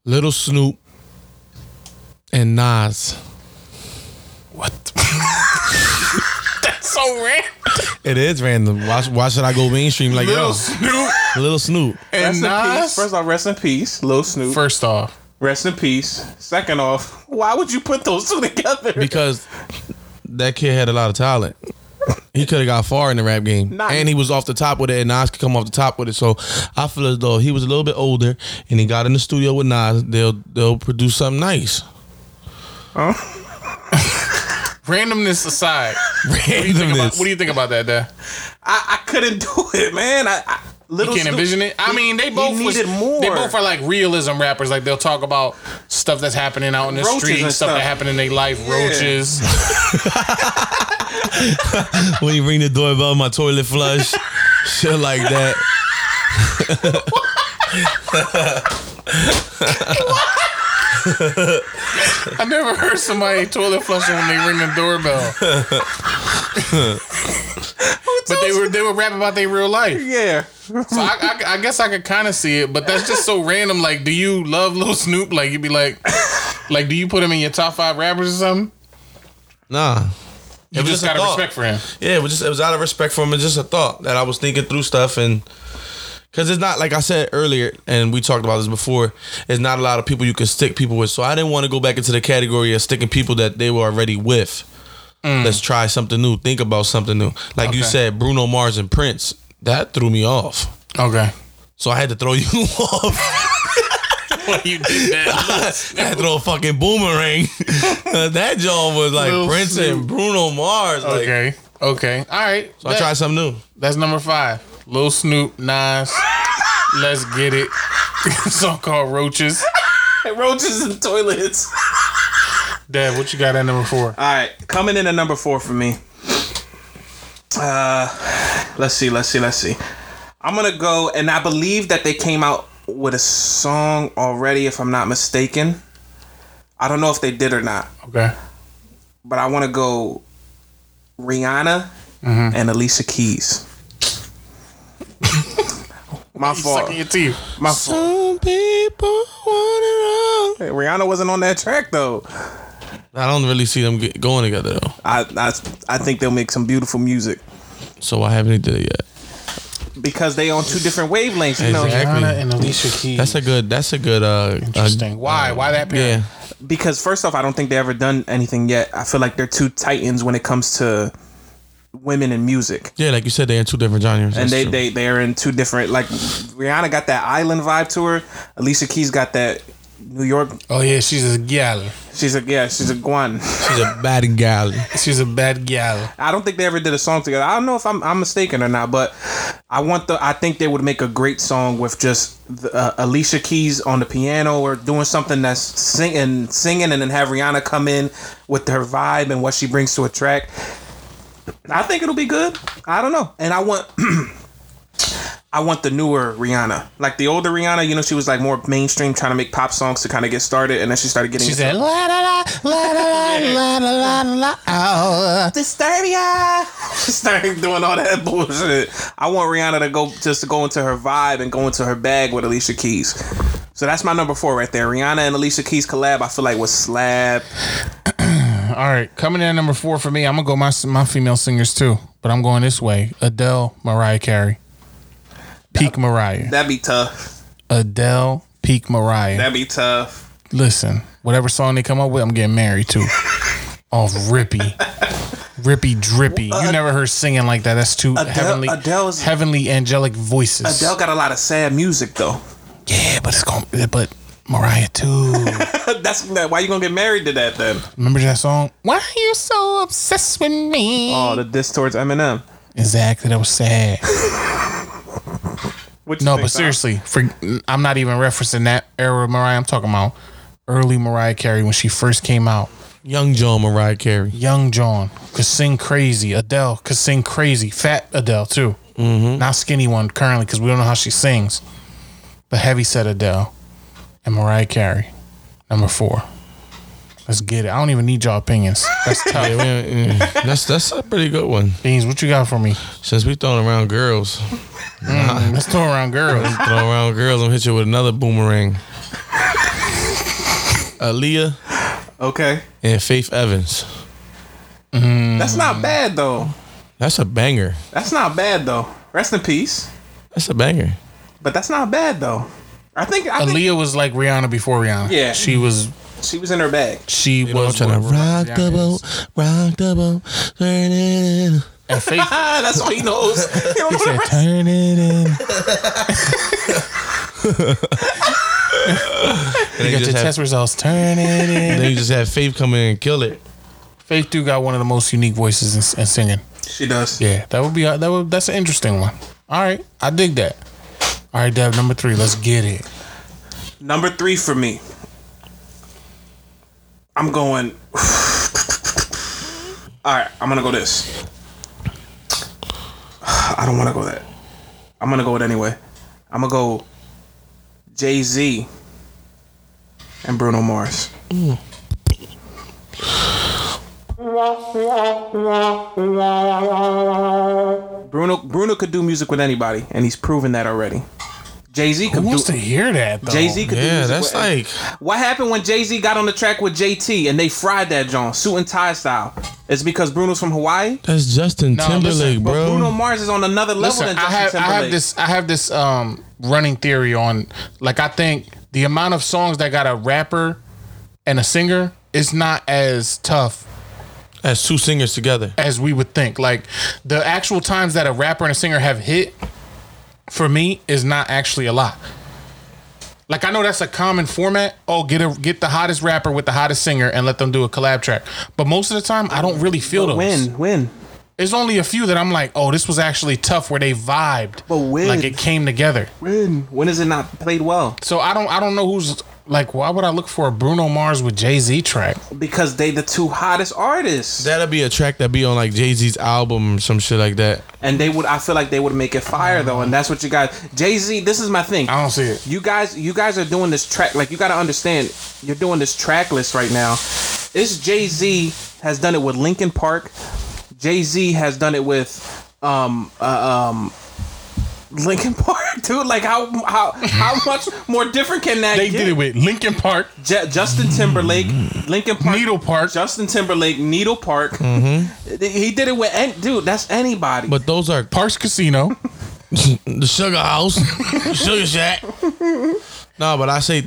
Speaker 8: Little Snoop and Nas.
Speaker 6: That's so rare.
Speaker 8: It is random. Why, why should I go mainstream like
Speaker 6: Little
Speaker 8: yo?
Speaker 6: Snoop
Speaker 8: Little Snoop
Speaker 5: Rest in peace. First off, rest in peace, Lil Snoop.
Speaker 6: First off,
Speaker 5: rest in peace. Second off, why would you put those two together?
Speaker 8: because that kid had a lot of talent. He could have got far in the rap game,
Speaker 5: Nah.
Speaker 8: and he was off the top with it, and Nas could come off the top with it. So I feel as though he was a little bit older, and he got in the studio with Nas. They'll they'll produce something nice.
Speaker 6: randomness aside, What, do you think about,
Speaker 8: Randomness.
Speaker 6: what do you think about that, Dad?
Speaker 5: I, I couldn't do it, man. I, I
Speaker 6: You
Speaker 5: little
Speaker 6: can't
Speaker 5: Snoop-
Speaker 6: envision it. I
Speaker 5: he-
Speaker 6: mean, they
Speaker 5: he
Speaker 6: both was-
Speaker 5: needed more.
Speaker 6: They both are like realism rappers. Like they'll talk about stuff that's happening out in the
Speaker 5: Roaches
Speaker 6: street,
Speaker 5: and
Speaker 6: stuff,
Speaker 5: stuff.
Speaker 6: that happened in their life,
Speaker 5: Yeah.
Speaker 6: roaches.
Speaker 8: when you ring the doorbell, my toilet flush, shit like that.
Speaker 6: I never heard somebody toilet flushing when they ring the doorbell. but they were they were rapping about their real life.
Speaker 5: Yeah.
Speaker 6: So I, I, I guess I could kind of see it, but that's just so random. Like, do you love Lil Snoop? Like, you'd be like, like, do you put him in your top five rappers or something?
Speaker 8: Nah.
Speaker 6: You just
Speaker 8: a
Speaker 6: gotta
Speaker 8: thought.
Speaker 6: respect for him.
Speaker 8: Yeah, it was just it was out of respect for him. It's just a thought that I was thinking through stuff and because it's not like I said earlier, and we talked about this before. It's not a lot of people you can stick people with, so I didn't want to go back into the category of sticking people that they were already with. Let's try something new. Think about something new. Like you
Speaker 6: Mm. Okay.
Speaker 8: said, Bruno Mars and Prince. That threw me off.
Speaker 6: Okay.
Speaker 8: So I had to throw you off.
Speaker 6: you did that.
Speaker 8: I had to throw a fucking boomerang. Uh, that John was like
Speaker 6: Lil
Speaker 8: Prince
Speaker 6: Snoop.
Speaker 8: and Bruno Mars. Like,
Speaker 6: Okay. Okay. All right.
Speaker 8: So I tried something new.
Speaker 6: That's number five. Lil Snoop, Nas. Let's get it. song called Roaches.
Speaker 5: roaches and toilets.
Speaker 6: Dad, what you got at number four?
Speaker 5: All right, coming in at number four for me. Uh, let's see, let's see, let's see. I'm gonna go, and I believe that they came out with a song already, if I'm not mistaken. I don't know if they did or not,
Speaker 6: Okay.
Speaker 5: but I want to go Rihanna
Speaker 6: Mhm.
Speaker 5: and Alicia Keys. My fault. Sucking
Speaker 6: your teeth.
Speaker 5: My Some people want it all. Rihanna wasn't on that track though.
Speaker 8: I don't really see them get going together though.
Speaker 5: I, I I think they'll make some beautiful music.
Speaker 8: So why haven't they did it yet?
Speaker 5: because they on two different wavelengths. You know,
Speaker 6: Rihanna and Alicia Keys.
Speaker 8: That's a good. That's a good. Uh,
Speaker 6: Interesting. Why? Why that pair?
Speaker 5: because first off, I don't think they ever done anything yet. I feel like they're two titans when it comes to women in music,
Speaker 8: Yeah, like you said, they're in two different genres.
Speaker 5: and
Speaker 8: That's
Speaker 5: they
Speaker 8: true.
Speaker 5: they they're in two different. Like Rihanna got that island vibe to her. Alicia Keys got that New York.
Speaker 6: Oh yeah, she's a gal.
Speaker 5: She's a yeah. She's a guan.
Speaker 8: She's a bad gal.
Speaker 6: She's a bad gal.
Speaker 5: I don't think they ever did a song together. I don't know if I'm, I'm mistaken or not, but I want the. I think they would make a great song with just the, uh, Alicia Keys on the piano or doing something that's singing, singing, and then have Rihanna come in with her vibe and what she brings to a track. I think it'll be good. I don't know, and I want. I want the newer Rihanna, like the older Rihanna. You know, she was like more mainstream, trying to make pop songs to kind of get started, and then she started getting.
Speaker 6: She said, "La la la la la la la la la." Oh,
Speaker 5: Disturbia. started doing all that bullshit. I want Rihanna to go just to go into her vibe and go into her bag with Alicia Keys. So that's my number four right there. Rihanna and Alicia Keys collab. I feel like was slab.
Speaker 6: All right, coming in at number four for me, I'm gonna go my my female singers too, but I'm going this way: Adele, Mariah Carey, peak Mariah,
Speaker 5: That'd be tough.
Speaker 6: Adele, peak Mariah.
Speaker 5: That'd be tough.
Speaker 6: Listen, whatever song they come up with, I'm getting married to. Off rippy, rippy drippy. You never heard singing like that. That's too heavenly,
Speaker 5: Adele's-
Speaker 6: heavenly angelic voices.
Speaker 5: Adele got a lot of sad music though.
Speaker 6: yeah, but it's going, to but Mariah too.
Speaker 5: that's that. Why you gonna get married to that then?
Speaker 6: Remember that song? Why are you so obsessed with me?
Speaker 5: Oh, the diss towards Eminem.
Speaker 6: Exactly, that was sad. no, but seriously, for, I'm not even referencing that era of Mariah. I'm talking about early Mariah Carey when she first came out.
Speaker 8: Young John Mariah Carey.
Speaker 6: Young John could sing crazy. Adele could sing crazy. Fat Adele too, not skinny one currently because we don't know how she sings. But heavy set Adele and Mariah Carey, number four. Let's get it. I don't even need y'all opinions. That's tough.
Speaker 8: that's that's a pretty good one.
Speaker 6: Beans, what you got for me?
Speaker 8: Since we throwing around girls,
Speaker 6: Mm, let's throw around girls.
Speaker 8: Let's throw around girls. I'm hit you with another boomerang. Aaliyah
Speaker 5: Okay,
Speaker 8: and Faith Evans.
Speaker 5: that's
Speaker 6: Mm-hmm.
Speaker 5: not bad though.
Speaker 8: That's a banger.
Speaker 5: That's not bad though. Rest in peace.
Speaker 8: That's a banger.
Speaker 5: But that's not bad though. I think I think
Speaker 6: Aaliyah was like Rihanna before Rihanna.
Speaker 5: Yeah.
Speaker 6: she was.
Speaker 5: she was in her bag.
Speaker 6: She was.
Speaker 8: I'm trying to
Speaker 6: what
Speaker 8: rock
Speaker 6: Rihanna
Speaker 8: the
Speaker 6: is.
Speaker 8: boat, rock the boat, turn it in.
Speaker 6: And Faith,
Speaker 5: that's all he knows. He don't know the
Speaker 8: He said,
Speaker 5: rest.
Speaker 8: turn it in.
Speaker 6: you got your test results. Turn it in.
Speaker 8: Then you just had Faith come in and kill it.
Speaker 6: Faith do got one of the most unique voices in, in singing.
Speaker 5: She does.
Speaker 6: Yeah, that would be uh, that would that's an interesting one. All right, I dig that. All right, Dev, number three, let's get it.
Speaker 5: Number three for me. I'm going. All right, I'm gonna go this. I don't want to go that. I'm gonna go it anyway. I'm gonna go Jay Z and Bruno Mars. Bruno Bruno could do music with anybody, and he's proven that already. Jay Z
Speaker 6: Who
Speaker 5: could
Speaker 6: wants
Speaker 5: do.
Speaker 6: to hear that? though?
Speaker 5: Jay Z could do
Speaker 8: Yeah,
Speaker 5: music
Speaker 8: that's
Speaker 5: with-
Speaker 8: like
Speaker 5: What happened when Jay Z got on the track with JT and they fried that John suit and tie style? It's because Bruno's from Hawaii.
Speaker 8: that's Justin
Speaker 6: No,
Speaker 8: Timberlake,
Speaker 6: listen, but
Speaker 8: bro.
Speaker 5: Bruno Mars is on another level
Speaker 6: Listen,
Speaker 5: than
Speaker 6: I
Speaker 5: Justin
Speaker 6: have
Speaker 5: Timberlake.
Speaker 6: I have this I have this um running theory on like I think the amount of songs that got a rapper and a singer is not as tough
Speaker 8: That's two singers together.
Speaker 6: as we would think. Like the actual times that a rapper and a singer have hit for me is not actually a lot. Like I know that's a common format. Oh, get a get the hottest rapper with the hottest singer and let them do a collab track. But most of the time, I don't really feel those.
Speaker 5: Win, win.
Speaker 6: There's only a few that I'm like, oh, this was actually tough where they vibed. But when? Like it came together.
Speaker 5: When? When is it not played well?
Speaker 6: So I don't I don't know who's like why would I look for a Bruno Mars with Jay Z track?
Speaker 5: Because they the two hottest artists.
Speaker 8: That'll be a track that be on like Jay Z's album, or some shit like that.
Speaker 5: And they would, I feel like they would make it fire though, and that's what you guys. Jay Z, this is my thing. I
Speaker 6: don't see it.
Speaker 5: You guys, you guys are doing this track. Like you got to understand, you're doing this track list right now. It's Jay Z has done it with Linkin Park. Jay Z has done it with, um, uh, um. Linkin Park, dude. Like how how how much more different can that?
Speaker 6: They did it with Linkin Park,
Speaker 5: Justin Timberlake, Linkin Park,
Speaker 6: Needle Park, Mm-hmm.
Speaker 5: Justin Timberlake, Needle Park.
Speaker 8: Mhm.
Speaker 5: He did it with, any, dude. That's anybody.
Speaker 8: But those are
Speaker 6: Parks Casino,
Speaker 8: the Sugar House, Sugar Shack. No, but I say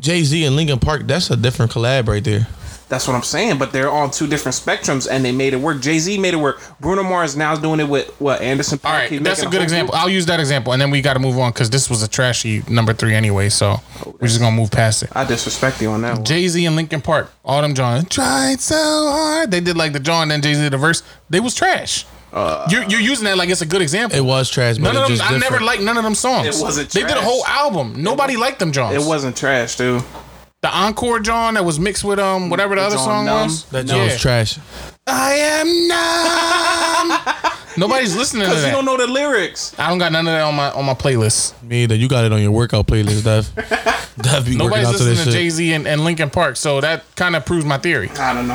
Speaker 8: Jay Z and Linkin Park. That's a different collab right there.
Speaker 5: That's what I'm saying. But they're on two different spectrums, and they made it work. Jay Z made it work. Bruno Mars now is doing it with what Anderson. Paak. All right,
Speaker 6: That's a good example. I'll use that example, and then we got to move on because this was a trashy number three anyway. So we're just gonna move past it.
Speaker 5: I disrespect you on that.
Speaker 6: Jay Z and Linkin Park, all them John tried so hard. They did like the John, then Jay Z did the verse. They was trash.
Speaker 5: Uh,
Speaker 6: you're, you're using that like it's a good example.
Speaker 8: It was trash, but
Speaker 6: None
Speaker 8: it's
Speaker 6: of them.
Speaker 8: just
Speaker 6: I never
Speaker 8: different.
Speaker 6: liked none of them songs.
Speaker 5: It wasn't
Speaker 6: They did a
Speaker 5: trash.
Speaker 6: whole album. Nobody liked them Johns.
Speaker 5: It wasn't trash, dude.
Speaker 6: The encore John that was mixed with um whatever the
Speaker 5: The
Speaker 6: other
Speaker 5: John
Speaker 6: song
Speaker 5: Numb?
Speaker 6: was.
Speaker 8: That joint's
Speaker 6: Yeah.
Speaker 8: trash.
Speaker 6: I am numb. Nobody's listening to that.
Speaker 5: Because you don't know the lyrics.
Speaker 6: I don't got none of that on my on my playlist.
Speaker 8: Me either. You got it on your workout playlist, Dev. Dev be working
Speaker 6: Nobody's
Speaker 8: out to
Speaker 6: listening
Speaker 8: this
Speaker 6: to
Speaker 8: shit.
Speaker 6: Jay Z and, and Linkin Park, so that kind of proves my theory.
Speaker 5: I don't know.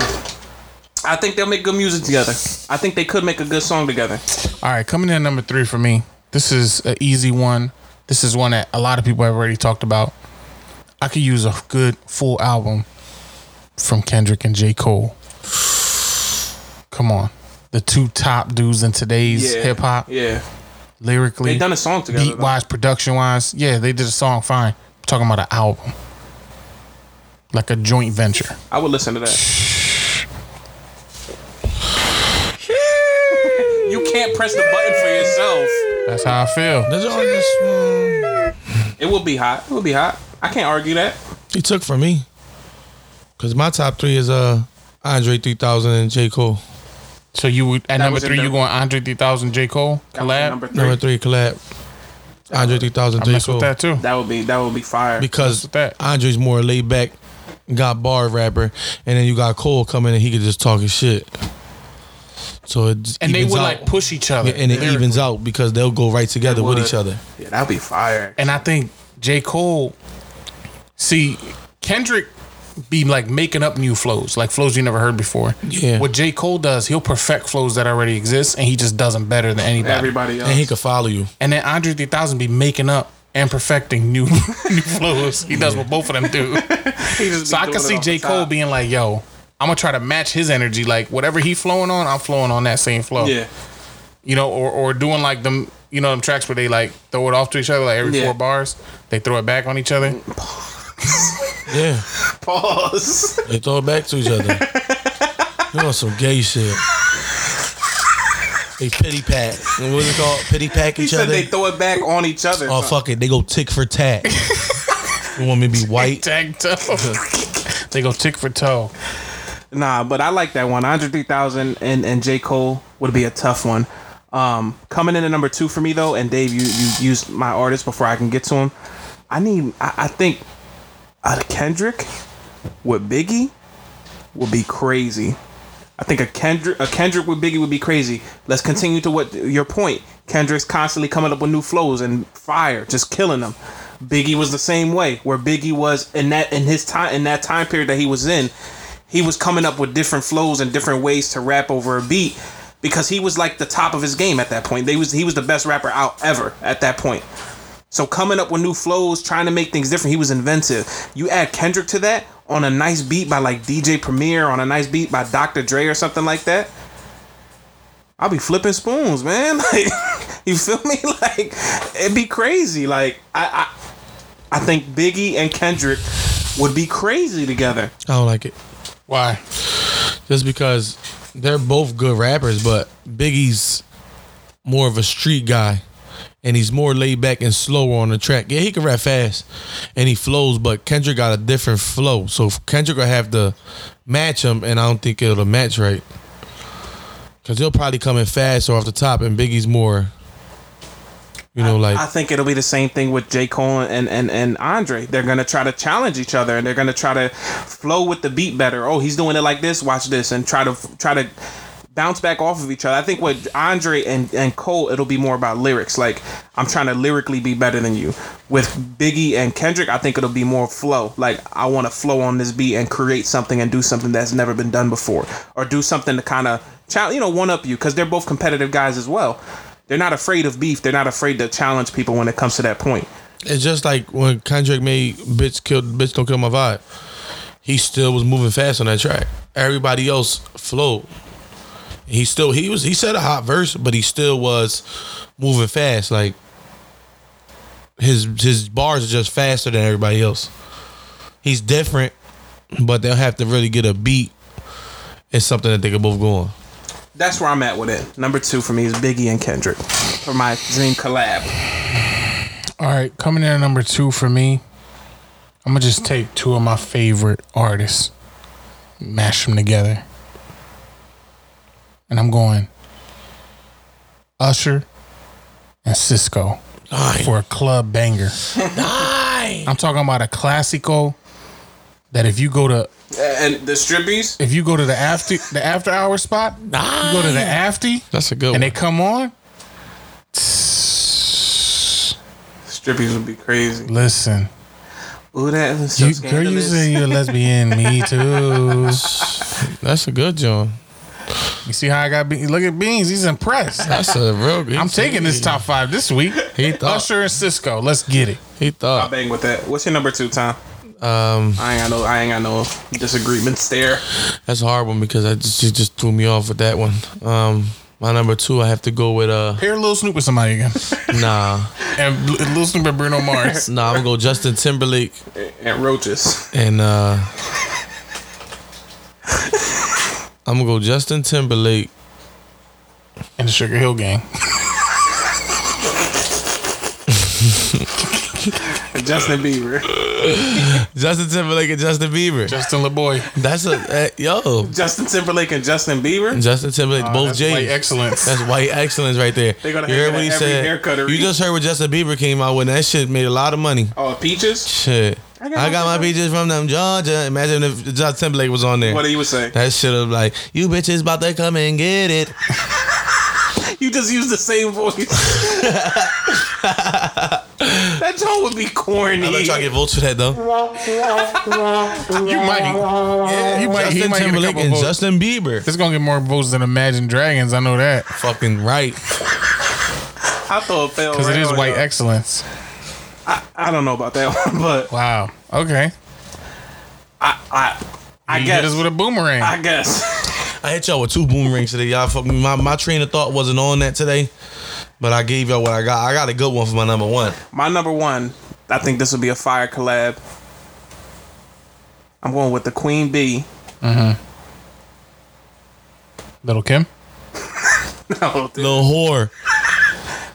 Speaker 5: I think they'll make good music together. I think they could make a good song together.
Speaker 6: All right, coming in at number three for me. This is an easy one. This is one that a lot of people have already talked about. I could use a good full album from Kendrick and J. Cole. Come on. The two top dudes in today's
Speaker 5: Yeah,
Speaker 6: hip hop.
Speaker 5: Yeah.
Speaker 6: Lyrically.
Speaker 5: They done a song together,
Speaker 6: Beat wise, production wise. Yeah, they did a song fine. I'm talking about an album. Like a joint venture.
Speaker 5: I would listen to that. you can't press the button for yourself.
Speaker 6: That's how I feel.
Speaker 8: mm,
Speaker 5: It would be hot. It would be hot. I can't argue that.
Speaker 8: He took from me. Cause my top three is uh Andre 3000 and J Cole.
Speaker 6: So you would at
Speaker 8: That
Speaker 6: number
Speaker 8: was in
Speaker 6: three,
Speaker 8: the-
Speaker 6: you going Andre 3000, J. Cole collab?
Speaker 5: number three.
Speaker 8: Number three collab. Andre 3000
Speaker 6: I
Speaker 8: J
Speaker 6: mess with
Speaker 8: Cole.
Speaker 6: that too.
Speaker 5: That would be that would be fire.
Speaker 8: Because Andre's more laid back, got bar rapper, and then you got Cole coming and he could just talk his shit. So it
Speaker 6: And they
Speaker 8: evens
Speaker 6: would
Speaker 8: out.
Speaker 6: like push each other.
Speaker 8: Yeah, and it
Speaker 6: Lyrically.
Speaker 8: evens out because they'll go right together with
Speaker 6: would.
Speaker 8: each other.
Speaker 5: Yeah, that'd be fire.
Speaker 6: And I think J. Cole, see, Kendrick be like making up new flows, like flows you never heard before.
Speaker 8: Yeah.
Speaker 6: What J. Cole does, he'll perfect flows that already exist and he just does them better than anybody.
Speaker 5: Everybody else.
Speaker 8: And he could follow you.
Speaker 6: And then Andre 3000 be making up and perfecting new new flows. He does what both of them do. so I
Speaker 5: doing
Speaker 6: can
Speaker 5: it
Speaker 6: see
Speaker 5: off
Speaker 6: J.
Speaker 5: the
Speaker 6: Cole
Speaker 5: top.
Speaker 6: being like, yo, I'm gonna try to match his energy. Like whatever he flowing on, I'm flowing on that same flow.
Speaker 5: Yeah.
Speaker 6: You know, or or doing like them you know them tracks where they like throw it off to each other, like every
Speaker 5: Yeah.
Speaker 6: four bars, they throw it back on each other.
Speaker 8: Yeah.
Speaker 5: Pause.
Speaker 8: They throw it back to each other. you on some gay shit. They pity pat. What's it called? Pity pack
Speaker 5: He
Speaker 8: each
Speaker 5: said
Speaker 8: other.
Speaker 5: they throw it back on each other.
Speaker 8: oh fuck it. They go tick for tack. you want me to be white?
Speaker 6: Tag toe. they go tick for toe.
Speaker 5: Nah, but I like that one. Andre 3000 and, and J. Cole would be a tough one. Um, coming in at number two for me, though, and Dave, you, you used my artist before I can get to him. I need, I, I think uh, Kendrick with Biggie would be crazy. I think a Kendrick, a Kendrick with Biggie would be crazy. Let's continue to what your point. Kendrick's constantly coming up with new flows and fire, just killing them. Biggie was the same way, where Biggie was in that in his time in that time period that he was in, he was coming up with different flows and different ways to rap over a beat because he was like the top of his game at that point. They was he was the best rapper out ever at that point. So coming up with new flows, trying to make things different, he was inventive. You add Kendrick to that on a nice beat by like DJ Premier, on a nice beat by Dr. Dre or something like that. I'll be flipping spoons, man. Like, you feel me? Like, it'd be crazy. Like, I, I, I think Biggie and Kendrick would be crazy together.
Speaker 8: I don't like it.
Speaker 6: Why?
Speaker 8: Just because they're both good rappers, but Biggie's more of a street guy. And he's more laid back and slower on the track. Yeah, he can rap fast and he flows, but Kendrick got a different flow. So Kendrick will have to match him, and I don't think it'll match right. Cause he'll probably come in fast or off the top, and Biggie's more, you know, like
Speaker 5: I think it'll be the same thing with J. Cole and, and, and Andre. They're gonna try to challenge each other and they're gonna try to flow with the beat better. Oh, he's doing it like this, watch this, and try to try to bounce back off of each other. I think with Andre and, and Cole, it'll be more about lyrics. Like I'm trying to lyrically be better than you. With Biggie and Kendrick, I think it'll be more flow. Like I wanna flow on this beat and create something and do something that's never been done before. Or do something to kinda challenge you know, one up you, because they're both competitive guys as well they're not afraid of beef. They're not afraid to challenge people when it comes to that point.
Speaker 8: It's just like when Kendrick made "Bitch Killed Bitch Don't Kill My Vibe," he still was moving fast on that track. Everybody else flowed. He still he was he said a hot verse, but he still was moving fast. Like his his bars are just faster than everybody else. He's different, but they'll have to really get a beat. It's something that they can both go on.
Speaker 5: That's where I'm at with it. Number two for me is Biggie and Kendrick for my dream collab.
Speaker 6: All right, coming in at number two for me, I'm gonna just take two of my favorite artists, mash them together, and I'm going Usher and Cisco for a club banger. I'm talking about a classico that if you go to
Speaker 5: And the strippies?
Speaker 6: if you go to the after the after hour spot, you go to the afty.
Speaker 8: That's a good
Speaker 6: and they come on.
Speaker 5: Strippies would be crazy.
Speaker 6: Listen.
Speaker 5: Ooh, that was so
Speaker 6: You, girl, you
Speaker 5: scandalous.
Speaker 6: say you're a lesbian. Me too.
Speaker 8: That's a good John.
Speaker 6: You see how I got? Be- Look at Beans. He's impressed.
Speaker 8: That's a real. good-
Speaker 6: I'm taking this top five this week.
Speaker 8: He thought-
Speaker 6: Usher and Cisco. Let's get it.
Speaker 8: He
Speaker 5: I
Speaker 8: thought.
Speaker 5: bang with that. What's your number two, Tom?
Speaker 8: Um,
Speaker 5: I ain't got no. I ain't got no disagreements there.
Speaker 8: That's a hard one because I just she just threw me off with that one. Um, my number two, I have to go with uh.
Speaker 6: Pair Lil Snoop with somebody again.
Speaker 8: Nah,
Speaker 6: and Lil Snoop and Bruno Mars.
Speaker 8: nah, I'm gonna go Justin Timberlake
Speaker 5: and Roaches
Speaker 8: and uh. I'm gonna go Justin Timberlake
Speaker 6: and the Sugar Hill Gang.
Speaker 5: Justin Bieber.
Speaker 8: Justin Timberlake and Justin Bieber.
Speaker 6: Justin LeBoy.
Speaker 8: That's a eh, yo.
Speaker 5: Justin Timberlake and Justin Bieber.
Speaker 8: Justin Timberlake,
Speaker 5: Oh,
Speaker 8: both
Speaker 5: that's
Speaker 8: J's.
Speaker 5: white excellence.
Speaker 8: That's white excellence right there.
Speaker 5: They gonna
Speaker 8: you
Speaker 5: have
Speaker 8: heard
Speaker 5: it at
Speaker 8: what he
Speaker 5: every
Speaker 8: said?
Speaker 5: haircuttery.
Speaker 8: You just heard what Justin Bieber came out with. and That shit made a lot of money.
Speaker 5: Oh, peaches.
Speaker 8: Shit. I got, my peaches from them Georgia. Imagine if Justin Timberlake was on there.
Speaker 5: What he would say?
Speaker 8: That shit of like, you bitches about to come and get it.
Speaker 5: You just use the same voice. that song would be corny.
Speaker 8: I'm not trying to get votes for that though.
Speaker 6: You might. Yeah, you might. he
Speaker 8: Justin
Speaker 6: might get a
Speaker 8: Timberlake
Speaker 6: couple
Speaker 8: and
Speaker 6: votes.
Speaker 8: Justin Bieber.
Speaker 6: This gonna get more votes than Imagine Dragons. I know that.
Speaker 8: Fucking right.
Speaker 5: I thought it fell
Speaker 6: Because
Speaker 5: right
Speaker 6: it is
Speaker 5: on
Speaker 6: white
Speaker 5: y'all.
Speaker 6: excellence.
Speaker 5: I, I don't know about that one, but
Speaker 6: wow. Okay.
Speaker 5: I I I
Speaker 6: You
Speaker 5: guess
Speaker 6: hit us with a boomerang.
Speaker 5: I guess.
Speaker 8: I hit y'all with two boomerangs today. Y'all fuck me. My, my train of thought wasn't on that today, but I gave y'all what I got. I got a good one for my number one.
Speaker 5: My number one, I think this will be a fire collab. I'm going with the Queen Bee.
Speaker 6: Mm-hmm. Little Kim.
Speaker 5: No, dude.
Speaker 8: Little whore.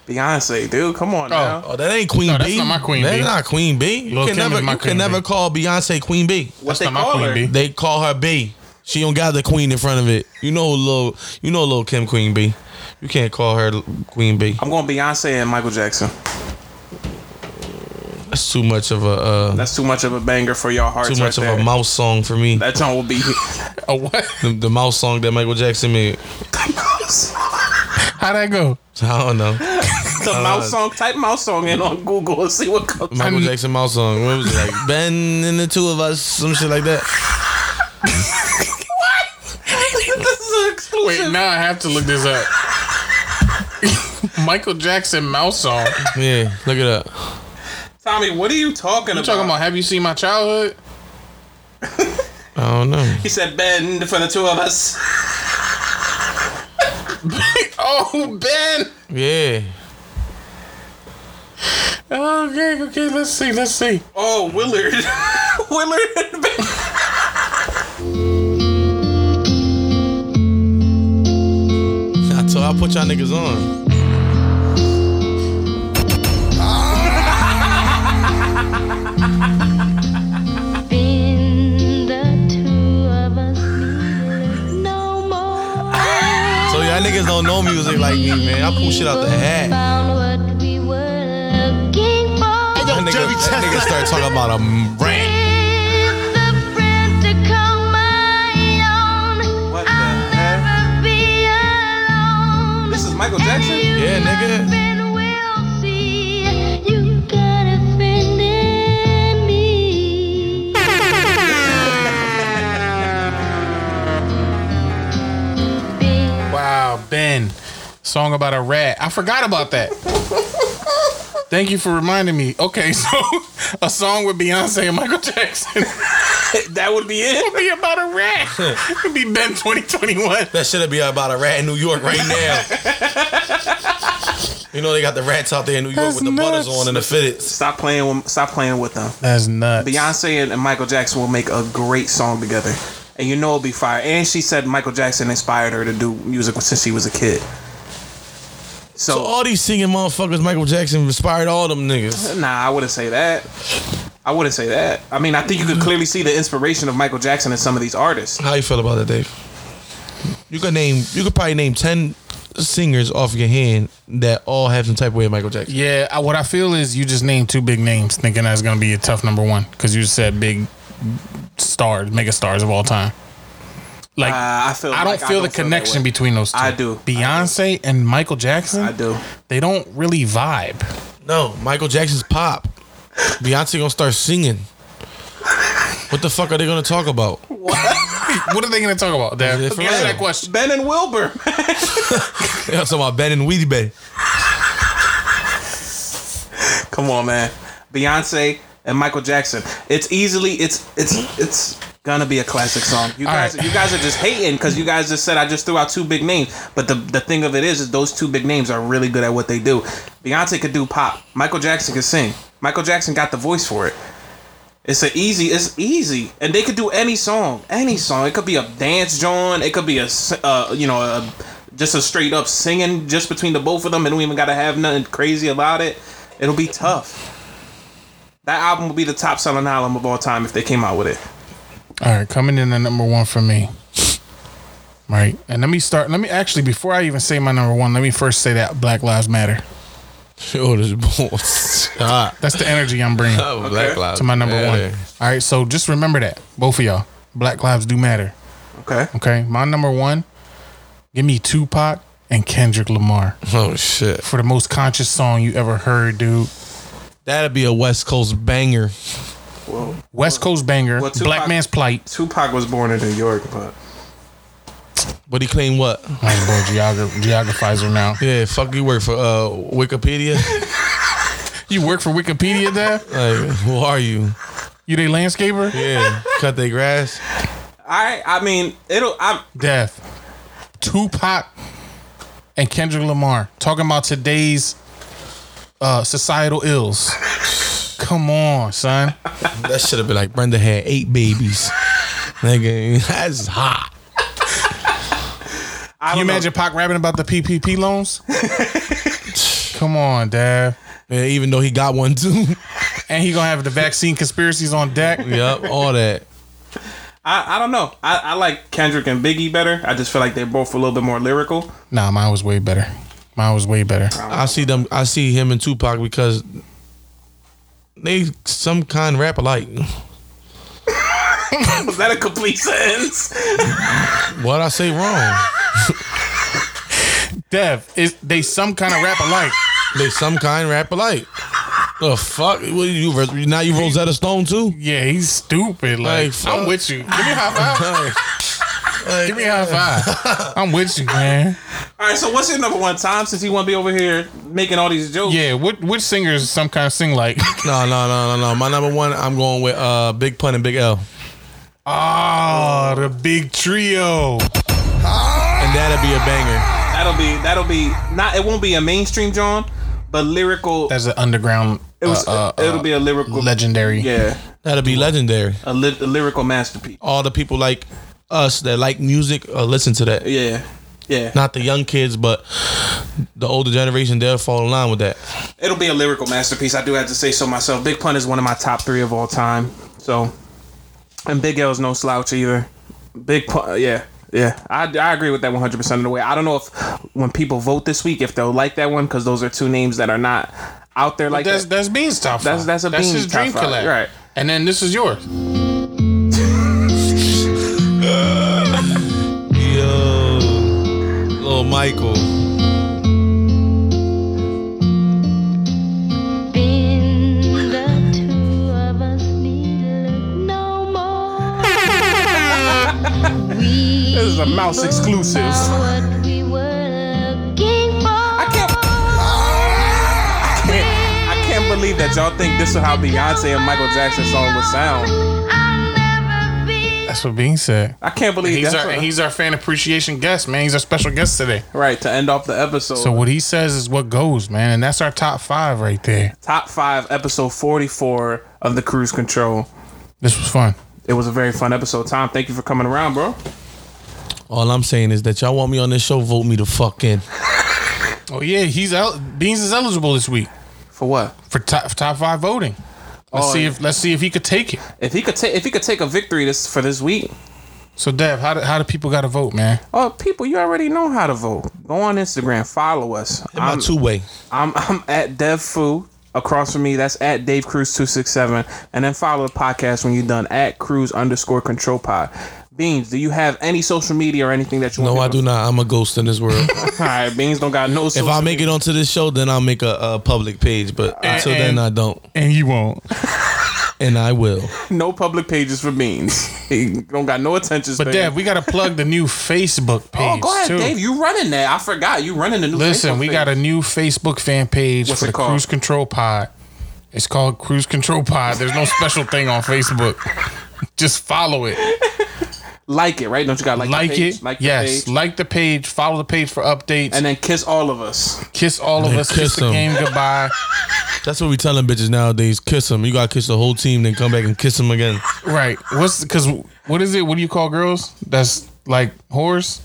Speaker 5: Beyonce, dude, come on now.
Speaker 8: Oh, that ain't Queen
Speaker 5: No,
Speaker 8: B.
Speaker 5: that's not my Queen
Speaker 8: That's
Speaker 5: B.
Speaker 8: not Queen B. You
Speaker 5: Lil'
Speaker 8: can
Speaker 5: Kim
Speaker 8: never,
Speaker 5: is my
Speaker 8: you
Speaker 5: Queen
Speaker 8: can never call Beyonce Queen B.
Speaker 5: What they call her?
Speaker 8: They call her B. She don't got the queen in front of it. You know, little, you know, little Kim Queen B. You can't call her Queen B.
Speaker 5: I'm going Beyonce and Michael Jackson.
Speaker 8: That's too much of a. Uh,
Speaker 5: That's too much of a banger for y'all hearts.
Speaker 8: too much
Speaker 5: right
Speaker 8: of
Speaker 5: there.
Speaker 8: a mouse song for me.
Speaker 5: That song will be
Speaker 6: a what?
Speaker 8: The, the mouse song that Michael Jackson made.
Speaker 6: How'd that go?
Speaker 8: I don't know.
Speaker 5: the
Speaker 6: Uh,
Speaker 5: mouse song. Type mouse song in on Google and see what comes.
Speaker 8: Michael Jackson mouse song. What was it like? ben and the two of us, some shit like that.
Speaker 5: this is an exclusive.
Speaker 6: Wait, now I have to look this up. Michael Jackson mouse song.
Speaker 8: Yeah, look it up.
Speaker 5: Tommy, what are you talking
Speaker 6: You
Speaker 5: about?
Speaker 6: talking about? Have you seen my childhood?
Speaker 8: I don't know.
Speaker 5: He said bend for the two of us.
Speaker 6: oh, Ben.
Speaker 8: Yeah.
Speaker 6: Okay, okay. Let's see. Let's see.
Speaker 5: Oh, Willard. Willard.
Speaker 8: I told I put y'all niggas on.
Speaker 17: Been the two of us needed no more.
Speaker 8: So y'all niggas don't know music like me, man. I pull shit out the hat. That nigga, that nigga start talking about a m- rant.
Speaker 5: This is Michael Jackson?
Speaker 8: Yeah, nigga.
Speaker 6: Wow, Ben. Song about a rat. I forgot about that. Thank you for reminding me. Okay, so a song with Beyonce and Michael Jackson.
Speaker 5: that would be it.
Speaker 6: Would be about a rat. It'd be Ben 2021.
Speaker 8: That should be about a rat in New York right now. you know they got the rats out there in New York with the butters on and the fitteds.
Speaker 5: Stop playing with stop playing with them.
Speaker 6: That's nuts.
Speaker 5: Beyonce and, and Michael Jackson will make a great song together. And you know it'll be fire. And she said Michael Jackson inspired her to do music since she was a kid. So,
Speaker 8: all these singing motherfuckers, Michael Jackson inspired all them niggas.
Speaker 5: Nah, I wouldn't say that. I wouldn't say that. I mean, I think you could clearly see the inspiration of Michael Jackson in some of these artists.
Speaker 8: How you feel about that, Dave? You could name, you could probably name ten singers off your hand that all have some type of way of Michael Jackson.
Speaker 6: Yeah, I, what I feel is you just named two big names, thinking that's going to be a tough number one because you said big stars, mega stars of all time. Like
Speaker 5: I feel,
Speaker 6: I don't
Speaker 5: like
Speaker 6: feel the
Speaker 5: I don't feel that
Speaker 6: connection
Speaker 5: way.
Speaker 6: between those two.
Speaker 5: I do.
Speaker 6: Beyonce and Michael Jackson. I
Speaker 5: do.
Speaker 6: They don't really vibe.
Speaker 8: No, Michael Jackson's pop. Beyonce gonna start singing. What the fuck are they gonna talk about?
Speaker 6: what are they going to talk about? Dad?
Speaker 8: Is it
Speaker 6: Answer
Speaker 8: for
Speaker 6: that
Speaker 8: real?
Speaker 6: question.
Speaker 5: Ben and Wilbur.
Speaker 8: They talking about Ben and Weedy Ben.
Speaker 5: Come on, man. Beyonce and Michael Jackson. It's easily it's it's it's gonna be a classic song. You
Speaker 6: All
Speaker 5: guys
Speaker 6: right.
Speaker 5: you guys are just hating because you guys just said I just threw out two big names. But the the thing of it is is those two big names are really good at what they do. Beyonce could do pop. Michael Jackson could sing. Michael Jackson got the voice for it. It's a easy. It's easy, and they could do any song, any song. It could be a dance joint. It could be a, s- uh, you know, a, just a straight up singing just between the both of them. They don't even gotta have nothing crazy about it. It'll be tough. That album will be the top selling album of all time if they came out with it.
Speaker 6: All right, coming in at number one for me. Right, and let me start. Let me actually, before I even say my number one, let me first say that Black Lives Matter.
Speaker 8: Yo, Oh, this boy.
Speaker 6: That's the energy I'm bringing
Speaker 8: Oh, Black Lives
Speaker 6: to my number
Speaker 8: Matter.
Speaker 6: one. All right, so just remember that, both of y'all. Black lives do matter.
Speaker 5: Okay.
Speaker 6: Okay. My number one, give me Tupac and Kendrick Lamar
Speaker 8: Oh shit.
Speaker 6: for the most conscious song you ever heard, dude.
Speaker 8: That'd be a West Coast banger.
Speaker 6: West Coast banger,
Speaker 5: Well, Tupac-
Speaker 6: black man's plight.
Speaker 5: Tupac was born in New York, but
Speaker 8: But he claimed what?
Speaker 6: I'm boy geog- geographizer now.
Speaker 8: Yeah, fuck you work for uh Wikipedia.
Speaker 6: You work for Wikipedia, there?
Speaker 8: like, who are you?
Speaker 6: You they landscaper?
Speaker 8: Yeah, cut their grass.
Speaker 5: I I mean it'll I'm
Speaker 6: Death. Tupac and Kendrick Lamar talking about today's uh, societal ills. Come on, son.
Speaker 8: That should have been like Brenda had eight babies. Nigga, that's hot.
Speaker 5: I
Speaker 6: You
Speaker 5: don't know.
Speaker 6: imagine Pac rapping about the PPP loans? Come on, Dad.
Speaker 8: Yeah, even though he got one too.
Speaker 6: And he gonna have the vaccine conspiracies on deck.
Speaker 8: yep, all that.
Speaker 5: I, I don't know. I, I like Kendrick and Biggie better. I just feel like they're both a little bit more lyrical.
Speaker 6: Nah, mine was way better. Mine was way better.
Speaker 8: I see them. I see him and Tupac because they some kind rap alike.
Speaker 5: was that a complete sentence?
Speaker 8: What I say wrong?
Speaker 6: Dev, is they some kind of rap alike?
Speaker 8: They some kind rap alike. The fuck? What do you Ros- now? You Rosetta Stone too?
Speaker 6: Yeah, he's stupid. Like,
Speaker 8: Like,
Speaker 6: I'm
Speaker 8: fuck.
Speaker 6: with you. Give me a high five. Give me a high five. I'm with you, man.
Speaker 5: All right, so what's your number one time since he want to be over here making all these jokes?
Speaker 6: Yeah, what which singers some kind of sing like?
Speaker 8: No, no, no, no, no. My number one. I'm going with uh, Big Pun and Big L,
Speaker 6: Ah, the big trio.
Speaker 8: and that'd be a banger.
Speaker 5: That'll be that'll be not it won't be a mainstream John, but lyrical.
Speaker 6: That's an underground.
Speaker 5: it was it'll be a lyrical
Speaker 6: legendary.
Speaker 5: yeah,
Speaker 8: That'd be legendary.
Speaker 5: a, ly- a lyrical masterpiece.
Speaker 8: All the people like us that like music uh, listen to that.
Speaker 5: Yeah. Yeah.
Speaker 8: Not the young kids, but the older generation. They'll fall in line with that.
Speaker 5: It'll be a lyrical masterpiece. I do have to say so myself. Big Pun is one of my top 3 of all time. So and Big L is no slouch either. Big Pun uh, yeah. Yeah, I, I agree with that 100% of the way. I don't know if when people vote this week if they'll like that one because those are two names that are not out there like
Speaker 6: that's-
Speaker 5: that.
Speaker 6: that's Bean's top
Speaker 5: That's that's a
Speaker 6: That's
Speaker 5: Bean's
Speaker 6: his dream
Speaker 5: top five.
Speaker 6: collab.
Speaker 5: right?
Speaker 6: And then this is yours.
Speaker 8: Yo, little Michael.
Speaker 5: This is a mouse exclusive. I can't. I can't. I can't believe that y'all think this is how Beyonce and Michael Jackson song would sound.
Speaker 6: That's what Bean said.
Speaker 5: I can't believe
Speaker 6: he's
Speaker 5: that's
Speaker 6: our
Speaker 5: what-
Speaker 6: and he's our fan appreciation guest, man. He's our special guest today.
Speaker 5: Right to end off the episode.
Speaker 6: So what he says is what goes, man, and that's our top five right there.
Speaker 5: top five, episode forty-four of the Cruise Control.
Speaker 6: This was fun.
Speaker 5: It was a very fun episode. Tom, thank you for coming around, bro.
Speaker 8: All I'm saying is that y'all want me on this show, vote me the fuck in.
Speaker 6: Oh yeah, he's el- Beans is eligible this week.
Speaker 5: For what?
Speaker 6: For top top five voting. Let's
Speaker 5: Oh,
Speaker 6: see
Speaker 5: yeah.
Speaker 6: if let's see if he could take it.
Speaker 5: If he could take if he could take a victory this for this week.
Speaker 6: So Dev, how do, how do people got to vote, man?
Speaker 5: Oh, people, you already know how to vote. Go on Instagram, follow us.
Speaker 8: my two-way.
Speaker 5: I'm I'm at DevFu. Across from me, that's at Dave Cruz two six seven, and then follow the podcast when you're done at Cruz underscore Control Pod. Beans, do you have any social media or anything that you
Speaker 8: No, I
Speaker 5: want?
Speaker 8: do not. I'm a ghost in this world.
Speaker 5: No, I do. All right, Beans don't got no.
Speaker 8: if
Speaker 5: Social
Speaker 8: I make it onto this show, then I'll make a, a public page. But
Speaker 5: And-
Speaker 8: until then,
Speaker 5: and-
Speaker 8: I don't.
Speaker 6: And you won't.
Speaker 8: And I will.
Speaker 5: no public pages for Beans, he don't got no attention.
Speaker 6: But
Speaker 5: span.
Speaker 6: Dev, we got to plug the new Facebook page.
Speaker 5: oh, go ahead,
Speaker 6: too.
Speaker 5: Dave. You running that? I forgot you running the new.
Speaker 6: Listen,
Speaker 5: Facebook
Speaker 6: we
Speaker 5: page.
Speaker 6: got a new Facebook fan page
Speaker 5: What's
Speaker 6: for
Speaker 5: it
Speaker 6: the
Speaker 5: called?
Speaker 6: Cruise Control Pod. It's called Cruise Control Pod. There's no special thing on Facebook. Just follow it.
Speaker 5: like it, right? Don't you got like the
Speaker 6: Like
Speaker 5: page?
Speaker 6: it.
Speaker 5: Like the
Speaker 6: yes.
Speaker 5: page.
Speaker 6: Like the page. Follow the page for updates.
Speaker 5: and then kiss all of us.
Speaker 6: kiss all of
Speaker 8: Then
Speaker 6: us. Kiss,
Speaker 8: kiss
Speaker 6: the
Speaker 8: 'em.
Speaker 6: game goodbye.
Speaker 8: That's what we telling bitches nowadays. Kiss them. You gotta kiss the whole team, then come back and kiss them again.
Speaker 6: right. What's because what is it? What do you call girls? That's like whores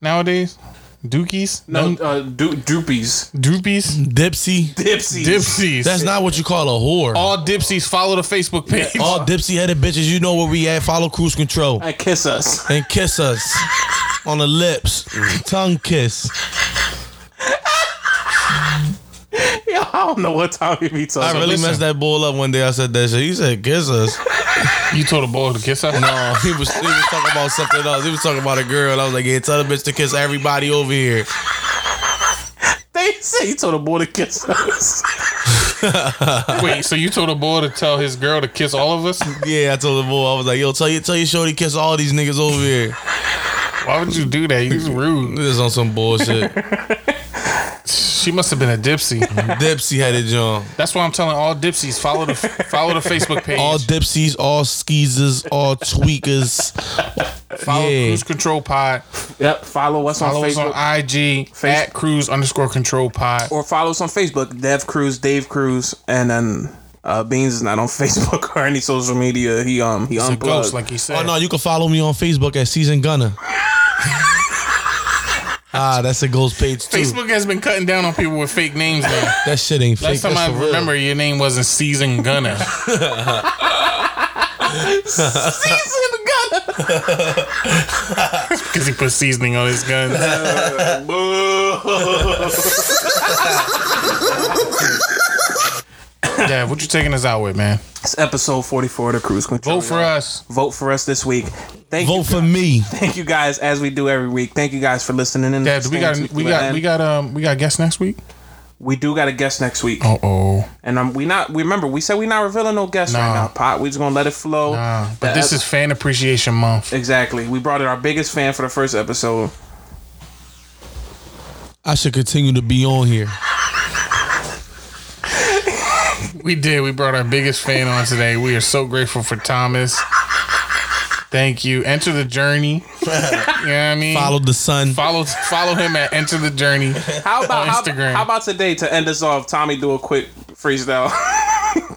Speaker 6: nowadays. Dookies.
Speaker 5: No, uh, do- doopies.
Speaker 6: Doopies.
Speaker 8: Dipsy.
Speaker 5: Dipsies.
Speaker 6: Dipsies.
Speaker 8: That's not what you call a whore.
Speaker 6: all dipsies. Follow the Facebook page.
Speaker 8: All dipsy headed bitches, you know where we at. Follow cruise control
Speaker 5: And kiss us.
Speaker 8: and kiss us on the lips, tongue kiss.
Speaker 5: Yeah, I don't know what time you be
Speaker 8: I
Speaker 5: talking.
Speaker 8: really messed that ball up one day. I said that shit. He said kiss us.
Speaker 6: You told a boy to kiss her?
Speaker 8: No, Oh, he was he was talking about something else. He was talking about a girl. I was like, yeah, tell the bitch to kiss everybody over here.
Speaker 5: They say you told a boy to kiss us.
Speaker 6: Wait. So you told a boy to tell his girl to kiss all of us?
Speaker 8: Yeah, I told the boy. I was like, yo, tell you tell your shorty kiss all these niggas over here.
Speaker 6: Why would you do that? You're rude.
Speaker 8: This is on some bullshit.
Speaker 6: She must have been a dipsy.
Speaker 8: Dipsy had it, John.
Speaker 6: That's why I'm telling all dipsies follow the follow the Facebook page.
Speaker 8: All dipsies, all skeezers, all tweakers.
Speaker 6: follow
Speaker 8: yeah.
Speaker 6: Cruise Control Pod.
Speaker 5: Yep. Follow us
Speaker 6: Follow
Speaker 5: on
Speaker 6: us
Speaker 5: Facebook.
Speaker 6: on IG at Cruise underscore Control Pod.
Speaker 5: or follow us on Facebook, Dev Cruz, Dave Cruz, and then uh, Beans is not on Facebook or any social media. He um he
Speaker 6: He's a
Speaker 5: unplugged.
Speaker 6: ghost, like he said.
Speaker 8: Oh no, you can follow me on Facebook at Season Gunner. ah, that's a ghost page too.
Speaker 6: Facebook has been cutting down on people with fake names now.
Speaker 8: That shit ain't
Speaker 6: Last
Speaker 8: fake.
Speaker 6: time
Speaker 8: That's
Speaker 6: I
Speaker 8: for real.
Speaker 6: remember, your name wasn't Season Gunner.
Speaker 5: Season gunner.
Speaker 6: Because he put seasoning on his gun. Dad, what you taking us out with, man?
Speaker 5: It's episode forty four of the Cruise Control.
Speaker 6: Vote for us.
Speaker 5: Vote for us this week. Thank
Speaker 8: Vote
Speaker 5: you.
Speaker 8: for me.
Speaker 5: Thank you guys as we do every week. Thank you guys for listening in.
Speaker 6: Dad, we got we got we got um we got guests next week.
Speaker 5: we do got a guest next week.
Speaker 6: Uh oh.
Speaker 5: And um, we not we remember we said we not revealing no guests right
Speaker 6: Nah.
Speaker 5: now, Pot. We just gonna let it flow.
Speaker 6: Nah,
Speaker 5: The
Speaker 6: Uh, but this
Speaker 5: ep-
Speaker 6: is Fan Appreciation Month.
Speaker 5: exactly. We brought in our biggest fan for the first episode.
Speaker 8: I should continue to be on here.
Speaker 6: We did. We brought our biggest fan on today. We are so grateful for Thomas. Thank you. Enter the journey. You know what I mean?
Speaker 8: Follow the sun.
Speaker 6: follow follow him at Enter the Journey.
Speaker 5: How about
Speaker 6: On
Speaker 5: how,
Speaker 6: Instagram.
Speaker 5: how about today to end us off? Tommy, do a quick freestyle.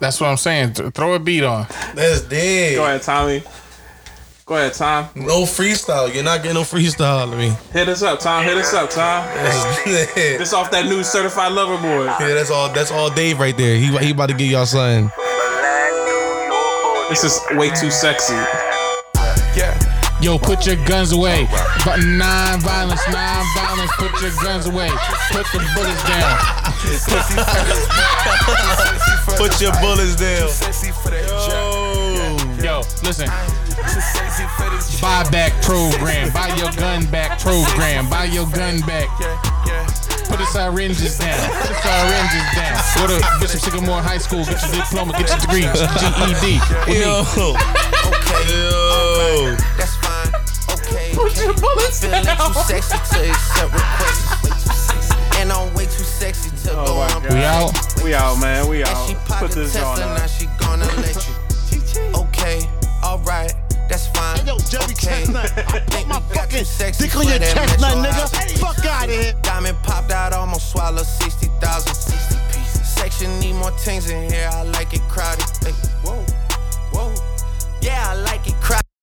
Speaker 6: That's what I'm saying. Th- throw a beat on.
Speaker 8: That's dead.
Speaker 5: Go ahead, Tommy. Go ahead, Tom.
Speaker 8: No freestyle. You're not getting no freestyle out of me.
Speaker 5: Hit us up, Tom. Hit us up, Tom.
Speaker 8: That's dead.
Speaker 5: This off that new certified lover boy.
Speaker 8: Yeah, that's all. That's all Dave right there. He he about to give y'all something.
Speaker 5: This is way too sexy.
Speaker 12: Yeah,
Speaker 6: Yo, put your guns away. But non-violence, non-violence. Put your guns away. Put the bullets down.
Speaker 18: Put your bullets down.
Speaker 6: Yo, listen. Buy back program. Buy your gun back program. Buy your gun back. Put the syringes down. Put the syringes down. Go to Bishop Sycamore High School. Get your diploma. Get your E degree. GED.
Speaker 18: Yo. Yo.
Speaker 13: Put your bullets down. too sexy to accept requests. And I'm way too sexy to
Speaker 5: Oh
Speaker 13: go on.
Speaker 6: We out.
Speaker 5: We out, man. We out. Put this
Speaker 13: Tesla,
Speaker 5: on.
Speaker 13: now she gonna let you. Okay, alright, that's fine. Hey, yo, Jerry okay. Chestnut, I put my fucking sexy
Speaker 1: dick on your
Speaker 13: for that
Speaker 1: chestnut,
Speaker 13: Metro
Speaker 1: nigga.
Speaker 13: House. Fuck out of here. Diamond popped out, almost swallowed 60,000. 60 pieces. Section need more things in here, I like it crowded. Hey, whoa, whoa. Yeah, I like it crowded.